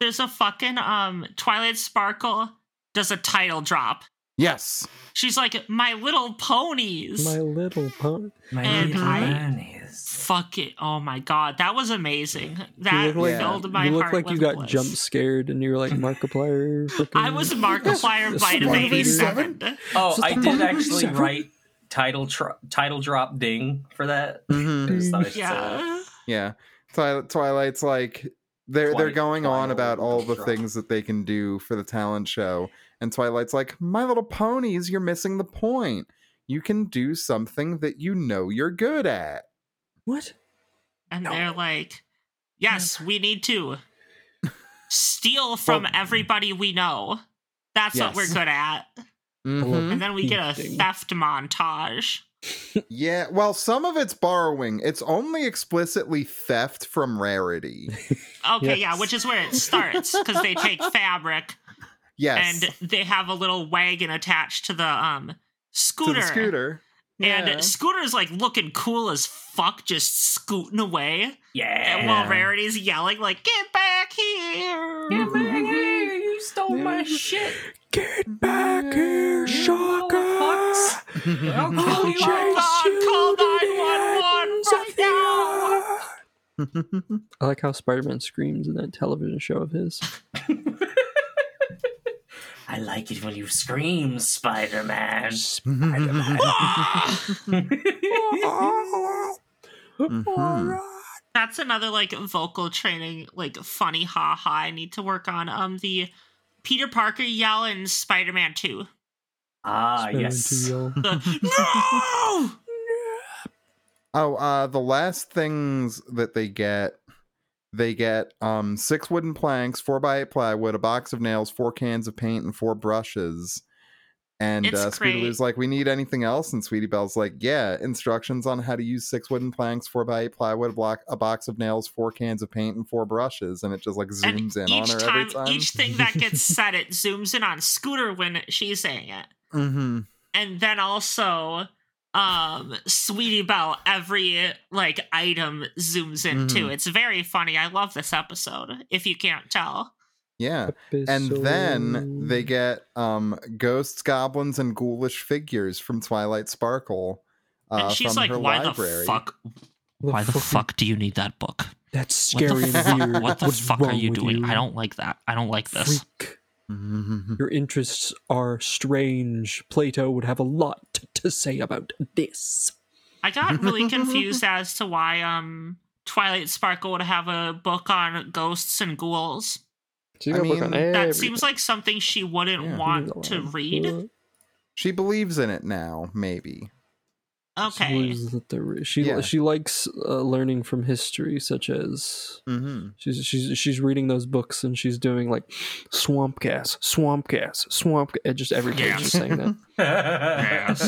[SPEAKER 1] there's a fucking um Twilight Sparkle does a title drop.
[SPEAKER 3] Yes.
[SPEAKER 1] She's like, My little ponies.
[SPEAKER 2] My little pony.
[SPEAKER 4] My
[SPEAKER 1] and
[SPEAKER 4] little
[SPEAKER 1] I-
[SPEAKER 4] man is.
[SPEAKER 1] Fuck it. Oh my god. That was amazing. That
[SPEAKER 2] look like-
[SPEAKER 1] filled my
[SPEAKER 2] You look
[SPEAKER 1] heart
[SPEAKER 2] like you
[SPEAKER 1] with
[SPEAKER 2] got
[SPEAKER 1] bliss.
[SPEAKER 2] jump scared and you were like Markiplier.
[SPEAKER 1] I was
[SPEAKER 2] frickin'."
[SPEAKER 1] Markiplier
[SPEAKER 2] That's
[SPEAKER 1] Bite of
[SPEAKER 2] one
[SPEAKER 3] of 87?
[SPEAKER 1] 87.
[SPEAKER 4] Oh,
[SPEAKER 2] Just
[SPEAKER 4] I
[SPEAKER 2] the
[SPEAKER 4] did
[SPEAKER 2] Papyrus
[SPEAKER 4] actually
[SPEAKER 2] Seven.
[SPEAKER 4] write title tr- title drop ding for that. I just thought I should say that.
[SPEAKER 1] Yeah.
[SPEAKER 3] Yeah. Twi- Twilight's like they're they're
[SPEAKER 4] Twilight-
[SPEAKER 3] going on
[SPEAKER 4] Twilight
[SPEAKER 3] about all the
[SPEAKER 4] drama.
[SPEAKER 3] things that they can do for the talent show, and Twilight's like, "My Little Ponies, you're missing the point. You can do something that you know you're good at."
[SPEAKER 2] What?
[SPEAKER 1] And they're like, Yes, we need to steal from everybody we know. That's what we're
[SPEAKER 3] Yes.
[SPEAKER 1] good at.
[SPEAKER 3] Mhm.
[SPEAKER 1] And then
[SPEAKER 2] Hmm?
[SPEAKER 1] we get a
[SPEAKER 2] Thinking.
[SPEAKER 1] theft montage.
[SPEAKER 3] Yeah. Well, some of it's borrowing. It's only explicitly theft from rarity.
[SPEAKER 1] Okay, yeah,
[SPEAKER 2] Yes.
[SPEAKER 1] which is where it starts because they take fabric
[SPEAKER 3] Yes.
[SPEAKER 1] and they have a little wagon attached to the um
[SPEAKER 3] to
[SPEAKER 1] scooter.
[SPEAKER 3] the scooter.
[SPEAKER 1] And
[SPEAKER 3] Yeah.
[SPEAKER 1] Scooter's like looking cool as fuck, just scooting away. And
[SPEAKER 4] Yeah.
[SPEAKER 1] while Rarity's yelling, like, get back here!
[SPEAKER 4] Get back
[SPEAKER 2] Mm-hmm.
[SPEAKER 4] here, You stole my shit.
[SPEAKER 2] Get back here,
[SPEAKER 4] You
[SPEAKER 2] Shaka!
[SPEAKER 4] little fucks. I'll kill you.
[SPEAKER 1] Oh, God, call 911 right now!
[SPEAKER 2] I like how Spider Man screams in that television show of his.
[SPEAKER 4] I like it when you scream, Spider Man.
[SPEAKER 3] Ah,
[SPEAKER 1] That's another, like, vocal training, like, funny ha ha I need to work on. Um, the Peter Parker yell in Spider Man 2.
[SPEAKER 4] ah,
[SPEAKER 2] Spider-Man
[SPEAKER 4] yes.
[SPEAKER 1] Uh,
[SPEAKER 2] to yell.
[SPEAKER 1] The, no!
[SPEAKER 3] Oh, uh, the last things that they get, they get um six wooden planks, four by eight plywood, a box of nails, four cans of paint, and four brushes. And
[SPEAKER 1] It's
[SPEAKER 3] uh, Speedy
[SPEAKER 1] great.
[SPEAKER 3] Lou's like, "We need anything else?" And Sweetie Belle's like, "Yeah, instructions on how to use six wooden planks, four by eight plywood, a block, a box of nails, four cans of paint, and four brushes." And it just like zooms in on her every time.
[SPEAKER 1] each thing that gets said, it zooms in on Scooter when she's saying it.
[SPEAKER 3] mm-hmm.
[SPEAKER 1] And then also um Sweetie Belle every like item zooms into.
[SPEAKER 3] Mhm.
[SPEAKER 1] It's very funny. I love this episode, if you can't tell.
[SPEAKER 3] Yeah. And then they get um ghosts, goblins, and ghoulish figures from Twilight Sparkle. Uh,
[SPEAKER 1] And she's
[SPEAKER 3] from
[SPEAKER 1] like,
[SPEAKER 3] her
[SPEAKER 1] Why
[SPEAKER 3] library.
[SPEAKER 1] the fuck why the fuck do you need that book?
[SPEAKER 2] That's
[SPEAKER 1] What
[SPEAKER 2] scary
[SPEAKER 1] the
[SPEAKER 2] and
[SPEAKER 1] fuck,
[SPEAKER 2] weird.
[SPEAKER 1] what the
[SPEAKER 2] What's
[SPEAKER 1] fuck are
[SPEAKER 2] wrong
[SPEAKER 1] you
[SPEAKER 2] with
[SPEAKER 1] doing?
[SPEAKER 2] you?
[SPEAKER 1] I don't like that. I don't like this.
[SPEAKER 2] Freak.
[SPEAKER 3] Mhm.
[SPEAKER 2] Your interests are strange. Plato would have a lot to say about this.
[SPEAKER 1] I got really confused as to why um Twilight Sparkle would have a book on ghosts and ghouls.
[SPEAKER 3] I
[SPEAKER 7] She's gonna work on
[SPEAKER 3] mean,
[SPEAKER 1] That
[SPEAKER 7] everything.
[SPEAKER 1] seems like something she wouldn't
[SPEAKER 3] Yeah.
[SPEAKER 1] want to read.
[SPEAKER 3] She believes in it now, maybe.
[SPEAKER 2] She,
[SPEAKER 1] Okay.
[SPEAKER 2] believes that there- she,
[SPEAKER 3] Yeah.
[SPEAKER 2] she likes uh, learning from history, such as
[SPEAKER 3] Mm-hmm.
[SPEAKER 2] She's she's she's reading those books and she's doing like swamp gas, swamp gas, swamp. Gas, just every page
[SPEAKER 1] Yes.
[SPEAKER 2] is saying that.
[SPEAKER 1] Yes.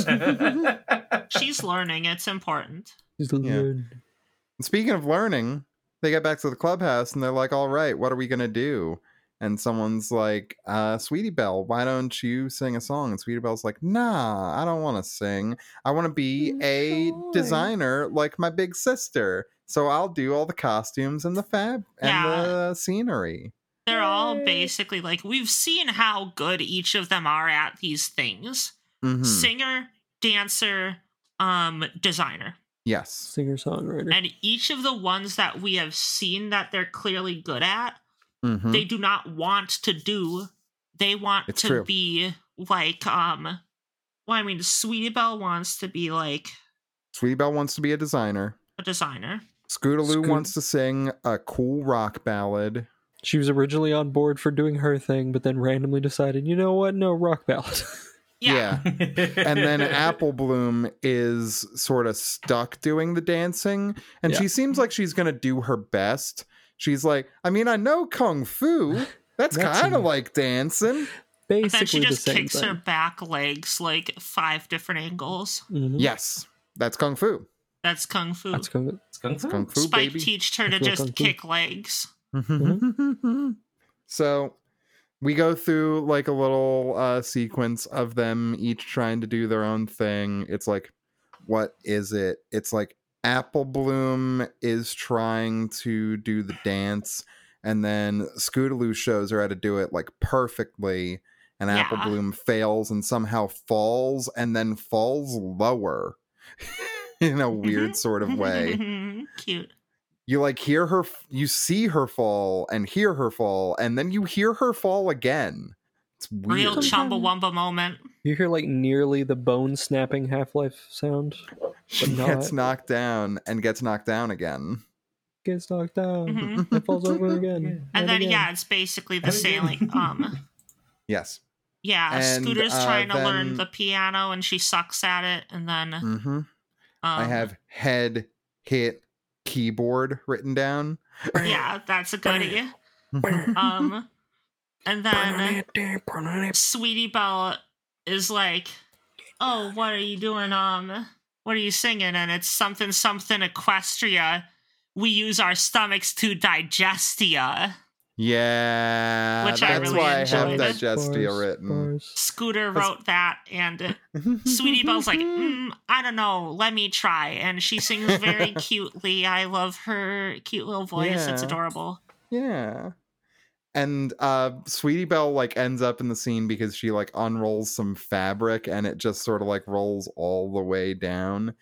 [SPEAKER 1] She's learning, it's important.
[SPEAKER 2] She's like,
[SPEAKER 3] Yeah.
[SPEAKER 2] "Learn."
[SPEAKER 3] Speaking of learning, they get back to the clubhouse and they're like, all right, what are we going to do? And someone's like, uh, Sweetie Belle, why don't you sing a song? And Sweetie Belle's like, nah, I don't want to sing. I want to be a designer like my big sister. So I'll do all the costumes and the fab and the scenery.
[SPEAKER 1] They're all basically like, we've seen how good each of them are at these things
[SPEAKER 3] Mhm.
[SPEAKER 1] singer, dancer, um, designer.
[SPEAKER 3] Yes.
[SPEAKER 2] singer songwriter.
[SPEAKER 1] And each of the ones that we have seen that they're clearly good at,
[SPEAKER 3] Mhm.
[SPEAKER 1] they do not want to do. They want
[SPEAKER 3] It's
[SPEAKER 1] to
[SPEAKER 3] true.
[SPEAKER 1] be like, um, well, I mean, Sweetie Belle wants to be like
[SPEAKER 3] Sweetie Belle wants to be a designer.
[SPEAKER 1] a designer.
[SPEAKER 3] Scootaloo
[SPEAKER 2] Scoot-
[SPEAKER 3] wants to sing a cool rock ballad.
[SPEAKER 2] she was originally on board for doing her thing, but then randomly decided, you know what? No rock ballad.
[SPEAKER 1] Yeah.
[SPEAKER 3] and then Apple Bloom is sort of stuck doing the dancing, and
[SPEAKER 2] Yeah.
[SPEAKER 3] she seems like she's gonna do her best. She's like, I mean, I know kung fu. That's,
[SPEAKER 2] That's
[SPEAKER 3] kind of
[SPEAKER 2] enough.
[SPEAKER 3] like dancing.
[SPEAKER 1] And then she
[SPEAKER 2] Basically the
[SPEAKER 1] just
[SPEAKER 2] same
[SPEAKER 1] kicks her
[SPEAKER 2] thing.
[SPEAKER 1] back legs like five different angles.
[SPEAKER 2] Mhm.
[SPEAKER 3] Yes, that's kung fu.
[SPEAKER 1] That's kung fu.
[SPEAKER 2] That's kind of
[SPEAKER 3] Kung fu,
[SPEAKER 1] Spike
[SPEAKER 3] baby.
[SPEAKER 1] teached her to
[SPEAKER 2] That's what
[SPEAKER 1] just
[SPEAKER 2] kung fu-
[SPEAKER 1] kick legs.
[SPEAKER 3] so we go through like a little uh, sequence of them each trying to do their own thing. It's like, what is it? It's like Apple Bloom is trying to do the dance, and then Scootaloo shows her how to do it like perfectly. And Apple
[SPEAKER 1] Yeah.
[SPEAKER 3] Bloom fails and somehow falls and then falls lower in a weird sort of way
[SPEAKER 1] Cute.
[SPEAKER 3] you like hear her f- you see her fall and hear her fall and then you hear her fall again it's
[SPEAKER 1] Real
[SPEAKER 3] weird
[SPEAKER 1] chumbawamba moment.
[SPEAKER 2] you hear like nearly the bone snapping Half Life sound.
[SPEAKER 3] she
[SPEAKER 2] but not-
[SPEAKER 3] gets knocked down and gets knocked down again
[SPEAKER 2] Gets knocked down.
[SPEAKER 1] Mhm.
[SPEAKER 2] It falls over again.
[SPEAKER 1] And then
[SPEAKER 2] again.
[SPEAKER 1] yeah, it's basically the
[SPEAKER 4] And again.
[SPEAKER 1] same like um
[SPEAKER 3] yes
[SPEAKER 1] yeah,
[SPEAKER 3] And,
[SPEAKER 1] Scooter's
[SPEAKER 3] uh,
[SPEAKER 1] trying to
[SPEAKER 3] then-
[SPEAKER 1] learn the piano and she sucks at it and then um
[SPEAKER 3] hmm i have head hit keyboard written down
[SPEAKER 1] Yeah, that's a goodie. um and then Sweetie Belle is like, "Oh, what are you doing? Um, what are you singing?" And it's something something equestria. We use our stomachs to digestia.
[SPEAKER 3] yeah
[SPEAKER 1] Which I
[SPEAKER 3] that's
[SPEAKER 1] really
[SPEAKER 3] why i have
[SPEAKER 1] enjoyed.
[SPEAKER 3] digestia
[SPEAKER 2] Bars,
[SPEAKER 3] written
[SPEAKER 2] bars.
[SPEAKER 1] Scooter
[SPEAKER 3] That's-
[SPEAKER 1] wrote that, and Sweetie Belle's like,
[SPEAKER 3] Mm-hmm.
[SPEAKER 1] mm, "I don't know. Let me try." And she sings very cutely. I love her cute little voice. It's
[SPEAKER 3] Yeah.
[SPEAKER 1] adorable.
[SPEAKER 3] Yeah. And uh Sweetie Belle like ends up in the scene because she like unrolls some fabric and it just sort of like rolls all the way down.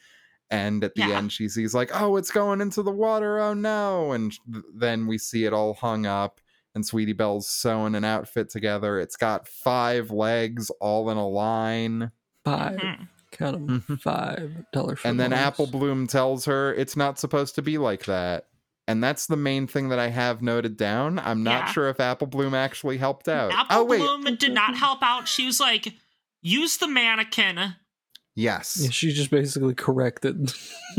[SPEAKER 3] And at the
[SPEAKER 1] Yeah.
[SPEAKER 3] end she sees like, "Oh, it's going into the water. Oh no." And th- then we see it all hung up and Sweetie Belle's sewing an outfit together. It's got five legs all in a line.
[SPEAKER 2] 5
[SPEAKER 1] Mhm.
[SPEAKER 2] Count 'em.
[SPEAKER 3] Mhm.
[SPEAKER 2] Five dollar.
[SPEAKER 3] and then Apple Bloom tells her it's not supposed to be like that. And that's the main thing that I have noted down. I'm not
[SPEAKER 1] Yeah.
[SPEAKER 3] sure if Apple Bloom actually helped out.
[SPEAKER 1] Apple
[SPEAKER 3] oh wait,
[SPEAKER 1] Bloom did not help out. She was like, "Use the mannequin."
[SPEAKER 2] Yeah,
[SPEAKER 3] yes,
[SPEAKER 2] she just basically corrected.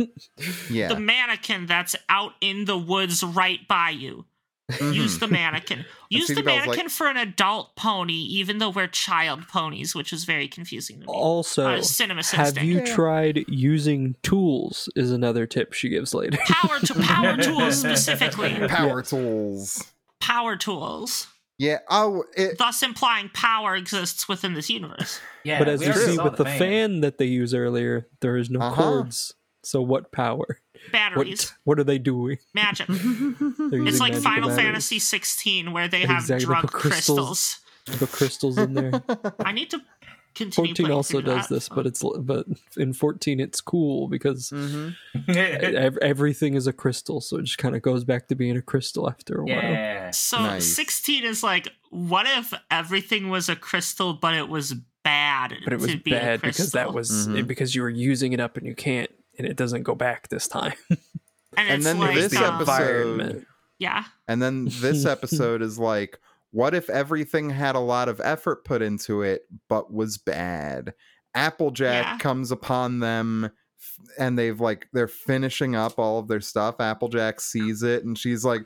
[SPEAKER 3] yeah,
[SPEAKER 1] the mannequin that's out in the woods right by you.
[SPEAKER 3] Mm-hmm.
[SPEAKER 1] Use the mannequin. Use
[SPEAKER 3] Sweetie
[SPEAKER 1] the
[SPEAKER 3] Belle's like-
[SPEAKER 1] mannequin for an adult pony, even though we're child ponies, which is very confusing to me.
[SPEAKER 2] also,
[SPEAKER 1] Uh, cinema
[SPEAKER 2] have
[SPEAKER 1] Sinister.
[SPEAKER 2] you
[SPEAKER 3] Yeah.
[SPEAKER 2] tried using tools? Is another tip she gives later.
[SPEAKER 1] Power to power tools specifically.
[SPEAKER 3] power tools.
[SPEAKER 1] Power tools.
[SPEAKER 3] Yeah. Oh, it,
[SPEAKER 1] thus implying power exists within this universe.
[SPEAKER 4] Yeah,
[SPEAKER 2] but as
[SPEAKER 4] we
[SPEAKER 2] you
[SPEAKER 4] already
[SPEAKER 2] see
[SPEAKER 4] saw
[SPEAKER 2] with the fan. that they use earlier, there is no
[SPEAKER 3] Uh-huh.
[SPEAKER 2] cords. So what power?
[SPEAKER 1] Batteries,
[SPEAKER 2] What what are they doing?
[SPEAKER 1] magic.
[SPEAKER 2] They're
[SPEAKER 1] It's
[SPEAKER 2] using
[SPEAKER 1] like
[SPEAKER 2] magical
[SPEAKER 1] Final
[SPEAKER 2] batteries.
[SPEAKER 1] Fantasy 16 where they have
[SPEAKER 2] Exactly,
[SPEAKER 1] drug
[SPEAKER 2] but crystals-
[SPEAKER 1] crystals.
[SPEAKER 2] The crystals in there.
[SPEAKER 1] I need to continue.
[SPEAKER 2] 14
[SPEAKER 1] playing through
[SPEAKER 2] also does
[SPEAKER 1] that.
[SPEAKER 2] this, but it's but in 14 it's cool because
[SPEAKER 3] Mm-hmm.
[SPEAKER 4] yeah.
[SPEAKER 2] ev- everything is a crystal, so it just kind of goes back to being a crystal after a while.
[SPEAKER 4] yeah.
[SPEAKER 1] so
[SPEAKER 3] Nice.
[SPEAKER 1] 16 is like, what if everything was a crystal, but it was bad?
[SPEAKER 7] but it was
[SPEAKER 1] to be a
[SPEAKER 7] bad because that
[SPEAKER 1] crystal?
[SPEAKER 7] was
[SPEAKER 2] Mm-hmm.
[SPEAKER 3] Mhm.
[SPEAKER 7] it- because you were using it up and you can't and it doesn't go back this time.
[SPEAKER 1] and,
[SPEAKER 3] and
[SPEAKER 1] it's
[SPEAKER 3] then
[SPEAKER 1] like,
[SPEAKER 3] this
[SPEAKER 7] the
[SPEAKER 1] um,
[SPEAKER 3] episode,
[SPEAKER 7] environment.
[SPEAKER 1] yeah,
[SPEAKER 3] and then this episode is like, what if everything had a lot of effort put into it, but was bad? Applejack
[SPEAKER 1] Yeah.
[SPEAKER 3] comes upon them, f- and they've like they're finishing up all of their stuff. Applejack sees it, and she's like,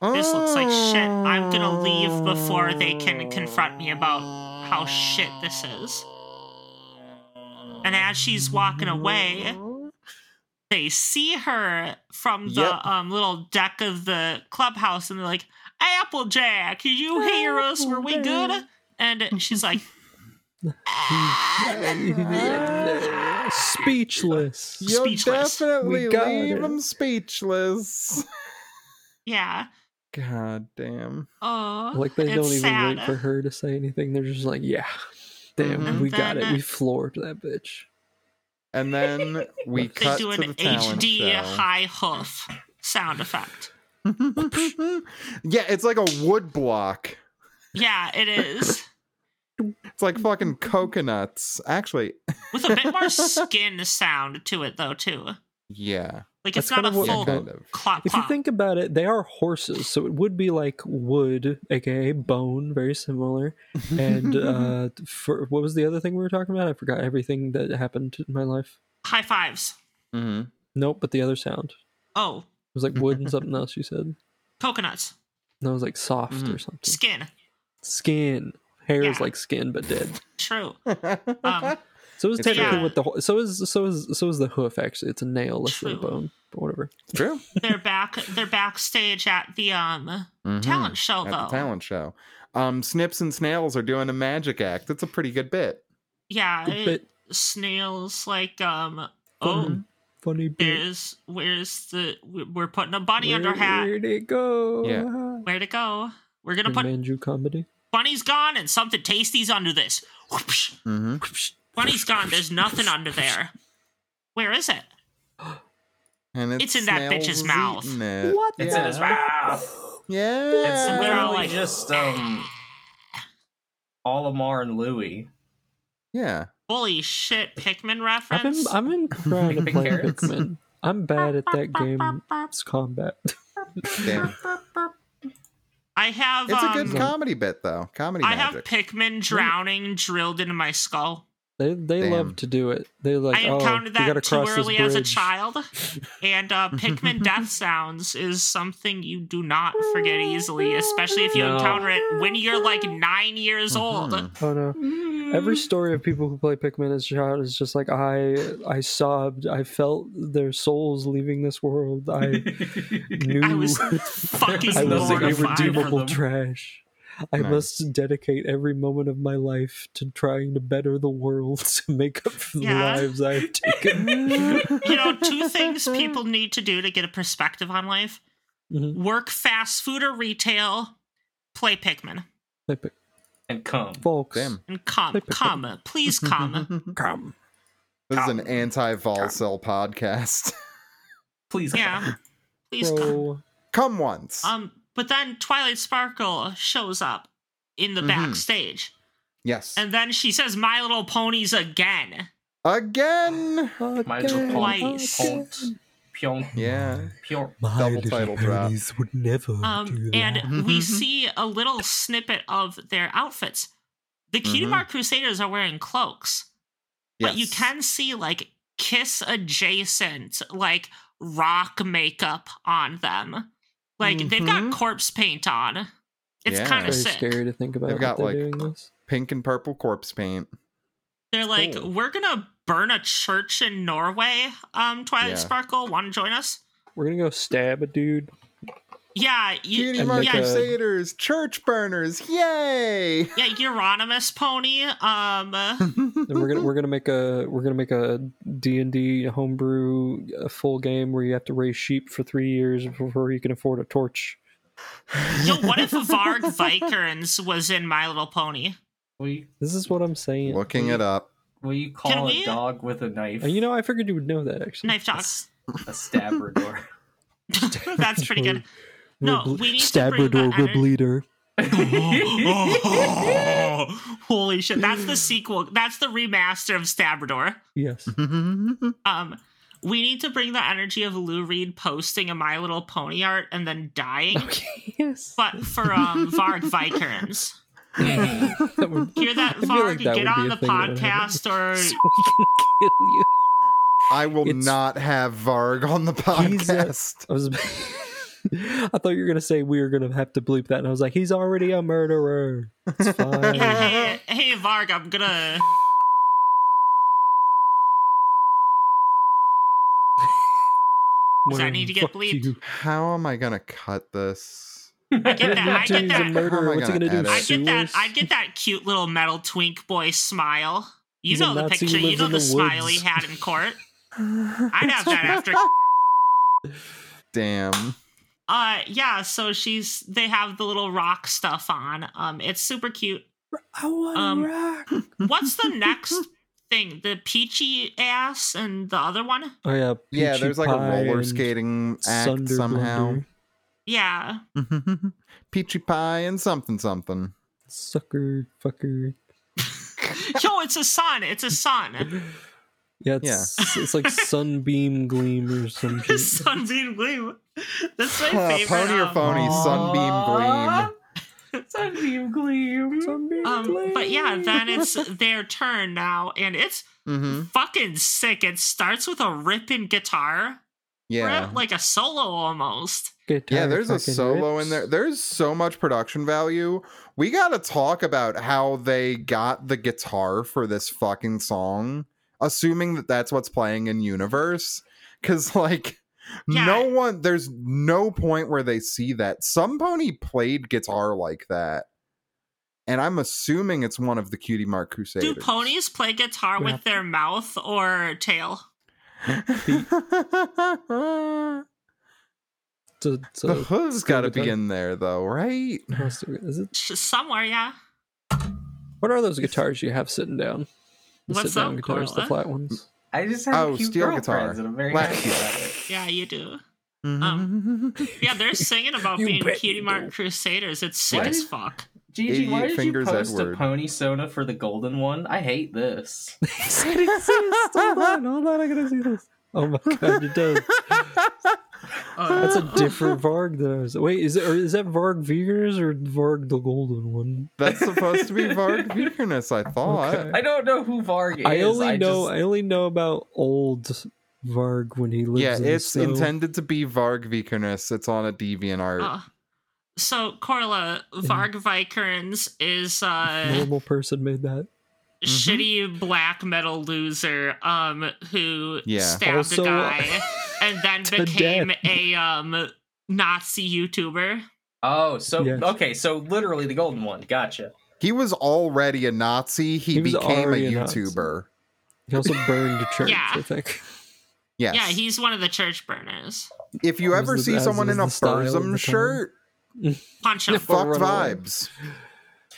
[SPEAKER 1] this looks like shit. I'm gonna leave before they can confront me about how shit this is. And as she's walking away, they see her from the
[SPEAKER 3] Yep.
[SPEAKER 1] um, little deck of the clubhouse, and they're like, "Applejack, did you hear us? Were we good?" And she's like, "Ah."
[SPEAKER 2] Speechless.
[SPEAKER 3] You'll
[SPEAKER 1] Speechless.
[SPEAKER 3] definitely
[SPEAKER 2] We got
[SPEAKER 3] leave
[SPEAKER 2] it.
[SPEAKER 3] them speechless.
[SPEAKER 1] "Yeah,
[SPEAKER 3] God damn.
[SPEAKER 1] oh,
[SPEAKER 2] Like they
[SPEAKER 1] it's
[SPEAKER 2] don't even
[SPEAKER 1] sad.
[SPEAKER 2] wait for her to say anything. They're just like, yeah, damn,
[SPEAKER 1] Mhm.
[SPEAKER 2] we got
[SPEAKER 1] And
[SPEAKER 2] it.
[SPEAKER 1] then-
[SPEAKER 2] We floored that bitch.
[SPEAKER 3] And then we
[SPEAKER 1] They
[SPEAKER 3] cut
[SPEAKER 1] do
[SPEAKER 3] to the
[SPEAKER 1] an
[SPEAKER 3] talent
[SPEAKER 1] HD
[SPEAKER 3] show.
[SPEAKER 1] high hoof sound effect.
[SPEAKER 3] yeah, it's like a wood block.
[SPEAKER 1] Yeah, it is.
[SPEAKER 3] It's like fucking coconuts. Actually,
[SPEAKER 1] With a bit more skin sound to it though too.
[SPEAKER 3] yeah.
[SPEAKER 1] Like it's
[SPEAKER 2] That's
[SPEAKER 1] not a
[SPEAKER 2] kinda what-
[SPEAKER 1] full
[SPEAKER 3] Yeah,
[SPEAKER 2] Well,
[SPEAKER 3] kind of.
[SPEAKER 1] clop
[SPEAKER 2] If you
[SPEAKER 1] clop.
[SPEAKER 2] think about it, they are horses, so it would be like wood, aka bone, very similar. And uh, for what was the other thing we were talking about? I forgot everything that happened in my life.
[SPEAKER 1] High fives.
[SPEAKER 3] Mhm.
[SPEAKER 2] Nope, but the other sound it
[SPEAKER 1] Oh,
[SPEAKER 2] was like wood and something else. You said
[SPEAKER 1] coconuts.
[SPEAKER 2] and that was like soft or something.
[SPEAKER 1] Skin.
[SPEAKER 2] Skin, hair is
[SPEAKER 1] Mm-hmm. Yeah.
[SPEAKER 2] like skin, but dead.
[SPEAKER 1] True.
[SPEAKER 4] Mm-hmm.
[SPEAKER 1] Um,
[SPEAKER 2] So is
[SPEAKER 3] It's true.
[SPEAKER 2] technically
[SPEAKER 1] Yeah.
[SPEAKER 2] what the ho- so is so is so is the hoof actually. It's a nail less than a
[SPEAKER 1] True.
[SPEAKER 2] bone, but whatever.
[SPEAKER 3] True.
[SPEAKER 1] they're back they're backstage at the um
[SPEAKER 4] Mm-hmm.
[SPEAKER 3] Mhm.
[SPEAKER 1] talent show
[SPEAKER 3] At
[SPEAKER 1] though.
[SPEAKER 3] the talent show. Um, Snips and Snails are doing a magic act. It's a pretty good bit.
[SPEAKER 1] Yeah.
[SPEAKER 2] Good
[SPEAKER 1] It, snails like um oh
[SPEAKER 2] Funny, funny bit.
[SPEAKER 1] there's where's the we- we're putting a bunny under
[SPEAKER 2] Where
[SPEAKER 1] hat.
[SPEAKER 2] did it go?
[SPEAKER 3] Yeah.
[SPEAKER 1] Where'd it go? We're gonna
[SPEAKER 2] In
[SPEAKER 1] put
[SPEAKER 2] Manju comedy.
[SPEAKER 1] bunny's gone and something tasty's under this. Whoopsh.
[SPEAKER 3] Mm-hmm.
[SPEAKER 1] Bunny's gone. There's nothing under there. Where is it?
[SPEAKER 3] And
[SPEAKER 1] It's in that bitch's mouth.
[SPEAKER 3] Snails eating it.
[SPEAKER 4] It's in his mouth. It's
[SPEAKER 3] Yeah.
[SPEAKER 1] They're all
[SPEAKER 4] literally
[SPEAKER 1] like-
[SPEAKER 4] just um, Olimar and Louie.
[SPEAKER 3] Yeah.
[SPEAKER 1] Holy shit, Pikmin
[SPEAKER 2] I've been
[SPEAKER 1] reference.
[SPEAKER 2] I've been trying to
[SPEAKER 4] Big
[SPEAKER 2] play
[SPEAKER 4] carrots.
[SPEAKER 2] Pikmin. I'm bad at that game's combat.
[SPEAKER 3] Damn.
[SPEAKER 1] I have
[SPEAKER 3] It's a
[SPEAKER 1] um,
[SPEAKER 3] good comedy bit though. Comedy
[SPEAKER 1] I have
[SPEAKER 3] magic.
[SPEAKER 1] Pikmin drowning drilled into my skull.
[SPEAKER 2] They they
[SPEAKER 3] Damn.
[SPEAKER 2] love to do it. They're like,
[SPEAKER 1] I encountered
[SPEAKER 2] oh, we gotta
[SPEAKER 1] that too
[SPEAKER 2] cross this
[SPEAKER 1] early as a
[SPEAKER 2] bridge."
[SPEAKER 1] child. And uh, Pikmin death sounds is something you do not forget easily, especially if you
[SPEAKER 7] No.
[SPEAKER 1] encounter it when you're like nine years old.
[SPEAKER 3] Mhm.
[SPEAKER 2] Oh no! Every
[SPEAKER 3] Mm-hmm.
[SPEAKER 2] story of people who play Pikmin as a child is just like I. I sobbed. I felt their souls leaving this world. I knew
[SPEAKER 1] I was fucking
[SPEAKER 2] I was
[SPEAKER 1] mortified.
[SPEAKER 4] nothing irredeemable.
[SPEAKER 2] irredeemable
[SPEAKER 4] them.
[SPEAKER 2] trash. I
[SPEAKER 3] Nice.
[SPEAKER 2] must dedicate every moment of my life to trying to better the world to make up for the
[SPEAKER 1] Yeah.
[SPEAKER 2] lives I've taken.
[SPEAKER 1] you know, two things people need to do to get a perspective on life
[SPEAKER 2] Mhm.
[SPEAKER 1] work fast food or retail, play Pikmin,
[SPEAKER 2] Play Pik-
[SPEAKER 4] And come.
[SPEAKER 2] Folks,
[SPEAKER 3] Damn.
[SPEAKER 1] and come,
[SPEAKER 2] Play Pikmin.
[SPEAKER 1] come, please come.
[SPEAKER 7] Come.
[SPEAKER 3] This is an anti-vol cell podcast.
[SPEAKER 4] Please come.
[SPEAKER 1] Yeah, please come.
[SPEAKER 2] bro.
[SPEAKER 3] Come once.
[SPEAKER 1] Um, but then Twilight Sparkle shows up in the
[SPEAKER 3] Mhm.
[SPEAKER 1] backstage,
[SPEAKER 3] yes.
[SPEAKER 1] and then she says "My Little Ponies" again.
[SPEAKER 3] Again.
[SPEAKER 4] My
[SPEAKER 2] Again,
[SPEAKER 4] little
[SPEAKER 1] Twice.
[SPEAKER 2] again.
[SPEAKER 4] pont. Pyong.
[SPEAKER 3] Yeah.
[SPEAKER 4] Pyong.
[SPEAKER 2] My
[SPEAKER 3] Double title drop.
[SPEAKER 2] would never
[SPEAKER 1] Um, and
[SPEAKER 3] Mm-hmm.
[SPEAKER 1] we see a little snippet of their outfits. The Kitamar Crusaders are wearing cloaks.
[SPEAKER 3] Mm-hmm. Yes.
[SPEAKER 1] but you can see like kiss adjacent like rock makeup on them like they've got corpse paint on it's
[SPEAKER 3] Mm-hmm. Yeah.
[SPEAKER 1] kind
[SPEAKER 2] Very
[SPEAKER 1] of sick
[SPEAKER 2] scary to think about.
[SPEAKER 3] They've got,
[SPEAKER 2] what they're
[SPEAKER 3] like,
[SPEAKER 2] doing this.
[SPEAKER 3] pink and purple corpse paint.
[SPEAKER 1] they're like
[SPEAKER 3] cool.
[SPEAKER 1] we're gonna burn a church in norway um twilight
[SPEAKER 3] Yeah.
[SPEAKER 1] sparkle wanna join us
[SPEAKER 2] We're gonna go stab a dude.
[SPEAKER 1] Yeah, you,
[SPEAKER 3] Cutie
[SPEAKER 2] And
[SPEAKER 3] Mark
[SPEAKER 2] like a-
[SPEAKER 3] Crusaders, church burners, yay!
[SPEAKER 1] yeah, Euronymous pony. Um,
[SPEAKER 2] And we're gonna we're gonna make a we're gonna make a D and D homebrew uh, full game where you have to raise sheep for three years before you can afford a torch.
[SPEAKER 1] Yo, what if Varg Vikernes was in My Little Pony?
[SPEAKER 4] Will you,
[SPEAKER 2] This is what I'm saying.
[SPEAKER 3] Looking it up.
[SPEAKER 4] will you
[SPEAKER 1] Can
[SPEAKER 4] call
[SPEAKER 1] we-
[SPEAKER 4] a dog with a knife
[SPEAKER 2] Uh, You know, I figured you would know that actually.
[SPEAKER 1] Knife
[SPEAKER 4] a,
[SPEAKER 1] Talk.
[SPEAKER 4] s- a stabrador?
[SPEAKER 1] That's pretty good. No,
[SPEAKER 2] Rib-
[SPEAKER 1] we need to bring
[SPEAKER 2] Stabrador
[SPEAKER 1] the ener-
[SPEAKER 2] rib leader.
[SPEAKER 1] Oh, Holy shit! That's the sequel. That's the remaster of Stabrador.
[SPEAKER 2] Yes.
[SPEAKER 3] Mm-hmm.
[SPEAKER 1] Um, we need to bring the energy of Lou Reed posting a My Little Pony art and then dying,
[SPEAKER 7] Okay, yes.
[SPEAKER 1] but for um Varg Vikernes.
[SPEAKER 7] That would,
[SPEAKER 1] Hear that,
[SPEAKER 2] I feel
[SPEAKER 1] Varg?
[SPEAKER 2] like that
[SPEAKER 1] get
[SPEAKER 2] would be
[SPEAKER 1] on
[SPEAKER 2] a
[SPEAKER 1] the
[SPEAKER 2] thing that would happen.
[SPEAKER 1] podcast or
[SPEAKER 7] so we can kill you.
[SPEAKER 3] I will
[SPEAKER 7] It's-
[SPEAKER 3] not have Varg on the
[SPEAKER 2] He's a-
[SPEAKER 3] podcast.
[SPEAKER 2] I was. I thought you were gonna say we were gonna have to bleep that, and I was like, he's already a murderer. It's fine.
[SPEAKER 1] Yeah, hey, hey, Varg, I'm gonna. Does that need to get
[SPEAKER 2] Fuck
[SPEAKER 1] bleeped?
[SPEAKER 2] you.
[SPEAKER 3] How am I gonna cut this?
[SPEAKER 1] I get that. I
[SPEAKER 2] Dude,
[SPEAKER 1] get
[SPEAKER 2] he's
[SPEAKER 1] that.
[SPEAKER 2] a
[SPEAKER 3] How am I
[SPEAKER 2] murderer. What's he
[SPEAKER 3] gonna
[SPEAKER 2] gonna do?
[SPEAKER 3] edit?
[SPEAKER 1] I get that.
[SPEAKER 2] sue
[SPEAKER 1] I
[SPEAKER 2] us?
[SPEAKER 1] get that cute little metal twink boy smile. You
[SPEAKER 2] He's a
[SPEAKER 1] know the
[SPEAKER 2] Nazi who
[SPEAKER 1] picture. You
[SPEAKER 2] lives
[SPEAKER 1] know
[SPEAKER 2] in
[SPEAKER 1] the,
[SPEAKER 2] the
[SPEAKER 1] smile he
[SPEAKER 2] woods.
[SPEAKER 1] had in court. I'd have that after.
[SPEAKER 3] Damn.
[SPEAKER 1] Uh, yeah. So she's. They have the little rock stuff on. Um, it's super cute.
[SPEAKER 2] I want
[SPEAKER 1] um,
[SPEAKER 2] rock.
[SPEAKER 1] What's the next thing? The peachy ass and the other one.
[SPEAKER 2] Oh yeah.
[SPEAKER 3] Yeah,
[SPEAKER 2] Peachy
[SPEAKER 3] there's like a
[SPEAKER 2] Pie
[SPEAKER 3] roller
[SPEAKER 2] and
[SPEAKER 3] skating act
[SPEAKER 2] Sunder
[SPEAKER 3] somehow.
[SPEAKER 2] Blunder.
[SPEAKER 1] Yeah.
[SPEAKER 3] Mm-hmm. Peachy pie and something something.
[SPEAKER 2] Sucker fucker.
[SPEAKER 1] Yo, it's a sun. It's a sun.
[SPEAKER 2] Yeah, it's, it's like sunbeam gleam or some shit.
[SPEAKER 1] Sunbeam Gleam. That's my
[SPEAKER 7] Uh,
[SPEAKER 3] Huh,
[SPEAKER 1] favorite.
[SPEAKER 3] pony or
[SPEAKER 1] um,
[SPEAKER 3] phony? Sunbeam gleam.
[SPEAKER 4] gleam. Sunbeam gleam.
[SPEAKER 2] Sunbeam
[SPEAKER 1] Um,
[SPEAKER 2] gleam.
[SPEAKER 1] but yeah, then it's their turn now, and it's
[SPEAKER 3] Mm-hmm.
[SPEAKER 1] fucking sick. It starts with a ripping guitar,
[SPEAKER 3] Yeah.
[SPEAKER 1] rip, like a solo almost.
[SPEAKER 2] Guitar
[SPEAKER 3] Yeah, there's a
[SPEAKER 2] fucking
[SPEAKER 3] solo
[SPEAKER 2] rips.
[SPEAKER 3] in there. There's so much production value. We got to talk about how they got the guitar for this fucking song, assuming that that's what's playing in universe. Because, like,
[SPEAKER 1] Yeah.
[SPEAKER 3] no one, there's no point where they see that. Some pony played guitar like that. And I'm assuming it's one of the Cutie Mark Crusaders.
[SPEAKER 1] Do ponies play guitar
[SPEAKER 2] Yeah.
[SPEAKER 1] with their mouth or tail?
[SPEAKER 2] So- so-
[SPEAKER 3] the hoof's
[SPEAKER 2] still
[SPEAKER 3] got to be
[SPEAKER 2] guitar.
[SPEAKER 3] in there, though, right?
[SPEAKER 2] Oh, so- is it-
[SPEAKER 1] Sh- Somewhere, yeah.
[SPEAKER 2] What are those guitars you have sitting down? The
[SPEAKER 1] What's
[SPEAKER 2] sit down
[SPEAKER 1] up,
[SPEAKER 2] guitars, the
[SPEAKER 1] Corolla?
[SPEAKER 2] flat ones.
[SPEAKER 4] I just have
[SPEAKER 3] Oh,
[SPEAKER 4] cute
[SPEAKER 3] steel
[SPEAKER 4] girlfriends,
[SPEAKER 3] guitar.
[SPEAKER 4] and I'm very
[SPEAKER 3] Black
[SPEAKER 4] happy
[SPEAKER 3] steel.
[SPEAKER 4] about it.
[SPEAKER 1] Yeah, you do. Um, Yeah, they're singing about
[SPEAKER 7] You
[SPEAKER 1] being
[SPEAKER 7] bet
[SPEAKER 1] Cutie
[SPEAKER 7] you
[SPEAKER 1] Mark
[SPEAKER 7] do.
[SPEAKER 1] Crusaders. It's sick
[SPEAKER 4] What?
[SPEAKER 1] as fuck.
[SPEAKER 4] Gigi, why
[SPEAKER 3] Idiot
[SPEAKER 4] did you
[SPEAKER 3] fingers
[SPEAKER 4] post
[SPEAKER 3] Edward.
[SPEAKER 4] a pony soda for the golden one? I hate this.
[SPEAKER 2] it exists. Hold on, hold on, I gotta see this. Oh my god, it does. That's a different Varg than I was. Wait, is it or is that Varg Vigers or Varg the Golden one?
[SPEAKER 3] That's supposed to be Varg Vikernes, I thought.
[SPEAKER 2] Okay.
[SPEAKER 4] I don't know who Varg is.
[SPEAKER 2] I only know
[SPEAKER 4] Just,
[SPEAKER 2] I only know about old Varg when he lives.
[SPEAKER 3] Yeah,
[SPEAKER 2] in
[SPEAKER 3] it's
[SPEAKER 2] the snow.
[SPEAKER 3] intended to be Varg Vikernes. It's on a DeviantArt.
[SPEAKER 1] Uh, so, Corla,
[SPEAKER 7] Mm-hmm.
[SPEAKER 1] Varg Vikernes is uh,
[SPEAKER 2] Normal person made that.
[SPEAKER 3] Mm-hmm.
[SPEAKER 1] shitty black metal loser um who
[SPEAKER 3] Yeah.
[SPEAKER 1] stabbed
[SPEAKER 2] Also-
[SPEAKER 1] a guy and then
[SPEAKER 2] To
[SPEAKER 1] became a um Nazi YouTuber.
[SPEAKER 4] oh, so
[SPEAKER 2] Yes.
[SPEAKER 4] okay, so literally the golden one. Gotcha.
[SPEAKER 3] He was already a Nazi. He,
[SPEAKER 2] He was
[SPEAKER 3] became a
[SPEAKER 2] already a Nazi.
[SPEAKER 3] YouTuber.
[SPEAKER 2] He also burned a church.
[SPEAKER 1] Yeah.
[SPEAKER 2] I think.
[SPEAKER 3] Yes.
[SPEAKER 1] Yeah, he's one of the church burners.
[SPEAKER 3] if you
[SPEAKER 2] Was
[SPEAKER 3] ever
[SPEAKER 2] the-
[SPEAKER 3] see
[SPEAKER 2] as
[SPEAKER 3] someone
[SPEAKER 2] was
[SPEAKER 3] in a
[SPEAKER 2] the style of the
[SPEAKER 3] Burzum
[SPEAKER 2] time.
[SPEAKER 3] shirt,
[SPEAKER 1] Punch him.
[SPEAKER 3] fuck
[SPEAKER 2] run away.
[SPEAKER 3] vibes.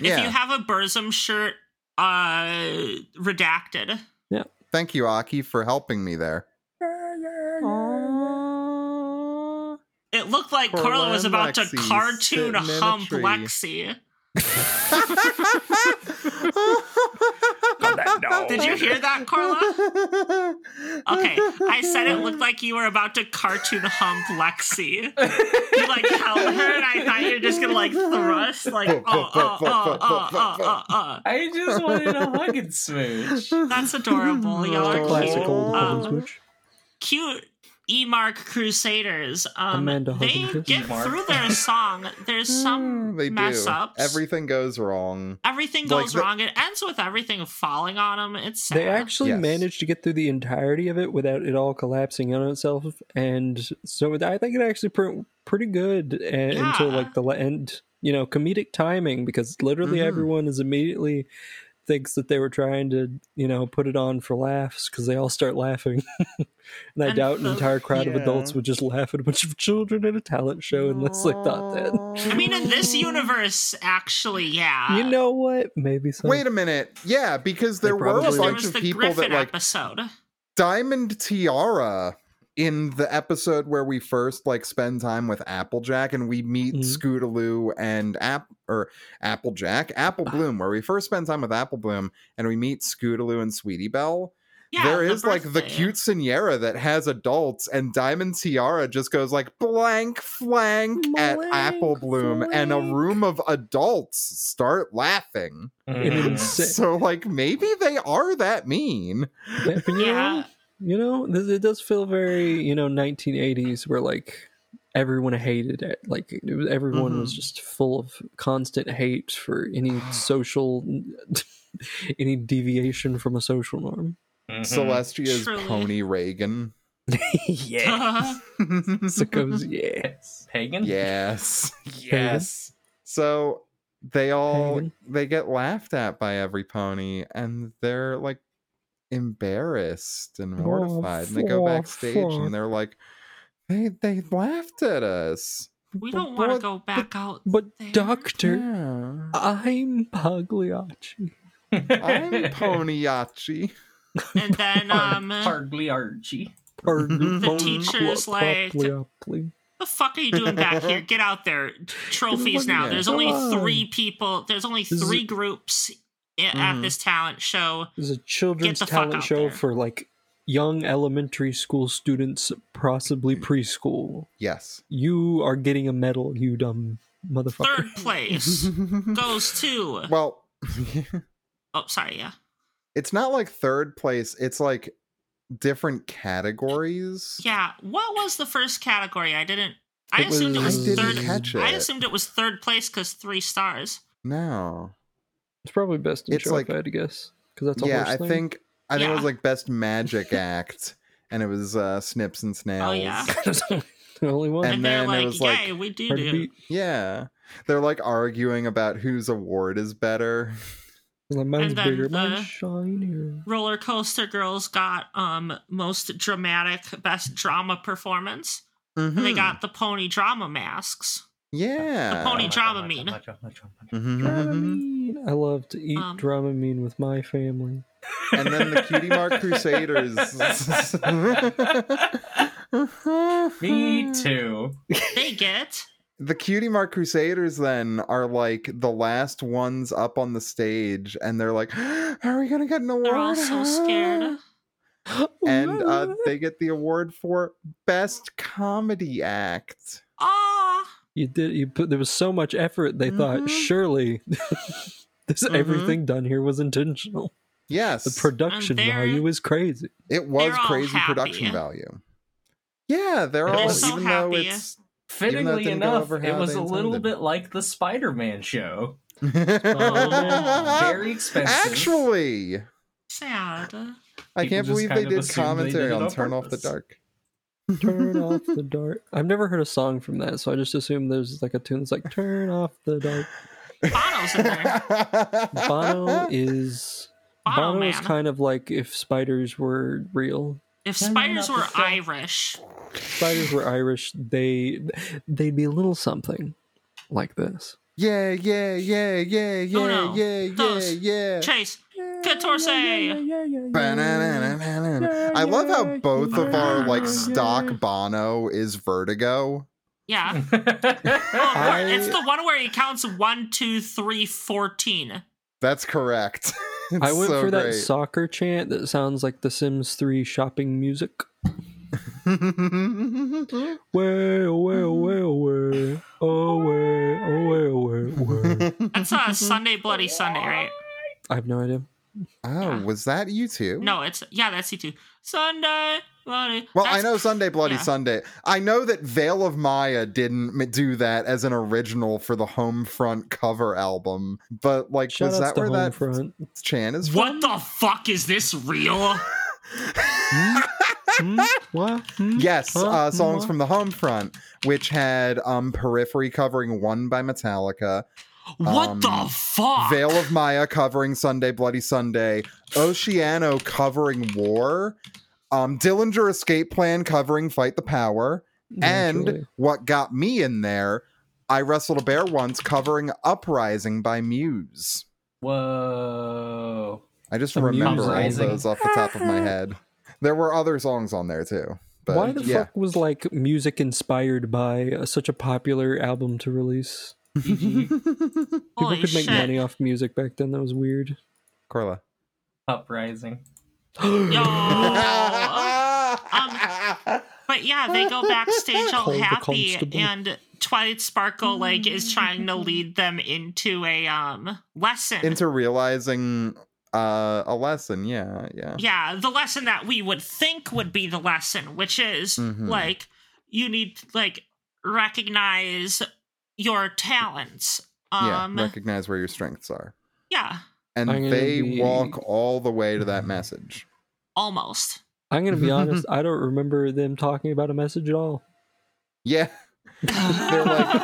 [SPEAKER 1] If
[SPEAKER 3] Yeah.
[SPEAKER 1] you have a Burzum shirt, uh, redacted.
[SPEAKER 3] Thank you, Aki, for helping me there.
[SPEAKER 1] It looked like
[SPEAKER 3] Poor
[SPEAKER 1] Corla was
[SPEAKER 3] Len
[SPEAKER 1] about to
[SPEAKER 3] Lexi
[SPEAKER 1] cartoon
[SPEAKER 3] sitting in a
[SPEAKER 1] hump
[SPEAKER 3] tree.
[SPEAKER 1] Lexi.
[SPEAKER 7] Got that dog.
[SPEAKER 1] Did you hear that, Corla? Okay, I said it looked like you were about to cartoon hump Lexi. You like held her, and I thought you were just gonna like thrust, like oh oh oh oh oh oh. oh.
[SPEAKER 4] I just wanted a hug and smooch.
[SPEAKER 1] That's adorable. Y'all
[SPEAKER 2] Just a
[SPEAKER 1] are
[SPEAKER 2] classic
[SPEAKER 1] cute.
[SPEAKER 2] old
[SPEAKER 1] Um,
[SPEAKER 2] Golden Smooch.
[SPEAKER 1] cute Emark Crusaders. Um,
[SPEAKER 2] Amanda
[SPEAKER 1] they
[SPEAKER 2] Huggins.
[SPEAKER 1] get
[SPEAKER 4] Emark.
[SPEAKER 1] through their song. There's some
[SPEAKER 3] Mm, they
[SPEAKER 1] mess
[SPEAKER 3] do.
[SPEAKER 1] ups.
[SPEAKER 3] Everything goes wrong.
[SPEAKER 1] Everything
[SPEAKER 3] like
[SPEAKER 1] goes
[SPEAKER 3] the-
[SPEAKER 1] wrong. It ends with everything falling on them. It's sad.
[SPEAKER 2] They actually
[SPEAKER 3] Yes.
[SPEAKER 2] managed to get through the entirety of it without it all collapsing on itself, and so I think it actually pre- pretty good a- until
[SPEAKER 1] Yeah.
[SPEAKER 2] like the la- end. You know, comedic timing because literally
[SPEAKER 3] Mhm.
[SPEAKER 2] everyone is immediately thinks that they were trying to you know put it on for laughs because they all start laughing, and I
[SPEAKER 1] And
[SPEAKER 2] doubt an
[SPEAKER 1] the-
[SPEAKER 2] entire crowd of
[SPEAKER 3] yeah.
[SPEAKER 2] adults would just laugh at a bunch of children at a talent show unless they thought that.
[SPEAKER 1] I mean, in this
[SPEAKER 3] Mm.
[SPEAKER 1] universe, actually, yeah.
[SPEAKER 2] You know what? Maybe so.
[SPEAKER 3] Wait a minute. Yeah, because
[SPEAKER 2] They
[SPEAKER 3] there were a
[SPEAKER 2] probably-
[SPEAKER 1] because there
[SPEAKER 3] bunch
[SPEAKER 1] was
[SPEAKER 3] of
[SPEAKER 1] the
[SPEAKER 3] people
[SPEAKER 1] Griffin
[SPEAKER 3] that like
[SPEAKER 1] episode.
[SPEAKER 3] Diamond Tiara in the episode where we first like spend time with Applejack and we meet
[SPEAKER 2] Mhm.
[SPEAKER 3] Scootaloo and App or Applejack, Apple Bloom, where we first spend time with Apple Bloom and we meet Scootaloo and Sweetie Belle.
[SPEAKER 1] Yeah,
[SPEAKER 3] there
[SPEAKER 1] the
[SPEAKER 3] is like the
[SPEAKER 1] birthday.
[SPEAKER 3] cute Siniera that has adults, and Diamond Tiara just goes like blank flank at
[SPEAKER 2] Blank
[SPEAKER 3] Apple Bloom, and a
[SPEAKER 2] flank.
[SPEAKER 3] room of adults start laughing.
[SPEAKER 2] It
[SPEAKER 7] Mm.
[SPEAKER 2] is-
[SPEAKER 3] So like maybe they are that mean.
[SPEAKER 2] But, you
[SPEAKER 1] Yeah.
[SPEAKER 2] know, you know, this, it does feel very, you know, 1980s where like everyone hated it. Like it was, everyone
[SPEAKER 1] Mm-hmm.
[SPEAKER 2] was
[SPEAKER 3] Mhm.
[SPEAKER 2] just full of constant hate for any social, any deviation from a social norm.
[SPEAKER 4] Mm-hmm.
[SPEAKER 3] uh, Celestia's
[SPEAKER 1] Truly.
[SPEAKER 3] pony Reagan.
[SPEAKER 7] yeah.
[SPEAKER 2] So it goes, yeah.
[SPEAKER 4] Yes. Pagan?
[SPEAKER 3] yes. Yes. So they all
[SPEAKER 2] Pagan.
[SPEAKER 3] they get laughed at by every pony and they're like embarrassed and
[SPEAKER 2] Oh,
[SPEAKER 3] mortified. and they go
[SPEAKER 2] fuck,
[SPEAKER 3] backstage
[SPEAKER 2] fuck.
[SPEAKER 3] and they're like, they they laughed at us.
[SPEAKER 1] we
[SPEAKER 2] But
[SPEAKER 1] don't want to
[SPEAKER 2] what-
[SPEAKER 1] go back out.
[SPEAKER 2] But
[SPEAKER 1] there.
[SPEAKER 2] doctor,
[SPEAKER 3] Yeah.
[SPEAKER 2] uh, I'm Pagliacci.
[SPEAKER 3] I'm Ponyachi.
[SPEAKER 1] And then um, the
[SPEAKER 4] Hardly Archie.
[SPEAKER 2] Pardon,
[SPEAKER 1] The
[SPEAKER 2] phone
[SPEAKER 1] teacher's
[SPEAKER 2] clock,
[SPEAKER 1] like-
[SPEAKER 2] Pagliacci.
[SPEAKER 1] fuck are you doing back here? Get out there. Trophies
[SPEAKER 3] Look at
[SPEAKER 1] now.
[SPEAKER 3] it.
[SPEAKER 1] There's only
[SPEAKER 2] Come on.
[SPEAKER 1] three people. There's only
[SPEAKER 2] This is-
[SPEAKER 1] three groups i- at
[SPEAKER 3] Mhm.
[SPEAKER 1] this talent show.
[SPEAKER 2] There's a children's
[SPEAKER 1] the fuck out
[SPEAKER 2] talent show
[SPEAKER 1] there.
[SPEAKER 2] for like young elementary school students,
[SPEAKER 1] Mm.
[SPEAKER 2] possibly preschool.
[SPEAKER 3] Yes.
[SPEAKER 2] You are getting a medal, you dumb motherfucker.
[SPEAKER 1] Third place goes to.
[SPEAKER 3] well
[SPEAKER 1] Oh, sorry. Yeah.
[SPEAKER 3] it's not like third place, it's like different categories.
[SPEAKER 1] Yeah. What was the first category? I didn't. I
[SPEAKER 2] It
[SPEAKER 1] assumed
[SPEAKER 3] I
[SPEAKER 2] was-
[SPEAKER 1] it was
[SPEAKER 3] didn't
[SPEAKER 1] third.
[SPEAKER 3] catch it.
[SPEAKER 1] I assumed it was third place because three stars.
[SPEAKER 3] no.
[SPEAKER 2] It's probably best in
[SPEAKER 3] It's
[SPEAKER 2] show,
[SPEAKER 3] like-
[SPEAKER 2] if I had to guess, because that's a
[SPEAKER 3] yeah,
[SPEAKER 2] horse
[SPEAKER 3] I
[SPEAKER 2] thing.
[SPEAKER 3] think I think it was
[SPEAKER 1] Yeah.
[SPEAKER 3] like best magic act, and it was uh, Snips and Snails.
[SPEAKER 1] Oh yeah.
[SPEAKER 2] There's only- the only one.
[SPEAKER 1] And,
[SPEAKER 3] And
[SPEAKER 1] they're
[SPEAKER 3] then it
[SPEAKER 1] like,
[SPEAKER 3] was like,
[SPEAKER 1] "Yay, we do
[SPEAKER 2] Hard to
[SPEAKER 1] do."
[SPEAKER 2] beat.
[SPEAKER 3] Yeah. They're like arguing about whose award is better.
[SPEAKER 2] Like, mine's
[SPEAKER 1] And then uh,
[SPEAKER 2] bigger,
[SPEAKER 1] the-
[SPEAKER 2] mine's shinier.
[SPEAKER 1] Roller Coaster Girls got um most dramatic best drama performance. And they
[SPEAKER 3] Mhm.
[SPEAKER 1] got the pony drama masks.
[SPEAKER 3] Mm-hmm. yeah.
[SPEAKER 1] pony Dramamine.
[SPEAKER 3] Mhm.
[SPEAKER 2] Dramamine. I love to eat
[SPEAKER 1] Mm-hmm. Um,
[SPEAKER 2] Dramamine with my family.
[SPEAKER 3] and then the Cutie Mark Crusaders.
[SPEAKER 1] Hmm.
[SPEAKER 4] Me too.
[SPEAKER 1] They get
[SPEAKER 3] the cutie mark crusaders then are like the last ones up on the stage and they're like are we gonna get an award
[SPEAKER 1] they're all so scared.
[SPEAKER 3] and uh, they get the award for best comedy act
[SPEAKER 1] Ah,
[SPEAKER 2] you did. You put. There was so much effort. They
[SPEAKER 3] Mhm.
[SPEAKER 2] thought
[SPEAKER 1] Mm-hmm.
[SPEAKER 2] surely this
[SPEAKER 3] Mhm.
[SPEAKER 2] everything done here was intentional.
[SPEAKER 3] yes
[SPEAKER 2] The production
[SPEAKER 1] And they're-
[SPEAKER 2] value is crazy.
[SPEAKER 3] it was
[SPEAKER 1] They're all
[SPEAKER 3] crazy
[SPEAKER 1] happy.
[SPEAKER 3] production value yeah they're
[SPEAKER 7] They're
[SPEAKER 3] all
[SPEAKER 7] so
[SPEAKER 3] even though
[SPEAKER 1] happy.
[SPEAKER 3] it's Even though it
[SPEAKER 4] Fittingly
[SPEAKER 3] didn't go
[SPEAKER 4] enough,
[SPEAKER 3] over how
[SPEAKER 4] it was
[SPEAKER 3] they
[SPEAKER 4] a little
[SPEAKER 3] intended.
[SPEAKER 4] bit like the Spider-Man show.
[SPEAKER 1] very
[SPEAKER 4] Oh, Very expensive.
[SPEAKER 3] Uh, actually
[SPEAKER 1] sad.
[SPEAKER 3] i
[SPEAKER 4] People
[SPEAKER 3] can't
[SPEAKER 4] just
[SPEAKER 3] believe
[SPEAKER 4] kind
[SPEAKER 3] they
[SPEAKER 4] of
[SPEAKER 3] did
[SPEAKER 4] assumed they
[SPEAKER 3] commentary
[SPEAKER 4] did it
[SPEAKER 3] on
[SPEAKER 4] on
[SPEAKER 3] turn off the
[SPEAKER 4] purpose.
[SPEAKER 3] dark
[SPEAKER 2] Turn off the dark. I've never heard a song from that, so I just assume there's like a tune that's like "Turn off the dark."
[SPEAKER 1] Bono's in there.
[SPEAKER 2] Bono is
[SPEAKER 1] Bono,
[SPEAKER 2] Bono is
[SPEAKER 1] man.
[SPEAKER 2] kind of like if spiders were real.
[SPEAKER 1] If
[SPEAKER 4] No, no, no,
[SPEAKER 1] spiders
[SPEAKER 4] not
[SPEAKER 1] were
[SPEAKER 4] the show.
[SPEAKER 1] Irish,
[SPEAKER 2] Spiders were Irish. They they'd be a little something like this.
[SPEAKER 3] yeah yeah yeah yeah yeah
[SPEAKER 1] Oh, no.
[SPEAKER 3] yeah yeah
[SPEAKER 1] Those-
[SPEAKER 3] yeah
[SPEAKER 1] Chase, Catorce.
[SPEAKER 3] I love how both of our like stock Bono is Vertigo.
[SPEAKER 1] Yeah.
[SPEAKER 4] I
[SPEAKER 1] Well, it's the one where he counts one, two, three, fourteen.
[SPEAKER 3] That's correct. It's
[SPEAKER 2] I went
[SPEAKER 3] so
[SPEAKER 2] for that
[SPEAKER 3] great.
[SPEAKER 2] soccer chant that sounds like The Sims 3 shopping music. Way, away, away, away, Oh, away, away, away, away.
[SPEAKER 1] That's
[SPEAKER 4] Mm-hmm,
[SPEAKER 1] uh, Sunday Bloody Sunday, right?
[SPEAKER 2] I have no idea.
[SPEAKER 3] oh, was that you too?
[SPEAKER 1] No, it's yeah, that's you too. Sunday Bloody.
[SPEAKER 3] Well, I
[SPEAKER 1] That's-
[SPEAKER 3] know Sunday Bloody
[SPEAKER 1] yeah.
[SPEAKER 3] Sunday. I know that Veil of Maya didn't m- do that as an original for the Homefront cover album, but like,
[SPEAKER 2] Shout
[SPEAKER 3] was
[SPEAKER 2] outs
[SPEAKER 3] that where
[SPEAKER 2] to
[SPEAKER 3] that
[SPEAKER 2] Homefront.
[SPEAKER 3] Chan is
[SPEAKER 1] What the fuck is this real?
[SPEAKER 2] Hmm? What? Hmm?
[SPEAKER 3] Yes,
[SPEAKER 2] Huh?
[SPEAKER 3] uh, songs
[SPEAKER 2] Mwah.
[SPEAKER 3] from the home front, which had um, Periphery covering One by Metallica,
[SPEAKER 1] What
[SPEAKER 3] Um,
[SPEAKER 1] the
[SPEAKER 2] Ah.
[SPEAKER 1] fuck?
[SPEAKER 3] Veil of Maya covering Sunday Bloody Sunday, Oceano covering War, um, Dillinger Escape Plan covering Fight the Power, and
[SPEAKER 2] Naturally.
[SPEAKER 3] what got me in there, I Wrestled a Bear Once covering Uprising by Muse.
[SPEAKER 4] Whoa.
[SPEAKER 3] I just
[SPEAKER 2] A Muse
[SPEAKER 3] remember all
[SPEAKER 4] Uprising.
[SPEAKER 3] those off the top of my head. There were other songs on there too. But
[SPEAKER 2] why the
[SPEAKER 3] yeah.
[SPEAKER 2] fuck was like music inspired by uh, such a popular album to release? People
[SPEAKER 1] Holy
[SPEAKER 2] could make
[SPEAKER 1] shit.
[SPEAKER 2] money off music back then. That was weird.
[SPEAKER 3] Corla?
[SPEAKER 4] Uprising.
[SPEAKER 1] Yo.
[SPEAKER 2] um,
[SPEAKER 1] But yeah, they go backstage all
[SPEAKER 2] Call the
[SPEAKER 1] happy,
[SPEAKER 2] constable.
[SPEAKER 1] and Twilight Sparkle like is trying to lead them into a um lesson.
[SPEAKER 3] into realizing uh, a lesson. Yeah, yeah.
[SPEAKER 1] yeah, the lesson that we would think would be the lesson, which is
[SPEAKER 3] Mhm.
[SPEAKER 1] like you need to, like recognize your talents. Um,
[SPEAKER 3] yeah,
[SPEAKER 1] yeah,
[SPEAKER 3] recognize where your strengths are. And
[SPEAKER 2] I'm gonna
[SPEAKER 3] they
[SPEAKER 2] be-
[SPEAKER 3] walk all the way to that message.
[SPEAKER 1] almost.
[SPEAKER 2] I'm gonna be honest. I don't remember them talking about a message at all.
[SPEAKER 3] Yeah. They're like,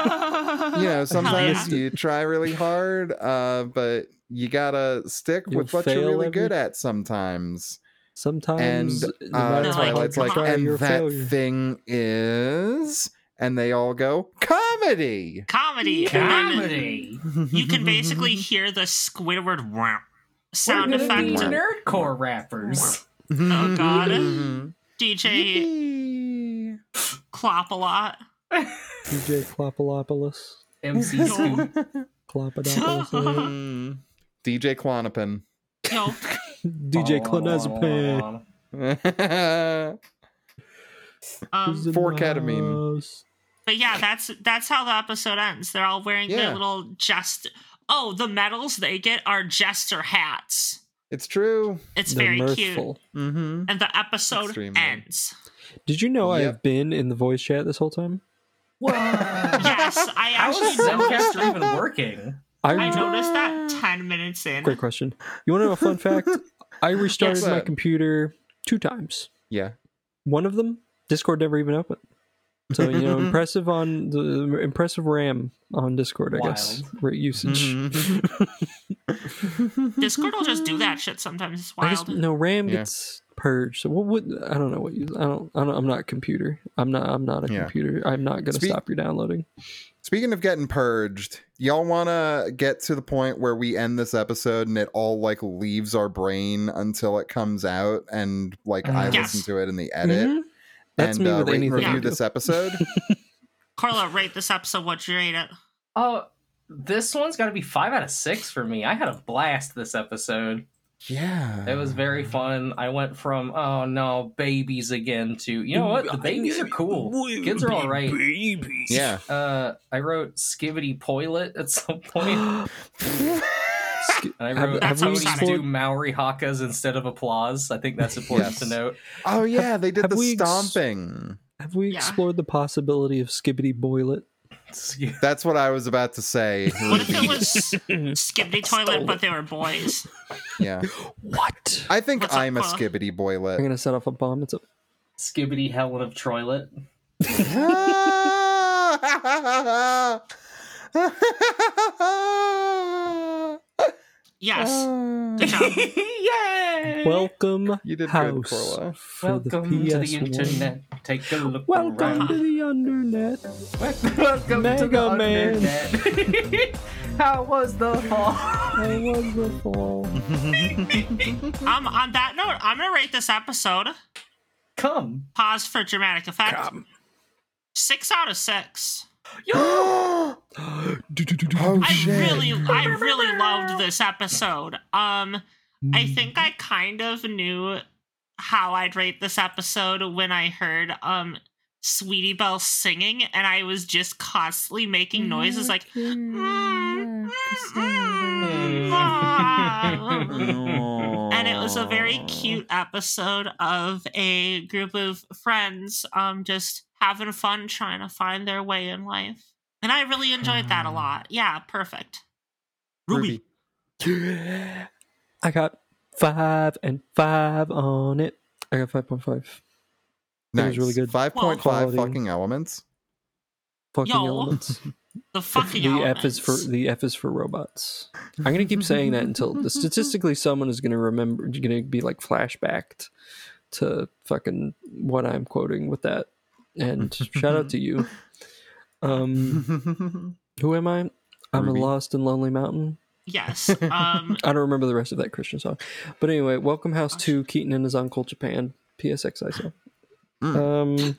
[SPEAKER 3] you know, sometimes
[SPEAKER 2] yeah.
[SPEAKER 3] you try really hard, uh, but you gotta stick
[SPEAKER 2] You'll
[SPEAKER 3] with what you're
[SPEAKER 2] fail
[SPEAKER 3] really
[SPEAKER 2] every-
[SPEAKER 3] good at sometimes. And
[SPEAKER 2] Sometimes no
[SPEAKER 3] uh,
[SPEAKER 2] matter how
[SPEAKER 3] Twilight's
[SPEAKER 2] hard
[SPEAKER 3] like,
[SPEAKER 2] you
[SPEAKER 1] try,
[SPEAKER 3] and
[SPEAKER 2] you're a
[SPEAKER 3] that
[SPEAKER 2] failure."
[SPEAKER 3] thing is, and they all go comedy.
[SPEAKER 1] comedy. And
[SPEAKER 4] Comedy.
[SPEAKER 1] you can basically hear the Squidward whomp sound
[SPEAKER 4] We're gonna
[SPEAKER 1] effect.
[SPEAKER 4] be nerdcore rappers.
[SPEAKER 1] Oh god. DJ
[SPEAKER 3] Yippee.
[SPEAKER 1] Clop a lot.
[SPEAKER 2] DJ Klopalopoulos.
[SPEAKER 4] MC Scoop.
[SPEAKER 2] Klopalopoulos.
[SPEAKER 3] Mm. DJ Klonopin.
[SPEAKER 1] Yo,
[SPEAKER 2] DJ Clonazepam.
[SPEAKER 1] um,
[SPEAKER 3] For ketamine.
[SPEAKER 1] but yeah, that's that's how the episode ends. They're all wearing
[SPEAKER 3] Yeah.
[SPEAKER 1] their little jest. Oh, the medals they get are jester hats.
[SPEAKER 3] it's true.
[SPEAKER 1] It's
[SPEAKER 2] They're
[SPEAKER 1] very cute.
[SPEAKER 2] mirthful.
[SPEAKER 3] Mm-hmm.
[SPEAKER 1] And the episode
[SPEAKER 3] Extremely.
[SPEAKER 1] ends.
[SPEAKER 2] Did you know I
[SPEAKER 3] Yep.
[SPEAKER 2] have been in the voice chat this whole time?
[SPEAKER 4] Whoa.
[SPEAKER 1] Yes, I
[SPEAKER 4] How is
[SPEAKER 1] actually noticed.
[SPEAKER 4] Zencaster even working?
[SPEAKER 1] I noticed that ten minutes in.
[SPEAKER 2] Great question. You want to know a fun fact? I restarted
[SPEAKER 3] Yes.
[SPEAKER 2] my computer two times.
[SPEAKER 3] Yeah.
[SPEAKER 2] One of them, Discord never even opened. So you know, impressive on the impressive RAM on Discord, I guess r- usage.
[SPEAKER 4] Mm-hmm.
[SPEAKER 1] Discord will just do that shit sometimes. It's
[SPEAKER 2] I guess
[SPEAKER 1] wild.
[SPEAKER 2] no RAM
[SPEAKER 3] Yeah.
[SPEAKER 2] gets purged. So what would I don't know what you I don't I don't I'm not a computer. I'm not I'm not a
[SPEAKER 3] Yeah.
[SPEAKER 2] computer. I'm not gonna
[SPEAKER 3] Speak-
[SPEAKER 2] stop your downloading.
[SPEAKER 3] Speaking of getting purged, y'all want to get to the point where we end this episode and it all like leaves our brain until it comes out and like I
[SPEAKER 1] Yes.
[SPEAKER 3] listen to it in the edit
[SPEAKER 4] Mm-hmm.
[SPEAKER 2] Mhm. That's
[SPEAKER 3] and
[SPEAKER 2] me
[SPEAKER 3] uh,
[SPEAKER 2] with
[SPEAKER 3] rate and
[SPEAKER 2] anything.
[SPEAKER 3] review
[SPEAKER 1] I
[SPEAKER 2] do.
[SPEAKER 3] this episode.
[SPEAKER 1] Carla, rate this episode. What you rate it?
[SPEAKER 4] Oh, this one's got to be five out of six for me. I had a blast this episode.
[SPEAKER 3] yeah.
[SPEAKER 4] It
[SPEAKER 2] Oh,
[SPEAKER 4] was very fun. I went from oh no babies again to you know what the babies are cool. Kids are all right.
[SPEAKER 3] Yeah.
[SPEAKER 4] Uh, I wrote skibbity poilet at some point. And I
[SPEAKER 2] Have-
[SPEAKER 4] wrote
[SPEAKER 1] have
[SPEAKER 4] have,
[SPEAKER 1] we
[SPEAKER 4] do
[SPEAKER 2] explored-
[SPEAKER 4] Maori hakas instead of applause. I think that's important to
[SPEAKER 3] Yes.
[SPEAKER 4] note.
[SPEAKER 3] Oh yeah, they did
[SPEAKER 2] have
[SPEAKER 3] the
[SPEAKER 2] we ex-
[SPEAKER 3] stomping.
[SPEAKER 2] Have we
[SPEAKER 1] Yeah.
[SPEAKER 2] explored the possibility of Skibbity Boilet?
[SPEAKER 3] That's what I was about to say.
[SPEAKER 1] What if it was Skibbity Toilet, but they were boys?
[SPEAKER 3] yeah.
[SPEAKER 2] What?
[SPEAKER 3] I think
[SPEAKER 1] What's up,
[SPEAKER 3] I'm a
[SPEAKER 1] Paul?
[SPEAKER 3] skibbity
[SPEAKER 2] I'm
[SPEAKER 3] boylet.
[SPEAKER 2] gonna set off a bomb. It's a
[SPEAKER 4] Skibbity Helen of Troilet.
[SPEAKER 1] Yes. Good job.
[SPEAKER 4] Yay!
[SPEAKER 2] welcome
[SPEAKER 3] You did good,
[SPEAKER 2] house
[SPEAKER 3] Corla.
[SPEAKER 2] for
[SPEAKER 4] Welcome to the
[SPEAKER 2] PS1.
[SPEAKER 4] internet. Take a look
[SPEAKER 2] Welcome
[SPEAKER 4] around.
[SPEAKER 2] to the internet.
[SPEAKER 4] Welcome to
[SPEAKER 2] Mega
[SPEAKER 4] the
[SPEAKER 2] Man.
[SPEAKER 4] internet. How was the fall?
[SPEAKER 2] I was the fall.
[SPEAKER 1] Um, on that note, I'm gonna rate this episode.
[SPEAKER 4] Come.
[SPEAKER 1] Pause for dramatic effect. Six out of six.
[SPEAKER 3] Oh
[SPEAKER 1] I
[SPEAKER 3] shit!
[SPEAKER 1] really, I really loved this episode. Um, I
[SPEAKER 2] Mm.
[SPEAKER 1] think I kind of knew how I'd rate this episode when I heard um Sweetie Belle singing, and I was just constantly making noises like. ah, "Mm, mm, mm, ah." and it was a very cute episode of a group of friends um just having fun trying to find their way in life and i really enjoyed that a lot yeah perfect
[SPEAKER 3] Ruby.
[SPEAKER 2] I got five and five on it. I got five point five. That was really good.
[SPEAKER 3] Five point five
[SPEAKER 2] Quality.
[SPEAKER 3] fucking elements.
[SPEAKER 2] Fucking
[SPEAKER 1] Yo.
[SPEAKER 2] elements.
[SPEAKER 1] the fucking
[SPEAKER 2] the F is for
[SPEAKER 1] elements.
[SPEAKER 2] the F is for robots. I'm gonna keep saying that until the, statistically someone is gonna remember. Gonna be like flashbacked to fucking what I'm quoting with that. And shout out to you. Um, who am I? I'm
[SPEAKER 3] Ruby.
[SPEAKER 2] a lost and lonely mountain.
[SPEAKER 1] yes um
[SPEAKER 2] I don't remember the rest of that Christian song. But anyway, Welcome House to Keaton and his Uncle Japan. PSX ISO.
[SPEAKER 1] Mm.
[SPEAKER 2] Um,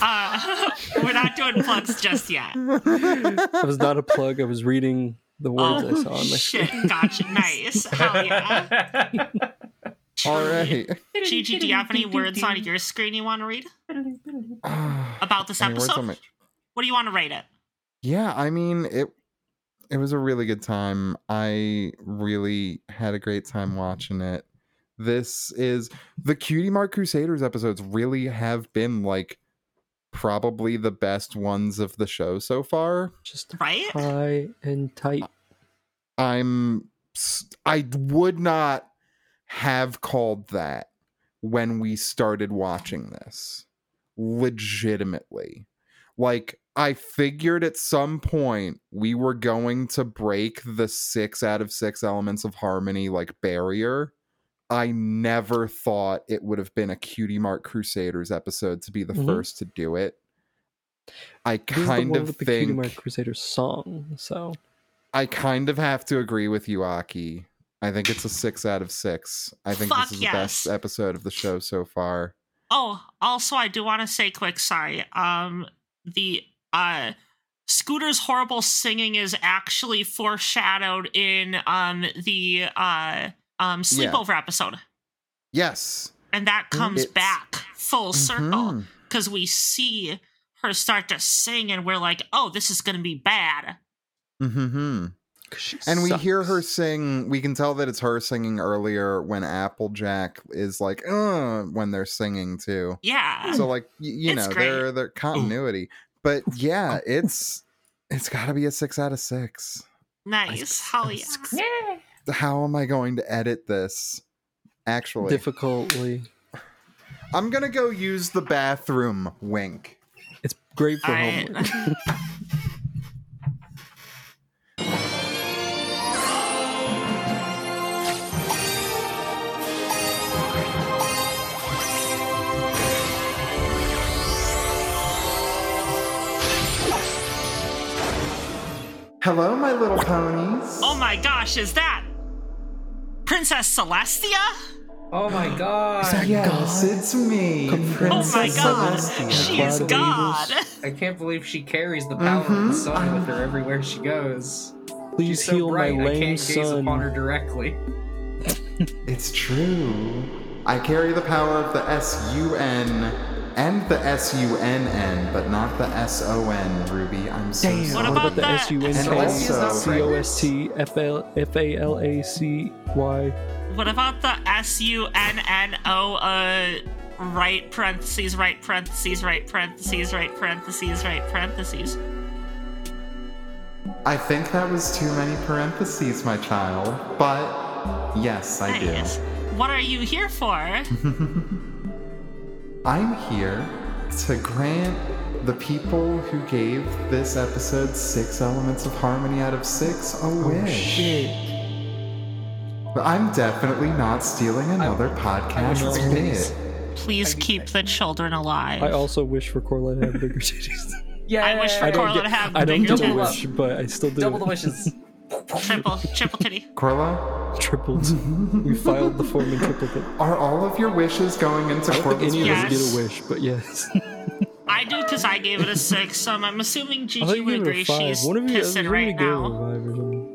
[SPEAKER 1] uh we're not doing plugs just yet
[SPEAKER 2] that was not a plug. I was reading the words I saw
[SPEAKER 1] oh
[SPEAKER 2] on my
[SPEAKER 1] shit gotcha nice hell yeah
[SPEAKER 3] All right.
[SPEAKER 1] Gigi, do you have any words on your screen you want to read about this
[SPEAKER 3] Any words
[SPEAKER 1] episode?
[SPEAKER 3] on my-
[SPEAKER 1] What do you want to rate it?
[SPEAKER 3] yeah i mean it it was a really good time i really had a great time watching it this is the cutie mark crusaders episodes really have been like probably the best ones of the show so far
[SPEAKER 2] Just
[SPEAKER 1] Right?
[SPEAKER 2] high and tight.
[SPEAKER 3] i'm s- i would not have called that when we started watching this legitimately like i figured at some point we were going to break the six out of six elements of harmony like barrier i never thought it would have been a cutie mark crusaders episode to be the
[SPEAKER 2] Mhm.
[SPEAKER 3] first to do it i
[SPEAKER 2] This is the
[SPEAKER 3] kind
[SPEAKER 2] one
[SPEAKER 3] of
[SPEAKER 2] with the Cutie
[SPEAKER 3] think
[SPEAKER 2] Mark Crusaders song. So
[SPEAKER 3] I kind of have to agree with you, Aki. I think it's a six out of six. I think
[SPEAKER 1] Fuck
[SPEAKER 3] this is
[SPEAKER 1] yes.
[SPEAKER 3] the best episode of the show so far.
[SPEAKER 1] Oh, also I do want to say quick sorry. Um the uh Scooter's horrible singing is actually foreshadowed in um the uh um sleepover episode.
[SPEAKER 3] Yes.
[SPEAKER 1] And that comes
[SPEAKER 3] It's-
[SPEAKER 1] back full circle
[SPEAKER 3] Mhm.
[SPEAKER 1] because we see her start to sing and we're like, oh, this is gonna be bad.
[SPEAKER 3] Mhm.
[SPEAKER 2] 'cause she
[SPEAKER 3] And we hear her
[SPEAKER 2] sucks.
[SPEAKER 3] sing. We can tell that it's her singing earlier when Applejack is like, uh, when they're singing too.
[SPEAKER 1] Yeah.
[SPEAKER 3] So like y- you
[SPEAKER 1] Mm. It's
[SPEAKER 3] know,
[SPEAKER 1] great. Oh.
[SPEAKER 3] their their continuity. But yeah, it's it's got to be a six out of six.
[SPEAKER 1] nice. Hell yeah.
[SPEAKER 3] How am I going to edit this? Actually,
[SPEAKER 2] difficultly.
[SPEAKER 3] I'm gonna go use the bathroom. Wink.
[SPEAKER 2] It's great for
[SPEAKER 1] I-
[SPEAKER 2] homework.
[SPEAKER 3] Hello, my little ponies.
[SPEAKER 1] Oh my gosh, is that Princess Celestia?
[SPEAKER 4] oh my god!
[SPEAKER 3] yes, it's me,
[SPEAKER 1] Oh my
[SPEAKER 3] Princess
[SPEAKER 1] god,
[SPEAKER 3] Celestia.
[SPEAKER 1] she is
[SPEAKER 2] Cloud of
[SPEAKER 1] God.
[SPEAKER 4] I can't believe she carries the power of the sun with her everywhere she goes.
[SPEAKER 2] Mm-hmm. Please
[SPEAKER 4] She's so
[SPEAKER 2] heal
[SPEAKER 4] bright,
[SPEAKER 2] my
[SPEAKER 4] I
[SPEAKER 2] lame
[SPEAKER 4] can't gaze upon her
[SPEAKER 2] son.
[SPEAKER 4] directly.
[SPEAKER 3] It's true. I carry the power of the S U N and the S U N N, but not the S O N, Ruby. I'm so
[SPEAKER 2] Damn.
[SPEAKER 1] What
[SPEAKER 3] sorry.
[SPEAKER 1] about
[SPEAKER 2] about the
[SPEAKER 1] that?
[SPEAKER 2] S U N
[SPEAKER 3] And also-
[SPEAKER 2] K C O S T F L F A L A C Y?
[SPEAKER 1] What about the S U N N O uh right parentheses, right parentheses, right parentheses, right parentheses, right parentheses?
[SPEAKER 3] I think that was too many parentheses, my child. But yes, I do.
[SPEAKER 1] Nice. What are you here for?
[SPEAKER 3] I'm here to grant the people who gave this episode six elements of harmony out of six a
[SPEAKER 1] Oh,
[SPEAKER 3] wish. But I'm definitely not stealing another podcast's bit.
[SPEAKER 1] Please keep the children alive.
[SPEAKER 2] I also wish for Corlett to have bigger titties.
[SPEAKER 4] Yeah,
[SPEAKER 1] I wish for Corlin
[SPEAKER 2] get-
[SPEAKER 1] to have
[SPEAKER 2] I don't
[SPEAKER 1] bigger
[SPEAKER 2] get a
[SPEAKER 1] tits.
[SPEAKER 2] wish, but I still do.
[SPEAKER 4] double the wishes.
[SPEAKER 1] Triple, triple titty.
[SPEAKER 3] Corla,
[SPEAKER 2] Tripled. we filed the form and tripled it.
[SPEAKER 3] are all of your wishes going into
[SPEAKER 2] I don't think
[SPEAKER 3] Corla's
[SPEAKER 2] any of us
[SPEAKER 1] Yes.
[SPEAKER 2] get a wish, but yes.
[SPEAKER 1] I do because I gave it a six. Um, I'm assuming
[SPEAKER 2] I
[SPEAKER 1] Gigi
[SPEAKER 2] think
[SPEAKER 1] would
[SPEAKER 2] you
[SPEAKER 1] agree.
[SPEAKER 2] gave it a five.
[SPEAKER 1] She's
[SPEAKER 2] One of you
[SPEAKER 1] pissing
[SPEAKER 2] you
[SPEAKER 1] right
[SPEAKER 2] gave it a
[SPEAKER 1] now.
[SPEAKER 2] five or something.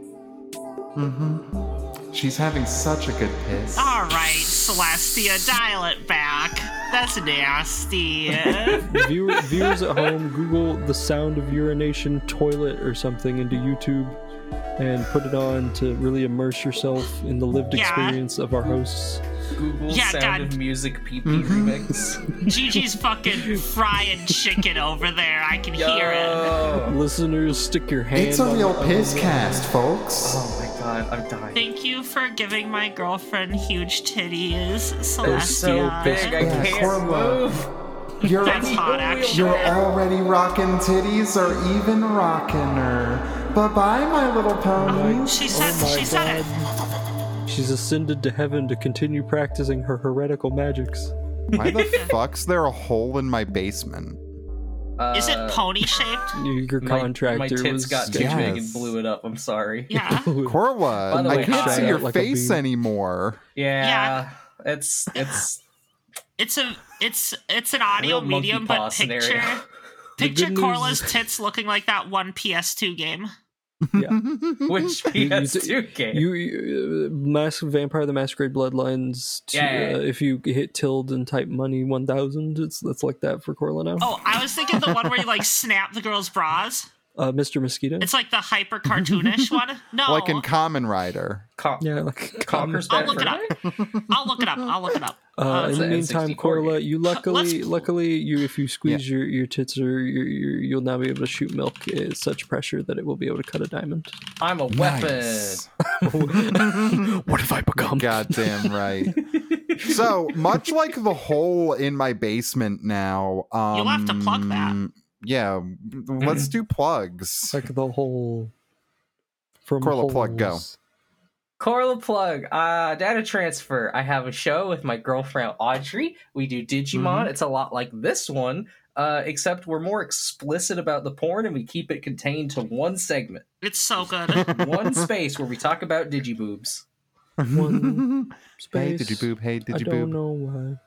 [SPEAKER 3] She's having such a good piss.
[SPEAKER 2] Ah.
[SPEAKER 1] All right, Celestia, dial it back. That's nasty.
[SPEAKER 2] Viewer, viewers at home, Google the sound of urination toilet or something into YouTube and put it on to really immerse yourself in the lived
[SPEAKER 1] Yeah.
[SPEAKER 2] experience of our hosts.
[SPEAKER 4] Google
[SPEAKER 1] Yeah,
[SPEAKER 4] sound
[SPEAKER 1] God.
[SPEAKER 4] of music PP
[SPEAKER 2] Mm-hmm.
[SPEAKER 4] remix.
[SPEAKER 1] Gigi's fucking frying chicken over there. I can hear it.
[SPEAKER 4] Yo.
[SPEAKER 2] Listeners, stick your hand
[SPEAKER 3] It's a
[SPEAKER 2] on
[SPEAKER 3] real piss cast, folks.
[SPEAKER 4] Oh my god, I'm dying.
[SPEAKER 1] Thank you for giving my girlfriend huge titties,
[SPEAKER 4] They're
[SPEAKER 1] Celestia.
[SPEAKER 4] so big, I
[SPEAKER 3] Yeah,
[SPEAKER 4] can't
[SPEAKER 3] Corma.
[SPEAKER 4] move.
[SPEAKER 3] You're
[SPEAKER 1] That's hot, actually.
[SPEAKER 3] you're already rocking titties e- or even rocking her. Bye bye, my little pony.
[SPEAKER 1] She said.
[SPEAKER 2] Oh my
[SPEAKER 1] she said it.
[SPEAKER 2] She's ascended to heaven to continue practicing her heretical magics.
[SPEAKER 3] Why the fuck's there a hole in my basement?
[SPEAKER 4] Uh,
[SPEAKER 1] Is it pony shaped?
[SPEAKER 2] Your
[SPEAKER 4] my-
[SPEAKER 2] contractor
[SPEAKER 4] My tits
[SPEAKER 2] was
[SPEAKER 4] got too
[SPEAKER 3] sketchy.
[SPEAKER 4] big and
[SPEAKER 3] Yes.
[SPEAKER 4] blew it up. I'm sorry. Yeah,
[SPEAKER 1] Yeah.
[SPEAKER 4] By
[SPEAKER 3] Corla,
[SPEAKER 4] the way,
[SPEAKER 3] I can't
[SPEAKER 4] hi.
[SPEAKER 3] see your
[SPEAKER 2] Like a
[SPEAKER 3] face
[SPEAKER 2] bean.
[SPEAKER 3] anymore.
[SPEAKER 1] Yeah.
[SPEAKER 4] it's it's
[SPEAKER 1] It's a. It's it's an audio
[SPEAKER 4] real monkey
[SPEAKER 1] medium,
[SPEAKER 4] paw
[SPEAKER 1] but
[SPEAKER 4] scenario.
[SPEAKER 1] picture picture
[SPEAKER 2] good news-
[SPEAKER 1] Corla's tits looking like that one PS2 game.
[SPEAKER 2] Yeah.
[SPEAKER 4] Which
[SPEAKER 2] You- you
[SPEAKER 4] PS2 game?
[SPEAKER 2] You, you uh, Mask Vampire the Masquerade Bloodlines. To,
[SPEAKER 4] Yeah, yeah,
[SPEAKER 2] Uh, if you hit tilde and type money one thousand, it's that's like that for Corla now.
[SPEAKER 1] Oh, I was thinking the one where you like snap the girl's bras.
[SPEAKER 2] Uh, Mr. Mosquito.
[SPEAKER 1] It's like the hyper cartoonish one. No,
[SPEAKER 3] Like in Common Rider.
[SPEAKER 4] Co-
[SPEAKER 2] yeah, like
[SPEAKER 4] Conker's
[SPEAKER 1] I'll
[SPEAKER 4] Bad
[SPEAKER 1] look it
[SPEAKER 4] Fur Day?
[SPEAKER 1] I'll look it up. I'll look it up.
[SPEAKER 2] Uh, in
[SPEAKER 4] it's
[SPEAKER 2] the
[SPEAKER 4] an
[SPEAKER 2] meantime,
[SPEAKER 4] N64
[SPEAKER 2] Corla,
[SPEAKER 4] game.
[SPEAKER 2] you
[SPEAKER 1] Let's-
[SPEAKER 2] luckily, luckily, you if you squeeze your your tits or your, your you'll now be able to shoot milk at such pressure that it will be able to cut a diamond.
[SPEAKER 4] I'm a weapon.
[SPEAKER 3] Nice.
[SPEAKER 2] What have I become?
[SPEAKER 3] Goddamn right. so much like the hole in my basement now. Um,
[SPEAKER 1] You'll have to plug that.
[SPEAKER 3] Yeah, let's do plugs.
[SPEAKER 2] Like the whole. From
[SPEAKER 3] Corla, plug, go.
[SPEAKER 2] holes.
[SPEAKER 4] Corla plug, uh, data transfer. I have a show with my girlfriend Audrey. We do Digimon. It's a lot like this one, uh, except we're more explicit about the porn and we keep it contained to one segment,
[SPEAKER 1] It's so good.
[SPEAKER 4] one space where we talk about Digiboobs.
[SPEAKER 2] One
[SPEAKER 3] Hey,
[SPEAKER 2] space.
[SPEAKER 3] did you boob? Hey, did
[SPEAKER 2] I
[SPEAKER 3] you
[SPEAKER 2] don't
[SPEAKER 3] boob?
[SPEAKER 2] know why.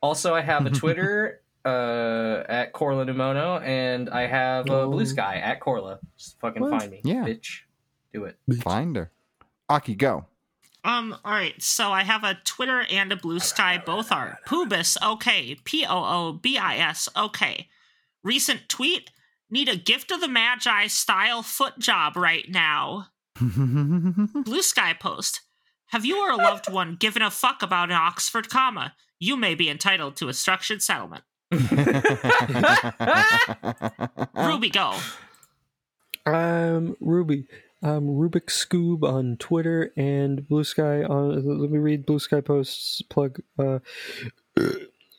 [SPEAKER 4] Also, I have a Twitter uh, at Corla Numono, and I have a
[SPEAKER 2] Oh.
[SPEAKER 4] Blue Sky at Corla. Just fucking
[SPEAKER 2] What?
[SPEAKER 4] find me,
[SPEAKER 3] Yeah.
[SPEAKER 4] bitch. Do it.
[SPEAKER 3] Find her. Aki, go.
[SPEAKER 1] Um, all right, so I have a Twitter and a Blue Sky. Both are Poobis, okay. P O O B I S, okay. Recent tweet Need a gift of the Magi style foot job right now. Blue Sky post Have you or a loved one given a fuck about an Oxford comma? You may be entitled to a structured settlement. Ruby, go.
[SPEAKER 2] I'm Ruby. I'm Rubik Scoob on Twitter and Blue Sky on. Let me read Blue Sky posts. Plug. Uh,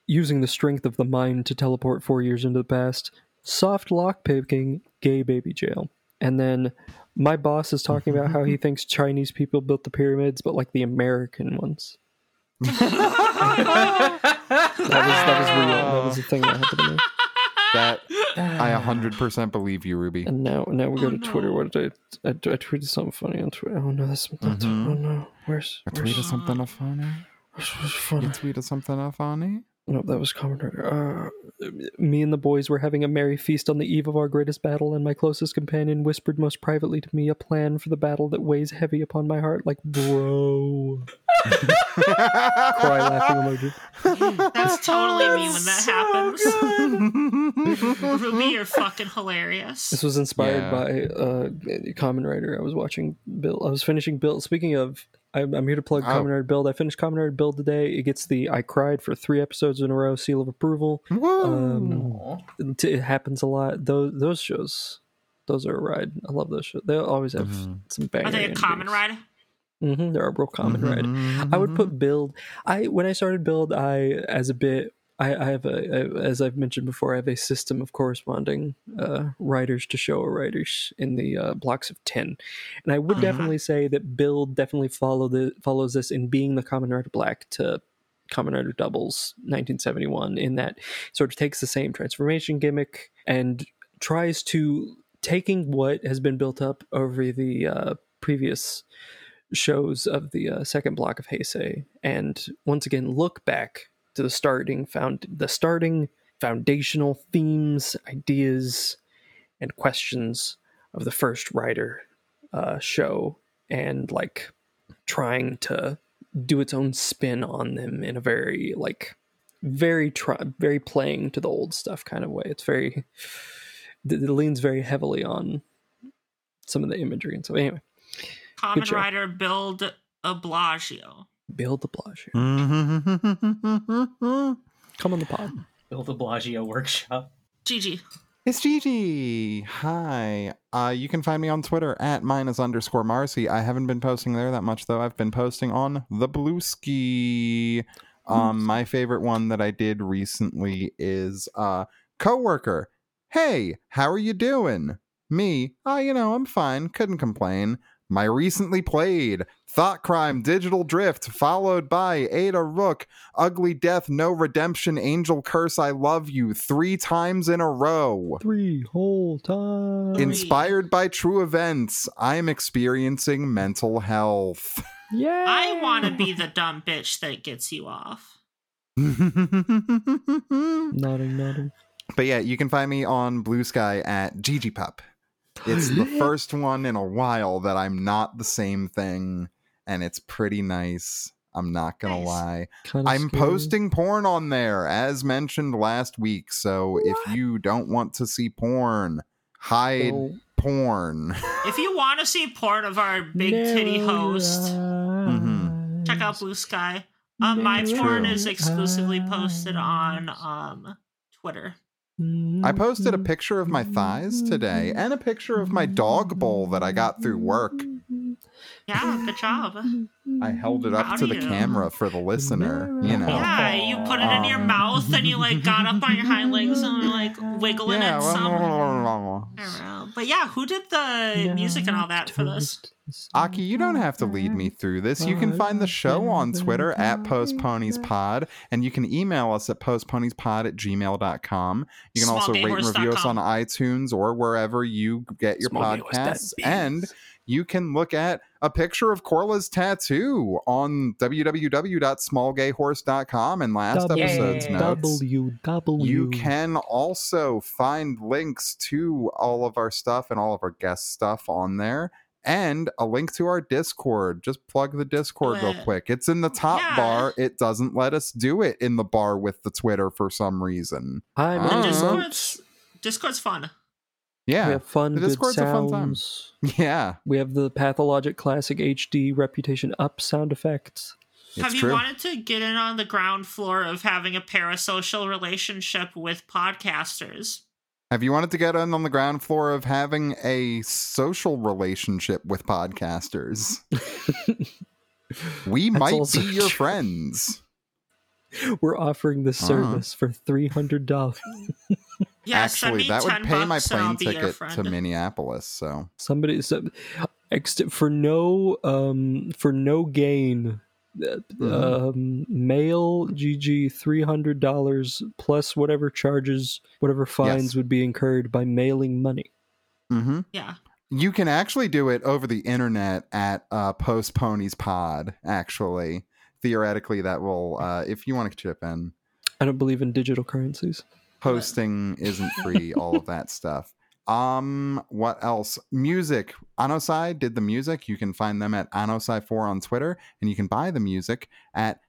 [SPEAKER 2] using the strength of the mind to teleport four years into the past. Soft lock picking. Gay baby jail. And then my boss is talking about how he thinks Chinese people built the pyramids, but like the American ones. that was that was real. That was a thing that happened to me.
[SPEAKER 3] That I 100% believe you, Ruby.
[SPEAKER 2] And now, now we
[SPEAKER 1] Oh,
[SPEAKER 2] go to Twitter.
[SPEAKER 1] no.
[SPEAKER 2] What did I, I? I tweeted something funny on Twitter. Oh no, that's not.
[SPEAKER 3] Mhm.
[SPEAKER 2] Oh no, where's
[SPEAKER 3] You
[SPEAKER 2] where's,
[SPEAKER 3] tweet us something up funny.
[SPEAKER 2] where's, where's
[SPEAKER 3] You
[SPEAKER 2] funny?
[SPEAKER 3] tweet us something up funny.
[SPEAKER 2] No, that was Common Rider. Uh, me and the boys were having a merry feast on the eve of our greatest battle, and my closest companion whispered most privately to me a plan for the battle that weighs heavy upon my heart. Like, bro, cry laughing emoji.
[SPEAKER 1] That's totally me when that happens. Ruby, you're fucking hilarious.
[SPEAKER 2] This was inspired
[SPEAKER 3] Yeah.
[SPEAKER 2] by uh, Common Rider. I was watching Bill. I was finishing Bill. Speaking of, I'm, I'm here to plug
[SPEAKER 3] Oh.
[SPEAKER 2] Common Rider Build. I finished Common Rider Build today. It gets the I cried for three episodes in a row seal of approval.
[SPEAKER 3] Woo.
[SPEAKER 2] Um,
[SPEAKER 4] Aw.
[SPEAKER 1] Oh.
[SPEAKER 2] it it happens a lot. Those those shows, those are a ride. I love those shows. They always have
[SPEAKER 3] Mhm.
[SPEAKER 2] some bangers.
[SPEAKER 1] Are they a common ride?
[SPEAKER 2] Mm-hmm, they're a real common ride. I would put build. I when I started build, I as a bit. I, I have a, I- as I've mentioned before, I have a system of corresponding uh, writers to show writers in the uh, blocks of ten, and I would
[SPEAKER 1] Ah.
[SPEAKER 2] definitely say that build definitely follow the follows this in being the common writer black to common writer doubles 1971 in that sort of takes the same transformation gimmick and tries to taking what has been built up over the uh, previous shows of the uh, second block of Heisei, and once again look back to the starting found the starting foundational themes, ideas, and questions of the first writer uh, show, and like trying to do its own spin on them in a very like very try, very playing to the old stuff kind of way. It's very it leans very heavily on some of the imagery and so anyway.
[SPEAKER 1] Common
[SPEAKER 2] job.
[SPEAKER 1] Rider build a Blagio.
[SPEAKER 2] Bill de Blasio, come on the pod.
[SPEAKER 4] Bill de Blasio workshop.
[SPEAKER 1] GG.
[SPEAKER 3] It's Gigi. Hi. Uh, you can find me on Twitter at minus underscore Marcy. I haven't been posting there that much though. I've been posting on the Blueski. Um, my favorite one that I did recently is uh, coworker. Hey, how are you doing? Me? Oh, you know, I'm fine. Couldn't complain. My recently played Thought Crime Digital Drift, followed by Ada Rook Ugly Death, No Redemption, Angel Curse, I Love You three times in a row.
[SPEAKER 2] Three whole times.
[SPEAKER 1] In-
[SPEAKER 3] Inspired by true events, I am experiencing mental health.
[SPEAKER 2] yeah.
[SPEAKER 1] I want to be the dumb bitch that gets you off.
[SPEAKER 3] but
[SPEAKER 2] nodding, nodding.
[SPEAKER 3] yeah, you can find me on Blue Sky at GigiPup. It's the first one in a while that I'm not the same thing, and it's pretty nice. I'm not gonna
[SPEAKER 1] Nice.
[SPEAKER 3] lie.
[SPEAKER 2] Kinda
[SPEAKER 3] I'm
[SPEAKER 2] scary.
[SPEAKER 3] posting porn on there, as mentioned last week. So if you don't want to see porn, hide
[SPEAKER 2] Well,
[SPEAKER 3] porn.
[SPEAKER 1] If you want to see porn of our big titty
[SPEAKER 2] narrow
[SPEAKER 1] host,
[SPEAKER 2] your eyes.
[SPEAKER 1] check out Blue Sky. Um, my
[SPEAKER 2] Narrow
[SPEAKER 1] porn
[SPEAKER 3] true.
[SPEAKER 1] is exclusively posted on
[SPEAKER 2] eyes.
[SPEAKER 1] um, Twitter.
[SPEAKER 3] I posted a picture of my thighs today and a picture of my dog bowl that I got through work.
[SPEAKER 1] Yeah, good job.
[SPEAKER 3] I held it up to the camera for the listener, you know.
[SPEAKER 1] Yeah, you put it in your
[SPEAKER 3] Um,
[SPEAKER 1] mouth and you like got up on your hind legs and were, like wiggling
[SPEAKER 3] Yeah,
[SPEAKER 1] it
[SPEAKER 3] well,
[SPEAKER 1] some. I don't know. But yeah, who did the music and all that for this?
[SPEAKER 3] Aki, you don't have to lead me through this. You can find the show on Twitter at postponiespod, and you can email us at postponiespod at gmail.com. You can also rate and review us on iTunes or wherever you get your
[SPEAKER 7] Small game was that
[SPEAKER 3] podcasts.
[SPEAKER 7] bees.
[SPEAKER 3] And you can look at a picture of Corla's tattoo on www.smallgayhorse.com and last
[SPEAKER 2] Double-
[SPEAKER 3] episode's
[SPEAKER 4] Yay.
[SPEAKER 3] notes.
[SPEAKER 2] W W.
[SPEAKER 3] You can also find links to all of our stuff and all of our guest stuff on there. And a link to our Discord. Just plug the Discord real
[SPEAKER 1] Bleh.
[SPEAKER 3] quick. It's in the top
[SPEAKER 1] Yeah.
[SPEAKER 3] bar. It doesn't let us do it in the bar with the Twitter for some reason.
[SPEAKER 2] I'm
[SPEAKER 3] The
[SPEAKER 2] in
[SPEAKER 1] Discord's- Discord's fun.
[SPEAKER 2] We
[SPEAKER 3] Yeah.
[SPEAKER 2] have fun.
[SPEAKER 3] The
[SPEAKER 2] good
[SPEAKER 3] Discord's a fun time.
[SPEAKER 2] sounds.
[SPEAKER 3] Yeah.
[SPEAKER 2] We have the Pathologic Classic HD Reputation Up sound effects.
[SPEAKER 3] It's
[SPEAKER 1] Have you
[SPEAKER 3] true.
[SPEAKER 1] wanted to get in on the ground floor of having a parasocial relationship with podcasters?
[SPEAKER 3] Have you wanted to get in on the ground floor of having a social relationship with podcasters? we
[SPEAKER 2] That's
[SPEAKER 3] might
[SPEAKER 2] also
[SPEAKER 3] be your
[SPEAKER 2] true.
[SPEAKER 3] friends.
[SPEAKER 2] We're offering this
[SPEAKER 3] Uh-huh.
[SPEAKER 2] service for three hundred dollars.
[SPEAKER 1] Yeah, send
[SPEAKER 3] Actually,
[SPEAKER 1] me
[SPEAKER 3] that
[SPEAKER 1] 10
[SPEAKER 3] would pay my
[SPEAKER 1] bucks and I'll
[SPEAKER 3] plane
[SPEAKER 1] be your
[SPEAKER 3] ticket
[SPEAKER 1] friend.
[SPEAKER 3] to Minneapolis. So
[SPEAKER 2] Somebody so, ext- for no um for no gain. uh, Um, mail GG three hundred dollars plus whatever charges, whatever fines
[SPEAKER 3] Yes.
[SPEAKER 2] would be incurred by mailing money.
[SPEAKER 3] hmm
[SPEAKER 1] Yeah.
[SPEAKER 3] you can actually do it over the internet at uh, Post Ponies Pod. Actually, theoretically, that will uh, if you want to chip in.
[SPEAKER 2] I don't believe in digital currencies.
[SPEAKER 3] Posting isn't free. all of that stuff. Um, what else? Music. Anosai did the music. You can find them at anosai4 on Twitter, and you can buy the music at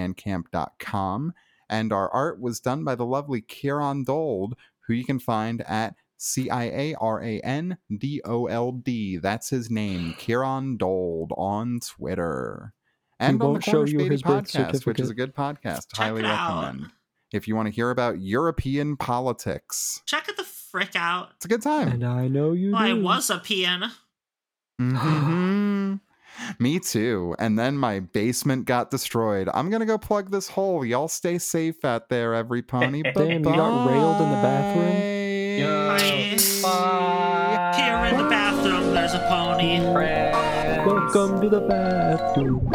[SPEAKER 3] soundsfromsci.bandcamp.com. And our art was done by the lovely Kieran Dold, who you can find at C I A R A N D O L D. That's his name, Kieran Dold on Twitter. And on the
[SPEAKER 2] won't show
[SPEAKER 3] Corner
[SPEAKER 2] you
[SPEAKER 3] Shady
[SPEAKER 2] his birth
[SPEAKER 3] podcast, which is a
[SPEAKER 2] certificate.
[SPEAKER 3] good podcast.
[SPEAKER 1] Check
[SPEAKER 3] Highly
[SPEAKER 1] it out.
[SPEAKER 3] recommend. If you want to hear about European politics,
[SPEAKER 1] Check it the frick out.
[SPEAKER 3] it's a good time.
[SPEAKER 2] And I know you.
[SPEAKER 1] Well, I
[SPEAKER 2] do.
[SPEAKER 1] was a PN.
[SPEAKER 3] Mhm. Me too. And then my basement got destroyed. I'm going to go plug this hole. Y'all stay safe out there, every pony.
[SPEAKER 2] Damn, you got railed in the
[SPEAKER 3] bathroom?
[SPEAKER 4] Bye.
[SPEAKER 1] Here in the bathroom, there's a pony.
[SPEAKER 4] Friends.
[SPEAKER 2] Welcome to the bathroom.